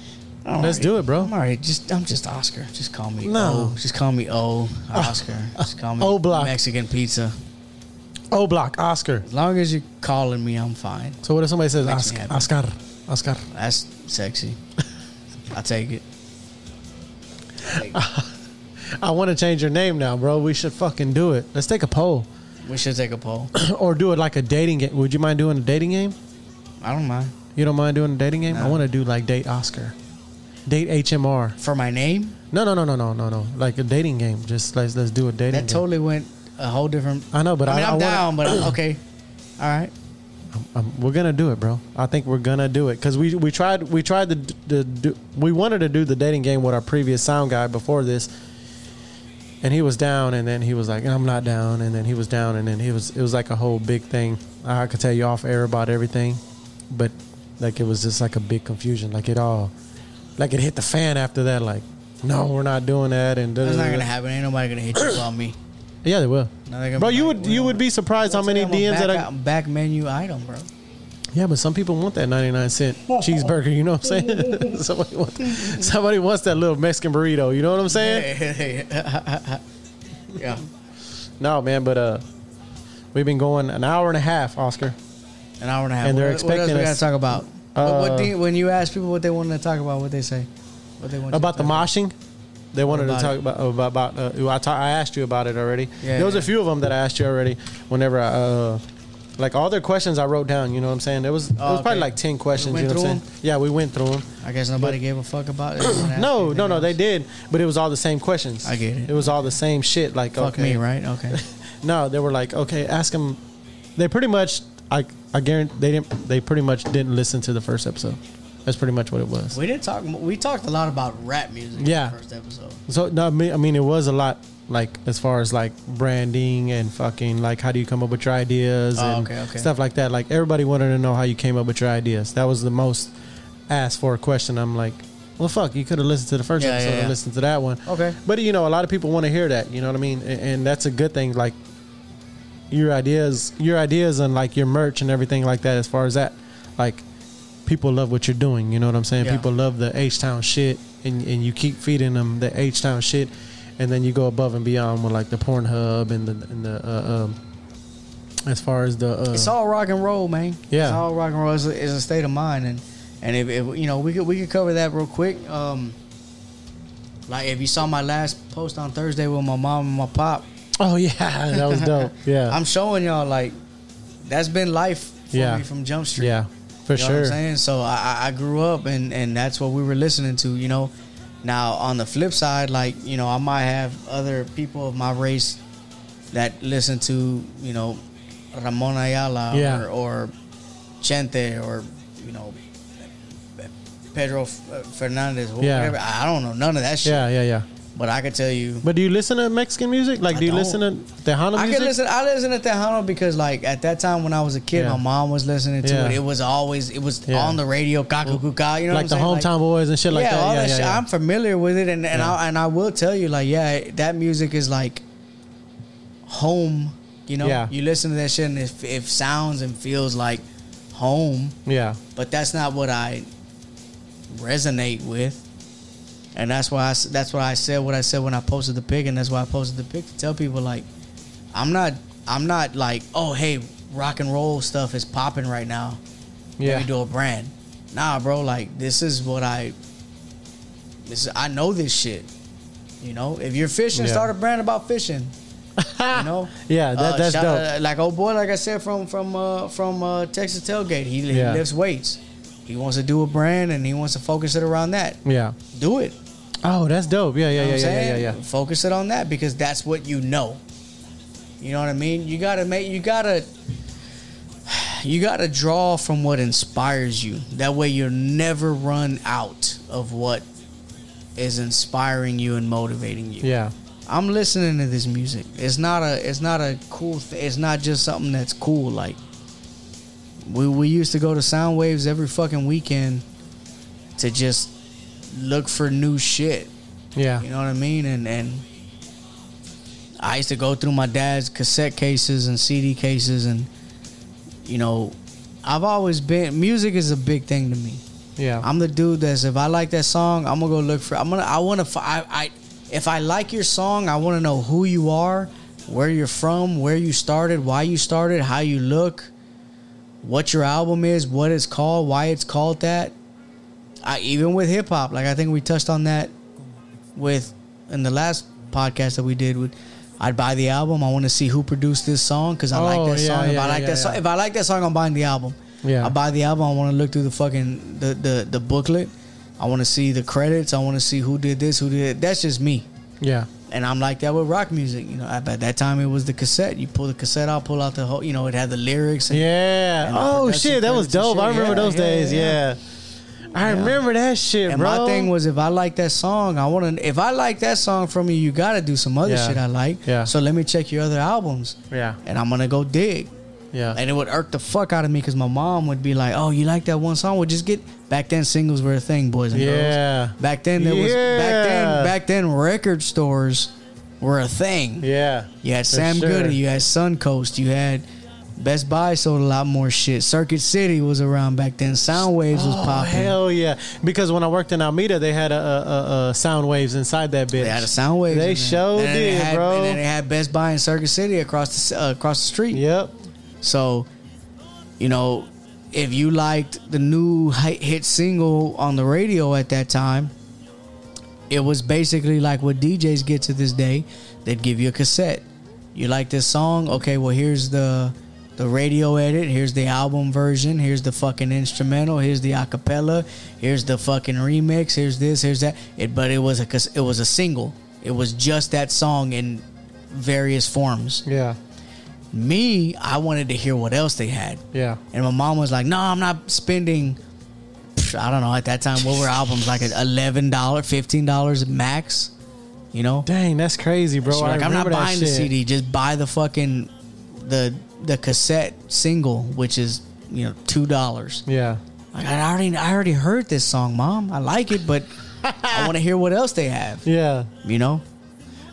I'm Let's already- do it, bro. I'm already just I'm just Oscar. Just call me No. no. O. Just call me O. Oscar. Just call me O Block. Mexican pizza. O Oh, block Oscar. As long as you're calling me, I'm fine. So what if somebody says Makes me Oscar, happy. Oscar, Oscar? That's sexy. I take it. I want to change your name now, bro. We should fucking do it. Let's take a poll We should take a poll. or do it like a dating game. Would you mind doing a dating game? I don't mind. You don't mind doing a dating game? I No. want to do like date Oscar, date HMR. For my name, No, no, no, no, no, no, no. Like a dating game. Just let's let's do a dating. that game. totally went a whole different. I know, but I mean, I, I'm I wanna- down, but I- okay. All right. Um, we're gonna do it, bro. I think we're gonna do it because we we tried we tried to, d- to do we wanted to do the dating game with our previous sound guy before this, and he was down, and then he was like, "I'm not down," and then he was down, and then he was it was like a whole big thing. I could tell you off air about everything, but like it was just like a big confusion. Like it all, like it hit the fan after that. Like, no, we're not doing that, and That's not da-da-da-da. gonna happen. Ain't nobody gonna hit you on me. yeah, they will. No, they're gonna Bro, be you like, would you well, would be surprised how many I'm a DMs that back, I back menu item, bro. Yeah, but some people want that 99 cent cheeseburger, you know what I'm saying? somebody, want, somebody wants that little Mexican burrito, you know what I'm saying? yeah. No, man, but uh we've been going an hour and a half, Oscar. An hour and a half. And What- they're what, expecting else us- We gotta talk about. What- what Uh, thing- when you ask people what they want to talk about, what they say, what they want you About to the talk moshing. They wanted to About talk it. about about, about uh, I, ta- I asked you about it already. Yeah, there was yeah. a few of them that I asked you already whenever I uh like all their questions I wrote down, you know what I'm saying? There was it was probably Oh, okay. like 10 questions, you went know what I'm saying? through 'em? Yeah, we went through them. I guess nobody gave a fuck about it. They didn't ask No, anything no, no, else. they did, but it was all the same questions. I get it. It was all the same shit like Fuck okay. me, right? Okay. No, they were like, okay, ask them. They pretty much, I, I guarantee they didn't. They pretty much didn't listen to the first episode. That's pretty much what it was. we didn't talk. We talked a lot about rap music. Yeah. In the first episode. So no, I mean, I mean, it was a lot. Like as far as like branding and fucking like how do you come up with your ideas Oh, and okay, okay. stuff like that. Like everybody wanted to know how you came up with your ideas. That was the most asked for question. I'm like, well, fuck, you could have listened to the first Yeah, episode yeah, and yeah. listened to that one. Okay. But you know, a lot of people want to hear that. You know what I mean? And, and that's a good thing. Like your ideas, your ideas, and like your merch and everything like that. As far as that, like people love what you're doing. You know what I'm saying? Yeah. People love the H Town shit. and, and you keep feeding them the H Town shit, and then you go above and beyond with like the Pornhub and the and the uh, um, as far as the uh, It's all rock and roll, man. Yeah. it's all rock and roll. It's a, it's a state of mind, and and if, if you know, we could we could cover that real quick. Um, like if you saw my last post on Thursday with my mom and my pop, oh yeah, that was dope. Yeah, I'm showing y'all like that's been life for Yeah. me from Jump Street. yeah, for you Know what sure. I'm saying so. I, I- I grew up and and that's what we were listening to. You know, now on the flip side, like you know, I might have other people of my race that listen to you know Ramon Ayala Yeah. or, or Chente or you know Pedro F- uh, Fernandez. Yeah. Whatever. I I don't know none of that shit, Yeah, yeah, yeah. but I could tell you. But do you listen to Mexican music? Like, I do you don't. listen to Tejano I music? could listen. I listen to Tejano because, like, at that time when I was a kid, Yeah. my mom was listening to Yeah. it. It was always it was Yeah. on the radio, Kaku Kuka. You know, like what the I'm saying? hometown boys and shit like yeah, that. all yeah, that yeah, shit. yeah. I'm familiar with it, and and Yeah. I and I will tell you, like, yeah, it- that music is like home. You know, Yeah. you listen to that shit, and it, it sounds and feels like home, yeah, but that's not what I resonate with. And that's why I, s- that's what I said. What I said when I posted the pic, and that's why I posted the pic to tell people like, I'm not, I'm not like, oh hey, rock and roll stuff is popping right now yeah. yeah, do a brand. Nah, bro, like this is what I this is, I know this shit. You know, if you're fishing, Yeah. start a brand about fishing. Ah. You know, Yeah, that- that's shout- uh, dope. like old boy, like I said from from uh, from uh, Texas tailgate, he, he Yeah. lifts weights. He wants to do a brand and he wants to focus it around that. yeah. Do it. Oh, that's dope. Yeah, yeah, You know yeah, what yeah, I'm yeah, saying? yeah, yeah. Focus it on that because that's what you know. You know what I mean? You gotta make you gotta you gotta draw from what inspires you. That way you'll never run out of what is inspiring you and motivating you. Yeah, I'm listening to this music. It's not a it's not a cool th- it's not just something that's cool like we we used to go to sound waves every fucking weekend to just look for new shit. yeah, You know what I mean? And and I used to go through my dad's cassette cases and CD cases, and you know, I've always been music is a big thing to me. yeah. I'm the dude that's if I like that song, I'm gonna go look for. I'm gonna I want to I, I if I like your song, I want to know who you are, where you're from, where you started, why you started, how you look, what your album is, what it's called, why it's called that. I even with hip hop, like I think we touched on that with in the last podcast that we did with. I'd buy the album. I want to see who produced this song because I Oh, like that yeah, song. If yeah, I like yeah, that song, yeah. if I like that song, I'm buying the album. Yeah. I buy the album. I want to look through the fucking the the, the booklet. I want to see the credits. I want to see who did this, who did it. That's just me. yeah, And I'm like that with rock music. You know, at at that time it was the cassette. You pull the cassette out, pull out the whole. You know, it had the lyrics. And yeah. and the Oh production shit, that was credits and dope. I shit. remember Yeah, those yeah, days. Yeah. yeah. I remember that shit, And bro. my thing was, if I like that song, I want to. If I like that song from you, you got to do some other Yeah. shit I like. Yeah. So let me check your other albums, yeah, and I'm gonna go dig. yeah, And it would irk the fuck out of me because my mom would be like, "Oh, you like that one song? Well, just get." Back then, singles were a thing, boys and girls. yeah, Back then there was back Yeah. then back then record stores were a thing. yeah. You had For Sam sure. Goody, you had Suncoast, you had Best Buy sold a lot more shit. Circuit City was around back then. Soundwaves was Oh, popping. hell yeah! Because when I worked in Alameda, they had a, a, a, a sound waves inside that bitch. They had a Soundwaves. They in there. showed And then they did, had- bro. And then they had Best Buy and Circuit City across the uh, across the street. Yep. So, you know, if you liked the new hi- hit single on the radio at that time, it was basically like what DJs get to this day. They'd give you a cassette. You like this song? Okay, well here's the the radio edit. Here's the album version. Here's the fucking instrumental. Here's the acapella. Here's the fucking remix. Here's this. Here's that. It, but it was a cas- it was a single. It was just that song in various forms. Yeah. Me, I wanted to hear what else they had. Yeah. And my mom was like, "No, I'm not spending. psh, I don't know at that time what were albums like eleven dollar, fifteen dollars max. You know, Dang, that's crazy, bro. She's I like, I'm not remember that buying the shit. CD. Just buy the fucking the the cassette single, which is you know two dollars. Yeah. Like I already I already heard this song, mom. I like it, but I want to hear what else they have. Yeah. You know,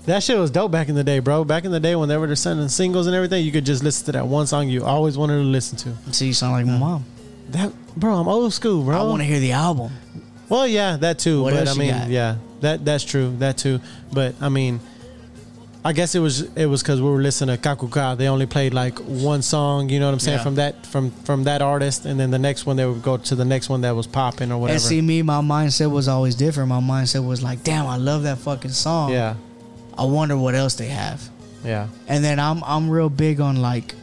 That shit was dope back in the day, bro. Back in the day, when they were sending singles and everything, you could just listen to that one song you always wanted to listen to. so you sound like my mom. That, bro, I'm old school, bro. I want to hear the album. Well, yeah, that too. What but else I you mean, got? yeah, that that's true. That too. But I mean, I guess it was it was because we were listening to Kakuka. They only played like one song. You know what I'm saying Yeah. from that from from that artist, and then the next one they would go to the next one that was popping or whatever. And see me, my mindset was always different. My mindset was like, damn, I love that fucking song. yeah, I wonder what else they have. yeah, And then I'm I'm real big on like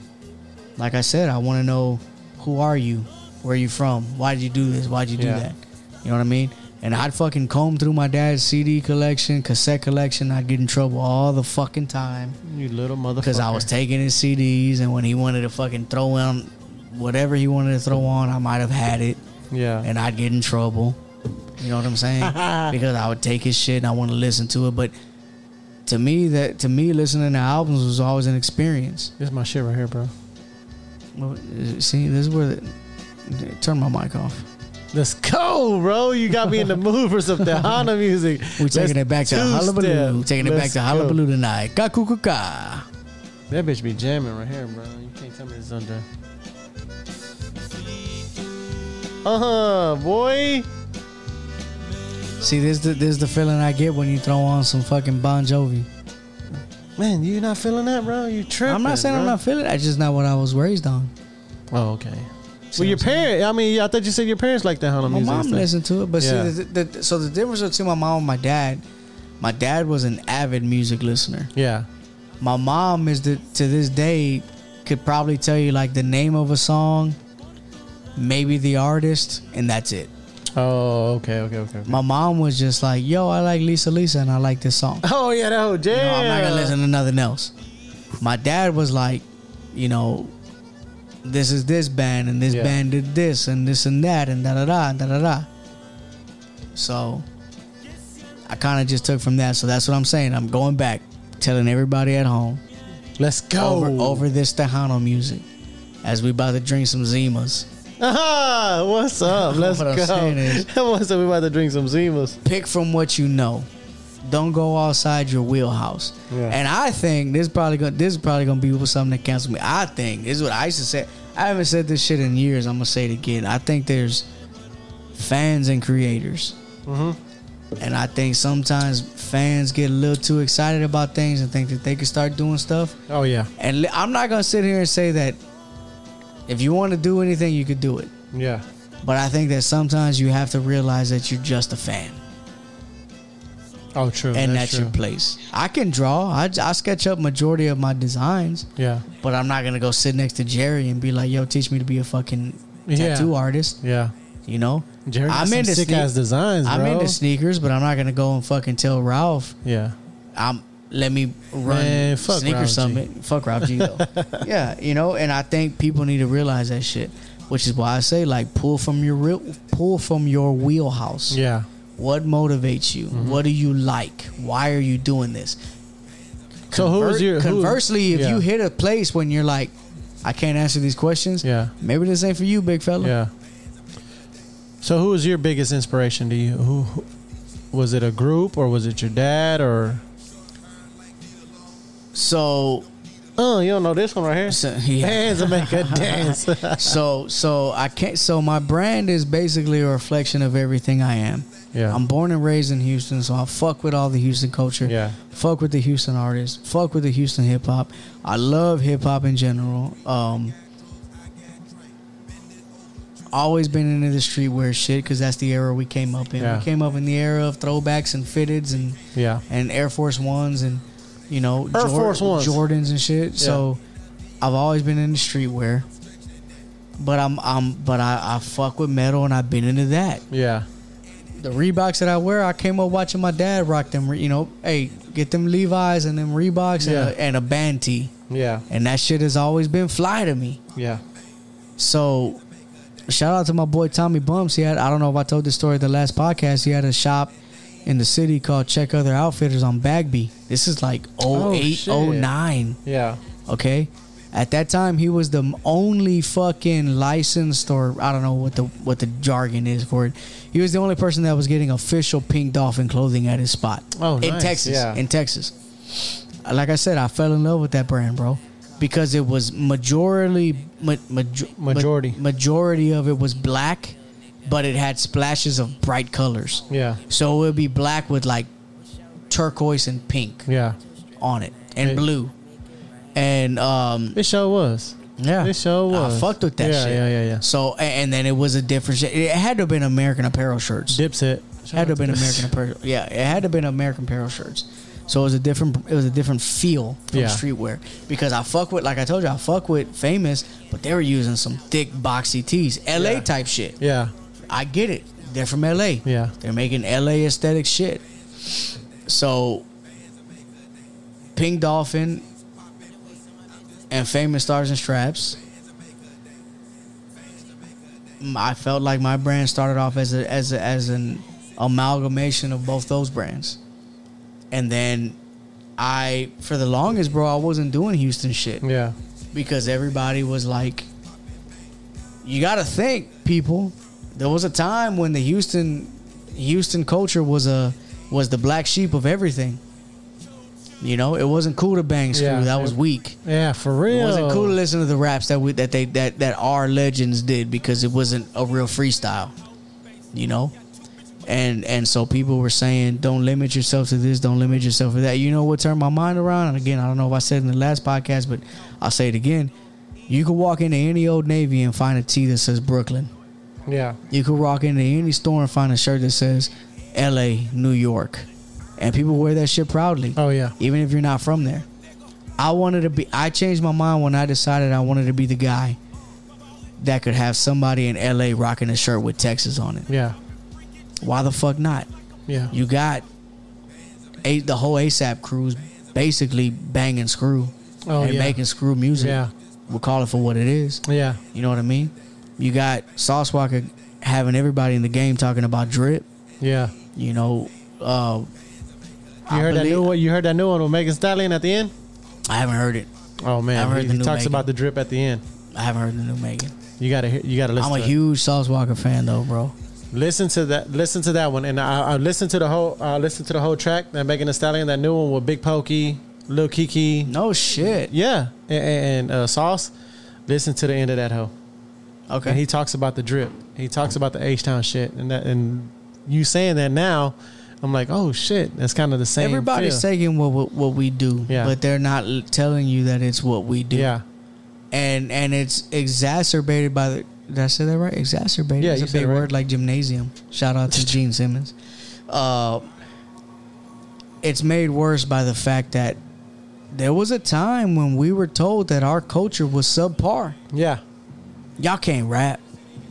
like I said, I wanna know who are you? Where you from? Why'd you do this? Why'd you do Yeah. that? You know what I mean? And I'd fucking comb through my dad's CD collection, cassette collection. I'd get in trouble all the fucking time you little motherfucker. because I was taking his CDs. And when he wanted to fucking throw on whatever he wanted to throw on, I might have had it yeah, and I'd get in trouble. You know what I'm saying? because I would take his shit and I want to listen to it. But to me, that to me, listening to albums was always an experience. this is my shit right here, bro. Well, uh, See, this is where the, turn my mic off. Let's go, bro. You got me in the mood for some Tejano music. We're taking Let's it back to Hullabaloo. two-step. Taking it back Let's to go. Hullabaloo tonight. Kakukuka. That bitch be jamming right here, bro. You can't tell me it's under. Uh huh, boy. See, this the, this is the feeling I get when you throw on some fucking Bon Jovi. Man, you not feeling that, bro? You tripping? I'm not saying I'm bro. not feeling. it. That's just not what I was raised on. Oh, okay. See Well, your what I'm saying? parent. I mean, I thought you said your parents like that Hana My music. and mom stuff. listened to it, but Yeah. see, the, the, so the difference between my mom and my dad, my dad was an avid music listener. Yeah. My mom is the to this day could probably tell you like the name of a song, maybe the artist, and that's it. Oh, okay, okay, okay. okay. My mom was just like, "Yo, I like Lisa Lisa, and I like this song. Oh yeah, that whole jam. You know, I'm not gonna listen to nothing else." My dad was like, "You know, this is this band, and this Yeah. band did this, and this and that, and da da da da da da." So, I kind of just took from that. So that's what I'm saying. I'm going back, telling everybody at home Let's go. over over this Tejano music, as we about to drink some Zimas. Ah, what's up? Let's What I'm go. saying is- what's up? We about to drink some Zimas. pick from what you know. Don't go outside your wheelhouse. Yeah. And I think this probably gonna this is probably gonna be with something that cancels me. I think this is what I used to say. I haven't said this shit in years. I'm gonna say it again. I think there's fans and creators, Mm-hmm. and I think sometimes fans get a little too excited about things and think that they can start doing stuff. Oh yeah, And li- I'm not gonna sit here and say that if you want to do anything, you could do it. yeah. But I think that sometimes you have to realize that you're just a fan. Oh, true. and that's, that's, true. your place. I can draw. I, I sketch up majority of my designs, yeah, but I'm not gonna go sit next to Jerry and be like, "Yo, teach me to be a fucking Yeah. tattoo artist." yeah. You know, Jerry, I'm I'm into into sick sneak- ass designs, bro. I'm into sneakers, but I'm not gonna go and fucking tell Ralph, yeah, "I'm let me run Man, fuck sneaker Ralph G. summit." Fuck Ralph G. Though. yeah, you know, and I think people need to realize that shit, which is why I say like pull from your real, pull from your wheelhouse. yeah. What motivates you? Mm-hmm. What do you like? Why are you doing this? So who was Conver- your who- conversely, if yeah. you hit a place when you're like, I can't answer these questions, Yeah, maybe this ain't for you, big fella. yeah. So who was your biggest inspiration to you? Who, who was it? A group or was it your dad or? So, Oh, you don't know this one right here. so yeah. Hands will make a dance. so so I can't. So my brand is basically a reflection of everything I am. yeah, I'm born and raised in Houston, so I fuck with all the Houston culture. yeah, Fuck with the Houston artists. Fuck with the Houston hip hop. I love hip hop in general. Um, always been into the streetwear shit because that's the era we came up in. Yeah. We came up in the era of throwbacks and fitteds and yeah, and Air Force Ones and you know Air Force Ones. Jordans and shit. So I've always been into streetwear. But I'm I'm but I, I fuck with metal and I've been into that yeah, the Reeboks that I wear, I came up watching my dad rock them. You know, hey, get them Levi's and them Reeboks and, Yeah. a, and a band tee, yeah, and that shit has always been fly to me. yeah. So, shout out to my boy Tommy Bumps. He had I don't know if I told this story at the last podcast. He had a shop in the city called Check Other Outfitters on Bagby. This is like Oh, 08, shit. 09, Yeah. Okay. At that time, he was the only fucking licensed, or I don't know what the what the jargon is for it. He was the only person that was getting official Pink Dolphin clothing at his spot. Oh, in nice, Texas, yeah. in Texas. Like I said, I fell in love with that brand, bro, because it was majorly ma- major, Majority. ma- majority of it was black but it had splashes of bright colors. Yeah. So it would be black with like turquoise and pink Yeah. on it and Hey. blue. And um It sure was. yeah, It sure was. I fucked with that Yeah, shit. yeah, yeah, yeah. So a- and then it was a different shit. It had to have been American Apparel shirts. Dipset. had to have been American Apparel. Yeah, it had to have been American Apparel shirts. So it was a different it was a different feel from Yeah. streetwear because I fuck with like I told you I fuck with famous, but they were using some thick boxy tees, LA Yeah. type shit. Yeah. I get it. They're from LA. Yeah. They're making LA aesthetic shit. So Pink Dolphin and Famous Stars and Straps. m- I felt like my brand started off as a, as a, as an amalgamation of both those brands. And then I for the longest bro I wasn't doing Houston shit Yeah. because everybody was like, you got to think, people. There was a time when the Houston, Houston culture was a was the black sheep of everything. You know, it wasn't cool to bang screw. Yeah. that was weak. Yeah, for real. It wasn't cool to listen to the raps that we, that they that that our legends did because it wasn't a real freestyle, you know. And and so people were saying, don't limit yourself to this, don't limit yourself to that. You know what turned my mind around? And again, I don't know if I said it in the last podcast, but I'll say it again. You can walk into any old Navy and find a tee that says Brooklyn. Yeah. You could walk into any store and find a shirt that says L.A., New York, and people wear that shit proudly Oh yeah. even if you're not from there. I wanted to be. I changed my mind when I decided I wanted to be the guy that could have somebody in LA rocking a shirt with Texas on it. Yeah. Why the fuck not? Yeah. You got a, the whole ASAP crews basically banging screw Oh, and yeah. making screw music. Yeah. We'll call it for what it is. Yeah. You know what I mean? You got Sauce Walker having everybody in the game talking about drip. Yeah. You know, uh, You I heard that believe- new one. You heard that new one with Megan Stallion at the end. I haven't heard it. Oh man, I've heard he, the he new talks Megan. about the drip at the end. I haven't heard the new Megan. You gotta hear- you gotta listen. I'm a to it. huge Sauce Walker fan though, bro. listen to that listen to that one, and I, I listened to the whole I listened to the whole track that Megan Thee Stallion that new one with Big Pokey, Lil Kiki, No shit. yeah, and, and uh, Sauce. Listen to the end of that hoe. Okay. And he talks about the drip. He talks about the H Town shit, and that and you saying that now, I'm like, oh shit, that's kind of the same. Everybody's feel. taking what, what what we do, Yeah. but they're not l- telling you that it's what we do. yeah, And and it's exacerbated by the. Did I say that right? Exacerbated. Yeah, it's you a said big it right. word like gymnasium. Shout out to Gene Simmons. Uh, it's made worse by the fact that there was a time when we were told that our culture was subpar. yeah. Y'all can't rap.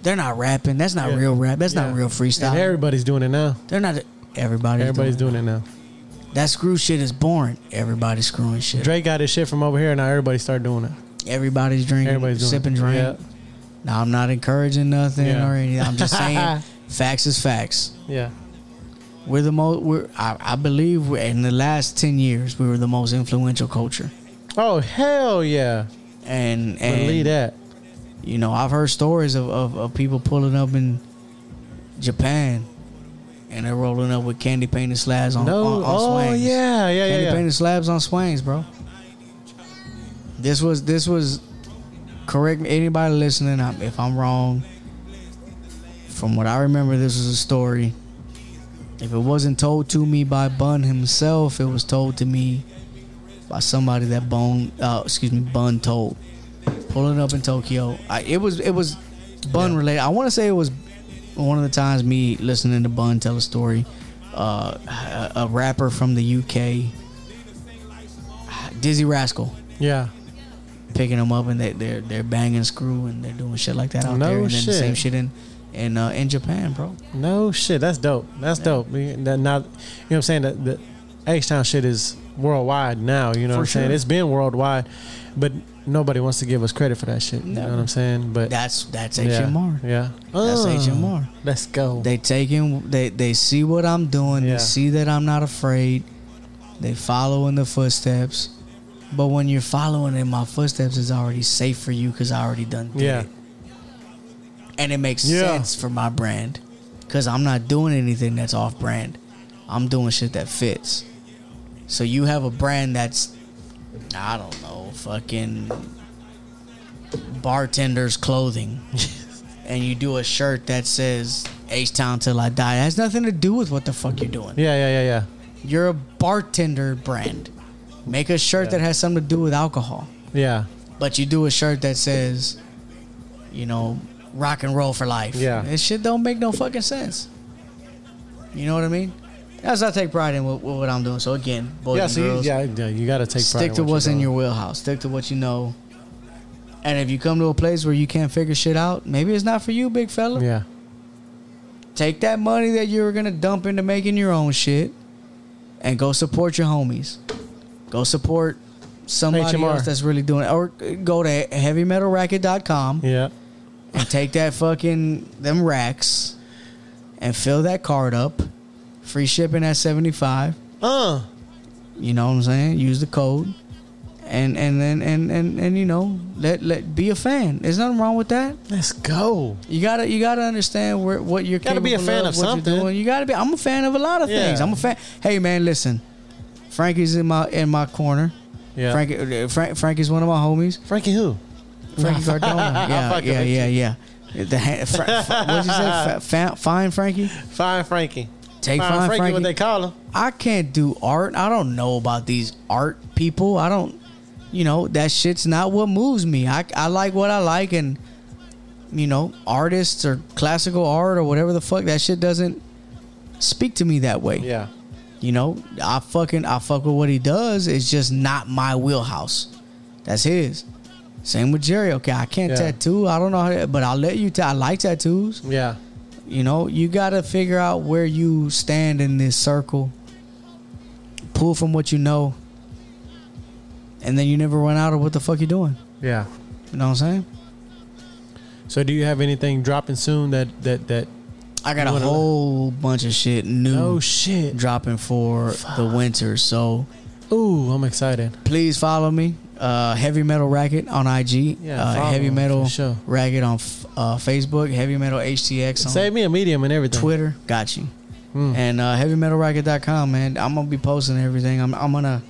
They're not rapping. That's not Yeah. real rap. That's Yeah. not real freestyle. And everybody's doing it now. they're not. Everybody's, Everybody's doing, doing it now. it. that screw shit is boring. Everybody's screwing shit. Drake got his shit from over here, and now everybody start doing it. Everybody's drinking, Everybody's doing sipping it. drink. Yeah. Now I'm not encouraging nothing Yeah. or anything. I'm just saying facts is facts. Yeah, We're the most. We're I, I believe we're, in the last ten years we were the most influential culture. Oh hell yeah! And and Believe that. you know I've heard stories of, of, of people pulling up in Japan, and they're rolling up with candy painted slabs on No. on, on oh swings. yeah, yeah, yeah. Candy yeah. painted slabs on swings, bro. This was this was correct me anybody listening I- if I'm wrong. From what I remember, this was a story. If it wasn't told to me by Bun himself, it was told to me by somebody that Bone, uh, excuse me, Bun told. Pulling up in Tokyo, I, it was it was Bun related. I want to say it was one of the times me listening to Bun tell a story. Uh, a, a rapper from the UK, Dizzy Rascal, yeah. picking them up and they, they're they're banging screw and they're doing shit like that out No there. And then the shit. same shit in in uh, in Japan, bro. No shit. That's dope. That's dope. We- That not, you know what I'm saying? That the H Town shit is worldwide now. You know For what I'm saying? sure. It's been worldwide, but nobody wants to give us credit for that shit. You know Never. what I'm saying? But That's that's yeah, HMR. Yeah. That's Oh, HMR. Let's go. They taking they they see what I'm doing. Yeah. They see that I'm not afraid. They follow in the footsteps. But when you're following in my footsteps, it's already safe for you because I already done did yeah. it. and it makes Yeah. sense for my brand because I'm not doing anything that's off brand. I'm doing shit that fits. So you have a brand that's, I don't know, fucking bartender's clothing. and you do a shirt that says H Town Till I Die, it has nothing to do with what the fuck you're doing. Yeah, yeah, yeah, yeah. You're a bartender brand. Make a shirt that has something to do with alcohol. Yeah. But you do a shirt that says, you know, rock and roll for life. Yeah. This shit don't make no fucking sense. You know what I mean? That's I take pride in what, what I'm doing. So again, boys yeah, and so you, girls, yeah, yeah, you got to take pride stick to what what's you're in doing. your wheelhouse. Stick to what you know. And if you come to a place where you can't figure shit out, maybe it's not for you, big fella. Yeah. Take that money that you were gonna dump into making your own shit, and go support your homies. Go support somebody HMR. else that's really doing it, or go to heavymetalracket.com Yeah. and take that fucking them racks and fill that card up. Free shipping at seventy five. Uh. You know what I'm saying? Use the code, and and then and and and you know, let let be a fan. There's nothing wrong with that. Let's go. You gotta you gotta understand where what you're. Gotta be a capable fan of what you're something. doing. You gotta be. I'm a fan of a lot of Yeah. things. I'm a fan. Hey man, listen, Frankie's in my in my corner. Yeah. Frankie uh, Frank, Frankie's one of my homies. Frankie who? Frankie Cardona. Yeah, fucking yeah, with yeah, yeah. The ha- fra- fra- what'd you say? Fa- fa- fine, Frankie. Fine Frankie. Take Fine Fine Frankie, Frankie. what they call him. I can't do art. I don't know about these art people. I don't, you know, that shit's not what moves me. I, I like what I like, and, you know, artists or classical art or whatever the fuck, that shit doesn't speak to me that way. Yeah. You know, I fucking, I fuck with what he does. It's just not my wheelhouse. That's his. Same with Jerry. Okay, I can't Yeah. tattoo. I don't know how to, but I'll let you, ta- I like tattoos. Yeah. You know, you got to figure out where you stand in this circle. Pull from what you know. And then you never run out of what the fuck you're doing. Yeah. You know what I'm saying? So do you have anything dropping soon that that that I got You a wanna- whole bunch of shit new Oh shit. dropping for the winter. So Ooh, I'm excited. please follow me. Uh, Heavy Metal Racket on IG. Yeah, uh, follow Heavy him Metal for sure. Racket on f- uh, Facebook. Heavy Metal HTX on Save me a medium and everything. Twitter. Got you. Mm. And uh, heavymetalracket.com, man. I'm gonna be posting everything. I'm, I'm gonna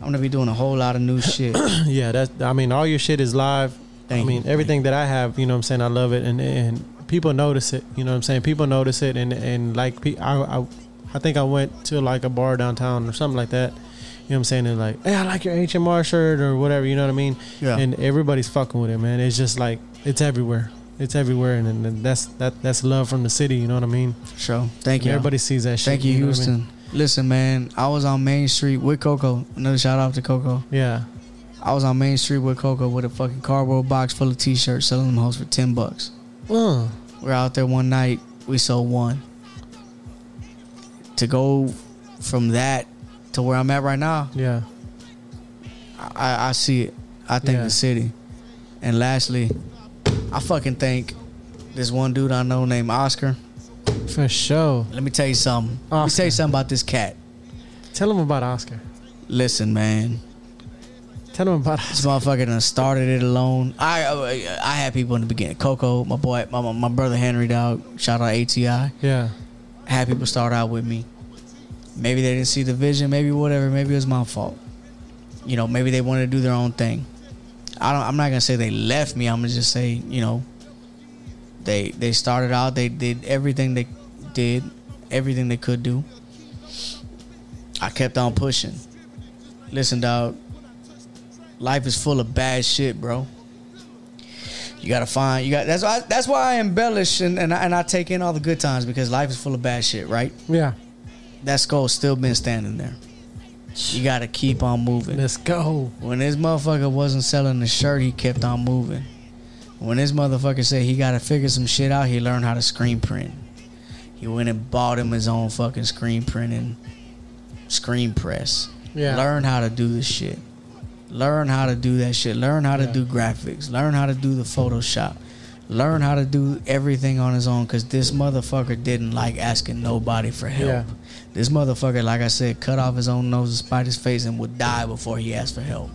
I'm gonna be doing a whole lot of new shit. yeah, that's I mean all your shit is live. Thank I mean you. everything that I have, you know what I'm saying? I love it and and people notice it, you know what I'm saying? People notice it and and like pe- I I I think I went to like a bar downtown or something like that. You know what I'm saying? And like, hey, I like your HMR shirt or whatever, you know what I mean? Yeah. And everybody's fucking with it, man. It's just like it's everywhere. It's everywhere and, and then that's that that's love from the city, you know what I mean? So thank you. Everybody sees that shit. thank you, know what I mean? Houston. Listen, man. I was on Main Street with Coco. Another shout out to Coco. Yeah. I was on Main Street with Coco with a fucking cardboard box full of T-shirts, selling them hoes for ten bucks. Uh, We're out there one night. We sold one. To go from that to where I'm at right now, yeah. I, I see it. I thank Yeah. the city. And lastly, I fucking thank this one dude I know named Oscar. For sure. Let me tell you something. Let me Oscar. tell you something about this cat. Tell them about Oscar. Listen, man, Tell them about this motherfucker done started it alone. I I, I had people in the beginning. Coco, my boy, my, my- my brother Henry, dog. Shout out ATI. Yeah. Had people start out with me. Maybe they didn't see the vision. Maybe whatever. Maybe it was my fault. You know, maybe they wanted to do their own thing. I don't. I'm not gonna say they left me. I'm gonna just say you know, they they started out. They did everything they did, everything they could do. I kept on pushing. Listen, dog. Life is full of bad shit, bro. You gotta find. You got. That's why. That's why I embellish and and I, and I take in all the good times because life is full of bad shit, right? Yeah. That skull's still been standing there. You gotta keep on moving. Let's go. When this motherfucker wasn't selling the shirt, he kept on moving. When this motherfucker said he gotta figure some shit out, he learned how to screen print. He went and bought him his own fucking screen printing screen press. Yeah. Learn how to do this shit. Learn how to do that shit. Learn how to Yeah. do graphics. Learn how to do the Photoshop. Learn how to do everything on his own because this motherfucker didn't like asking nobody for help. Yeah. This motherfucker, like I said, cut off his own nose to spite his face and would die before he asked for help.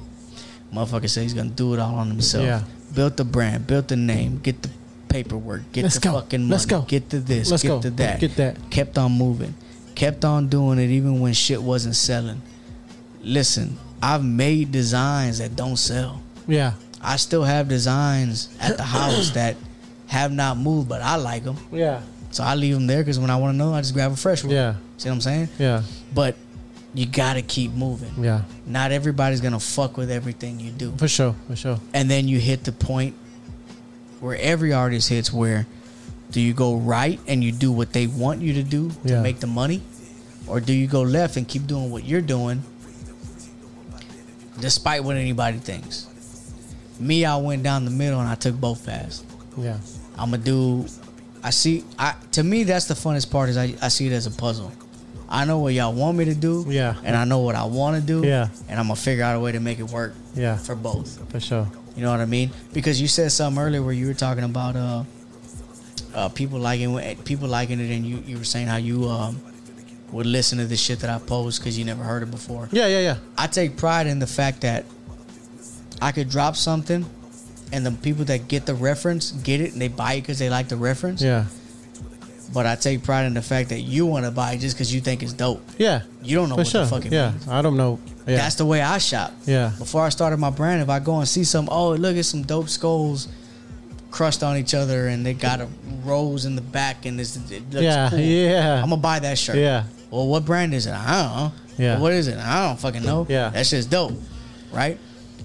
Motherfucker said he's gonna do it all on himself. Yeah. Built the brand, built the name, get the paperwork, get Let's the go. fucking money, Let's go. get to this, Let's get go. to that, Get that. kept on moving, kept on doing it even when shit wasn't selling. Listen, I've made designs that don't sell. Yeah. I still have designs at the house that have not moved, but I like them. Yeah. So I leave them there because when I want to know, I just grab a fresh one. Yeah. See what I'm saying? Yeah. But you got to keep moving. Yeah. Not everybody's going to fuck with everything you do. For sure. For sure. And then you hit the point where every artist hits where do you go right and you do what they want you to do Yeah. to make the money? Or do you go left and keep doing what you're doing despite what anybody thinks? Me, I went down the middle and I took both paths. Yeah. I'm gonna do. I see. I to me that's the funnest part is I, I see it as a puzzle. I know what y'all want me to do. Yeah. And I know what I want to do. Yeah. And I'm gonna figure out a way to make it work. Yeah. For both. For sure. You know what I mean? Because you said something earlier where you were talking about uh, uh people liking it- people liking it, and you you were saying how you um would listen to the shit that I post because you never heard it before. Yeah. Yeah. Yeah. I take pride in the fact that I could drop something and the people that get the reference get it and they buy it because they like the reference. Yeah. But I take pride in the fact that you want to buy it just because you think it's dope. Yeah. You don't know For what sure. the fuck it yeah. means. I don't know. Yeah. That's the way I shop. Yeah. Before I started my brand, if I go and see some, oh, look at some dope skulls crushed on each other and they got a rose in the back and this, it looks yeah. cool. Yeah. I'm gonna buy that shirt. Yeah. Well, what brand is it? I don't know. Yeah. What is it? I don't fucking know. Yeah. That shit's dope, right?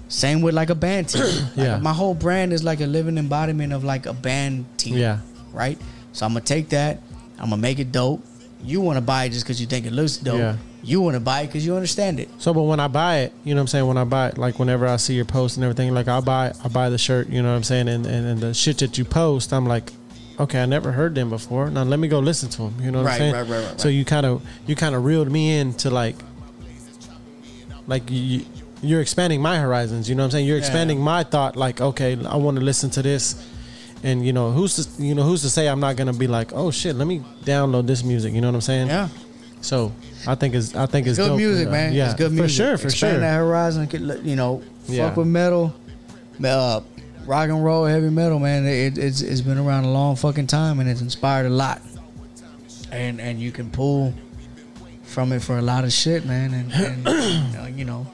Same with like a band team. Like, Yeah. My whole brand is like a living embodiment of like a band team. Yeah. Right. So I'm gonna take that. I'm gonna make it dope. You want to buy it just because you think it looks dope. Yeah. You want to buy it because you understand it. So, but when I buy it, you know what I'm saying? When I buy it, like whenever I see your post and everything, like I buy, I buy the shirt, you know what I'm saying? And, and, and the shit that you post, I'm like, okay, I never heard them before. Now let me go listen to them. You know what Right, I'm saying? right, right, right, So right. you kind of, you kind of reeled me in to like, like you, you're expanding my horizons. You know what I'm saying? You're Yeah. expanding my thought. Like, okay, I want to listen to this. And you know who's to, you know who's to say I'm not gonna be like oh shit let me download this music you know what I'm saying Yeah. so I think it's I think it's, good dope, music, you know? man. Yeah, it's good music. for sure, for Expand sure. that horizon. Get, look, You know, Yeah. fuck with metal, uh, rock and roll, heavy metal, man. It, it's it's been around a long fucking time, and it's inspired a lot. And and you can pull from it for a lot of shit, man. And, and uh, you know,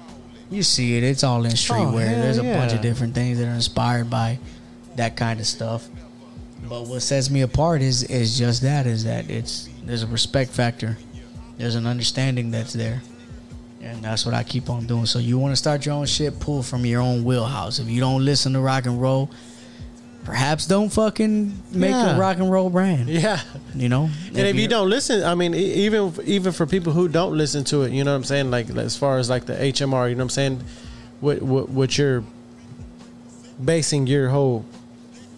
you see it. It's all in streetwear. Oh, hell There's a bunch yeah. of different things that are inspired by that kind of stuff. But what sets me apart is is just that is that it's there's a respect factor, there's an understanding that's there, and that's what I keep on doing. So you want to start your own shit, pull from your own wheelhouse. If you don't listen to rock and roll, perhaps don't fucking make Yeah. a rock and roll brand. Yeah, You know, and if you you're- don't listen, I mean, e- even even for people who don't listen to it, you know what I'm saying? Like as far as like the HMR, you know what I'm saying? What what, what you're basing your whole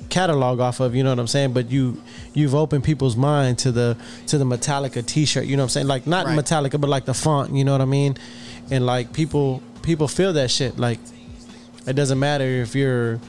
catalog off of, you know what I'm saying? But you you've opened people's mind to the to the Metallica T-shirt, you know what I'm saying? Like not Right. Metallica, but like the font, you know what I mean? And like people people feel that shit. Like it doesn't matter if you're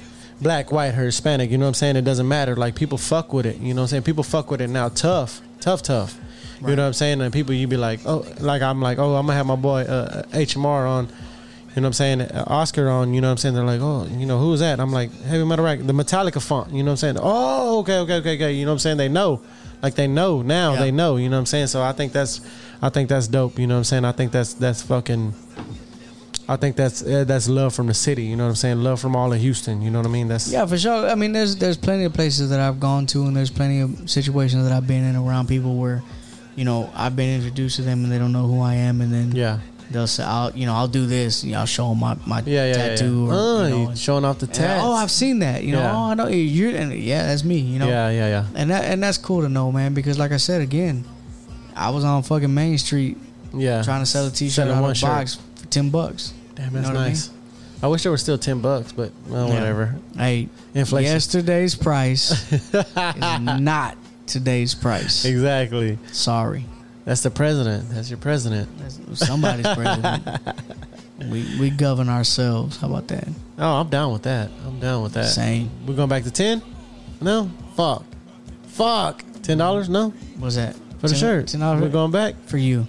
black, white, or Hispanic. You know what I'm saying? It doesn't matter. Like people fuck with it. You know what I'm saying? People fuck with it now. Tough, tough, tough. You know what I'm saying? And people, you be like, oh, like I'm like, oh, I'm gonna have my boy uh, HMR on. You know what I'm saying? Uh, Oscar on. You know what I'm saying? They're like, oh, you know who is that? I'm like, heavy metal rack, the Metallica font. You know what I'm saying? Oh, okay, okay, okay, okay. You know what I'm saying? They know. Like they know now, Yeah. they know. You know what I'm saying. So I think that's, I think that's dope. You know what I'm saying. I think that's that's fucking, I think that's uh, that's love from the city. You know what I'm saying? Love from all of Houston. You know what I mean? That's Yeah, for sure. I mean, there's there's plenty of places that I've gone to, and there's plenty of situations that I've been in around people where, you know, I've been introduced to them and they don't know who I am, and then yeah, they'll say, "I'll you know I'll do this," you know, I'll show them my my yeah, yeah. tattoo, Or, yeah. Uh, you know, you and- showing off the and, tats. oh, I've seen that, you know, Yeah. oh, I know you, and yeah, that's me, you know, yeah, yeah, yeah, and that and that's cool to know, man, because like I said again, I was on fucking Main Street yeah. trying to sell a T-shirt Selling out one of a shirt. box for ten bucks. Damn, You that's know what I nice. I, wish there were still ten bucks, but well, Yeah. Oh, whatever. Hey, Inflation. yesterday's price is not today's price. Exactly. Sorry. That's the president. That's your president. That's- Somebody's president. We, we govern ourselves. How about that? Oh, I'm down with that. I'm down with that. Same. We're going back to ten. No, fuck, fuck. Ten dollars? No, What's that? for the Ten- shirt. ten We're dollars going back. for you.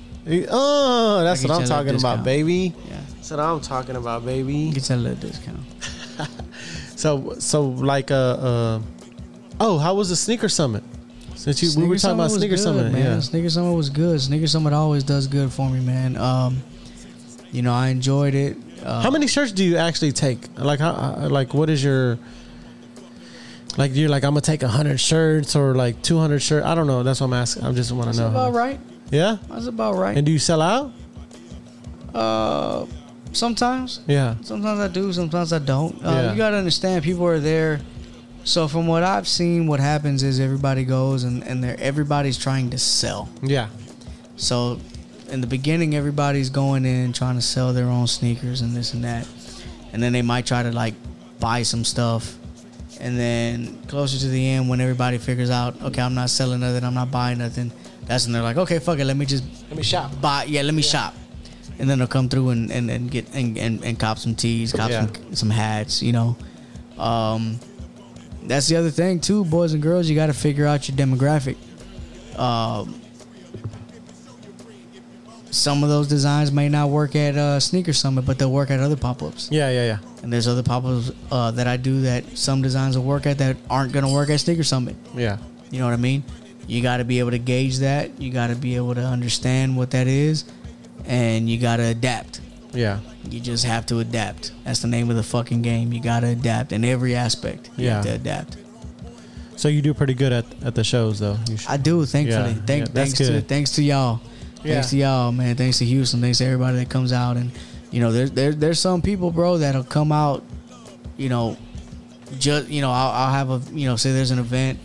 Oh, that's I what get you a I'm little talking about, discount. baby. Yeah. That's what I'm talking about, baby. You get a little discount. So so like uh, uh oh, how was the sneaker summit? Since you we were talking about was sneaker good, summit, man. yeah. Sneaker Summit was good. Sneaker Summit always does good for me, man. Um, you know, I enjoyed it. Uh, How many shirts do you actually take? Like how uh, like what is your Like you're like I'm gonna take hundred shirts or like two hundred shirts. I don't know. That's what I'm asking. I just want to That's know. about right. Yeah. That's about right. And do you sell out? Uh, sometimes, Yeah. sometimes I do, sometimes I don't. Uh, Yeah. You gotta understand, people are there. So from what I've seen, what happens is everybody goes and and they're everybody's trying to sell. Yeah. So in the beginning, everybody's going in trying to sell their own sneakers and this and that, and then they might try to like buy some stuff. And then closer to the end, when everybody figures out, okay, I'm not selling nothing, I'm not buying nothing, that's when they're like, okay, fuck it, let me just Let me shop. buy yeah let me shop and then they'll come through and, and, and get and, and, and cop some tees cop Yeah. some, some hats you know um, that's the other thing too boys and girls you got to figure out your demographic um, some of those designs may not work at uh, sneaker summit but they'll work at other pop-ups Yeah. Yeah. Yeah. and there's other pop-ups uh, that i do that some designs will work at that aren't going to work at sneaker summit Yeah. you know what I mean? You got to be able to gauge that. You got to be able to understand what that is, and you got to adapt. Yeah. You just have to adapt. That's the name of the fucking game. You got to adapt in every aspect. You have Yeah. to adapt. So you do pretty good at, at the shows though. You should. I do, thankfully. Yeah, Thank, yeah, that's thanks to good. thanks to y'all. Yeah. Thanks to y'all, man. Thanks to Houston. Thanks to everybody that comes out and you know, there's there, there's some people, bro, that'll come out, you know, just you know, I'll, I'll have a you know, say there's an event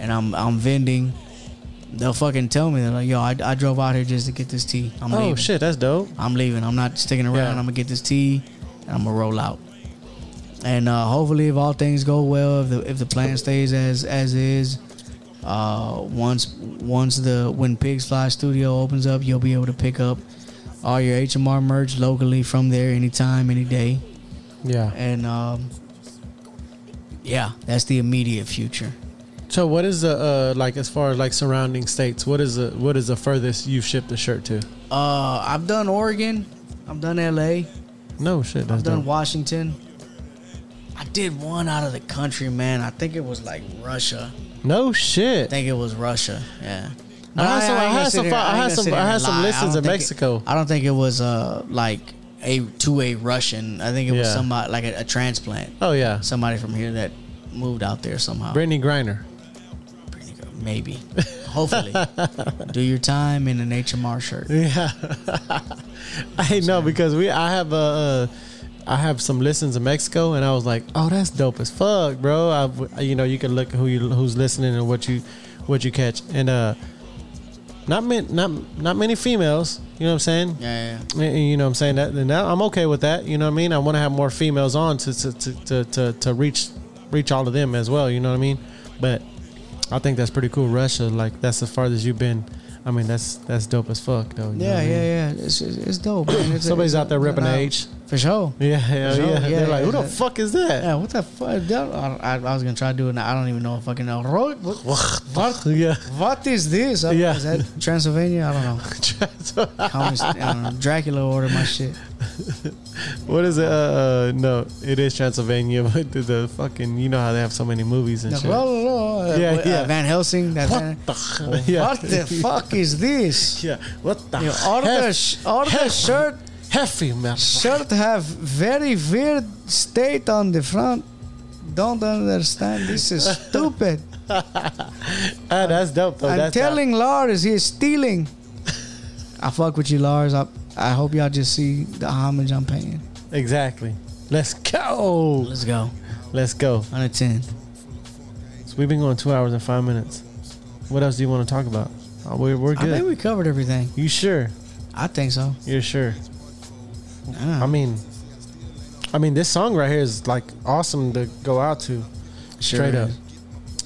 and I'm I'm vending. They'll fucking tell me they're like, yo, I, I drove out here just to get this tea. I'm oh leaving. shit, that's dope. I'm leaving. I'm not sticking around. Yeah. I'm gonna get this tea, and I'm gonna roll out. And uh, hopefully, if all things go well, if the if the plan stays as as is, uh, once once the when Pigs Fly Studio opens up, you'll be able to pick up all your HMR merch locally from there anytime, any day. Yeah. And um, yeah, that's the immediate future. So what is the uh like as far as like surrounding states? What is the what is the furthest you've shipped a shirt to? Uh, I've done Oregon. I've done LA. No shit, that's I've done dope. Washington. I did one out of the country, man. I think it was like Russia. No I shit. think it was Russia. Yeah. I had some- I ain't had gonna some sit here- fi- I ain't had gonna some- sit here I had and some lie. listens don't in think it- Mexico. I don't think it was uh like a to a Russian. I think it was Yeah. somebody like a, a transplant. Oh yeah. Somebody from here that moved out there somehow. Brittany Griner. Maybe. Hopefully. Do your time in an HMR shirt. Yeah, I know because we I have uh, I have some listens in Mexico, and I was like, oh, that's dope as fuck, bro. I've, you know, you can look who you who's listening and what you what you catch, and uh, not many not not many females. You know what I'm saying? Yeah, yeah. And- and You know what I'm saying that, and that- I'm okay with that. You know what I mean? I want to have more females on to to, to, to, to to reach reach all of them as well. You know what I mean? But I think that's pretty cool. Russia, like that's as far as you've been. I mean, that's that's dope as fuck, though. you know what Yeah, I mean? yeah, yeah. It's, it's dope, man. It's a- Somebody's it's a- out there ripping nah, a H. For sure. Yeah, yeah, Sure, yeah. Oh, yeah, They're like, yeah, who the that- fuck is that? Yeah, what the fuck? That, I, I, I was gonna try to do it. and I don't even know if I can know. Ro- What, what, Yeah. what is this? I, Yeah. Is that Transylvania? I don't know. How much, I don't know. Dracula ordered my shit. what is it? Uh, uh, no, it is Transylvania, but the, the fucking you know how they have so many movies and Yeah, shit. Yeah, yeah, yeah. uh, Van Helsing. That What Van- the? Yeah. What the fuck is this? Yeah. What the? You order, hef- sh- order Hef- shirt. Hefty man. Shirt have very weird state on the front. Don't understand. This is stupid. Ah, that's dope though. I'm that's dope. telling Lars he's stealing. I fuck with you, Lars. I I hope y'all just see the homage I'm paying. Exactly. Let's go. Let's go. Let's go. On a ten. So we've been going two hours and five minutes. What else do you want to talk about? Oh, we're we're I good. think we covered everything. you sure? I think so. You're sure? Yeah. I mean, I mean, this song right here is like awesome to go out to. Sure straight up. is.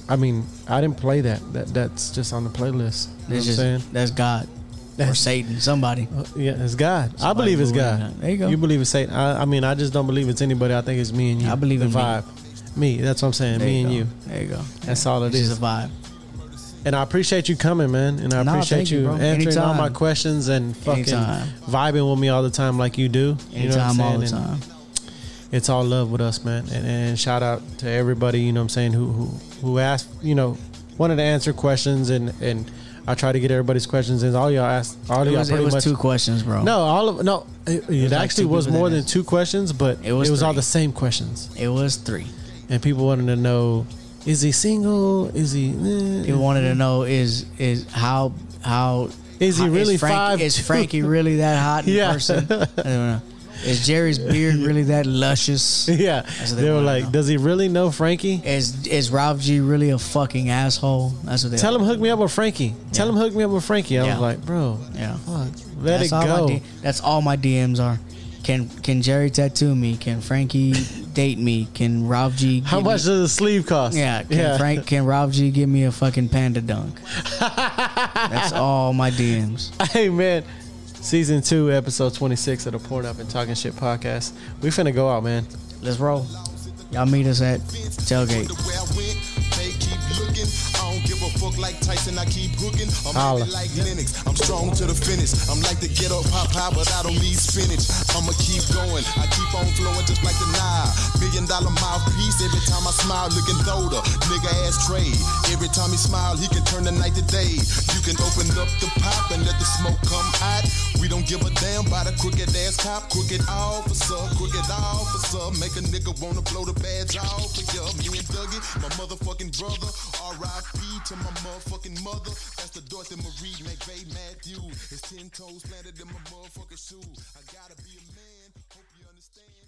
I mean, I didn't play that. That that's just on the playlist. You know It's what I'm just- saying? that's God or That's- Satan, somebody. Uh, yeah, it's God. I Somebody believe it's believe in God. that. There you go. believe it's Satan. I, I mean, I just don't believe it's anybody. I think it's me and you. I believe the in me. vibe. Me. That's what I'm saying. There me go. and you. There you go. That's all it This is. is a vibe. And I appreciate you coming, man. And I Nah, appreciate thank you, you, bro. answering all Anytime. my questions and fucking Anytime. vibing with me all the time like you do. You know what I'm Anytime, all saying? the And- time. it's all love with us, man. And, and shout out to everybody, you know what I'm saying, who who who asked, you know, wanted to answer questions and and I try to get everybody's questions and all y'all asked all It y'all was, it pretty was much two questions, bro. No, all of no, it, it was like actually two was people more that than asked. two questions, but It it was was, all three. the same questions. it was three. And people wanted to know Is he single? Is he? eh? People wanted to know is is how how Is he how- really Frank- five- Is Frankie really that hot in Yeah. person? I don't know. Is Jerry's beard really that luscious? yeah. what They, they were wanna like, know. does he really know Frankie? Is is Rob G really a fucking asshole? That's what they Tell him hook me up with Frankie. Tell him hook me up with Frankie. I Yeah. was like, bro, Yeah. fuck, let that's it all go. My D- that's all my DMs are. Can can Jerry tattoo me? Can Frankie date me? Can Rob G? How give much Me- does the sleeve cost? yeah, can Frank can Rob G give me a fucking panda dunk? That's all my DMs. Hey man, season two, episode twenty six of the Porn Up and Talking Shit podcast. We finna go out, man. Let's roll. Y'all meet us at tailgate. The way I went, they keep looking. I don't give a fuck like Tyson, I keep hooking. I'm Holla. heavy like Lennox, I'm strong to the finish. I'm like the ghetto pop high, but I don't need spinach. I'ma keep going, I keep on flowing just like the Nile. Million dollar mouthpiece, every time I smile, looking older. Nigga ass trade. Every time he smile, he can turn the night to day. You can open up the pop and let the smoke come out. We don't give a damn by the crooked ass cop, crooked officer, crooked officer. Make a nigga wanna blow the badge off for ya. Me and Dougie, my motherfucking brother. R.I.P. to my motherfucking mother. That's the Dorothy Marie McVeigh Matthew. It's ten toes planted in my motherfucking shoe. I gotta be a man. Hope you understand.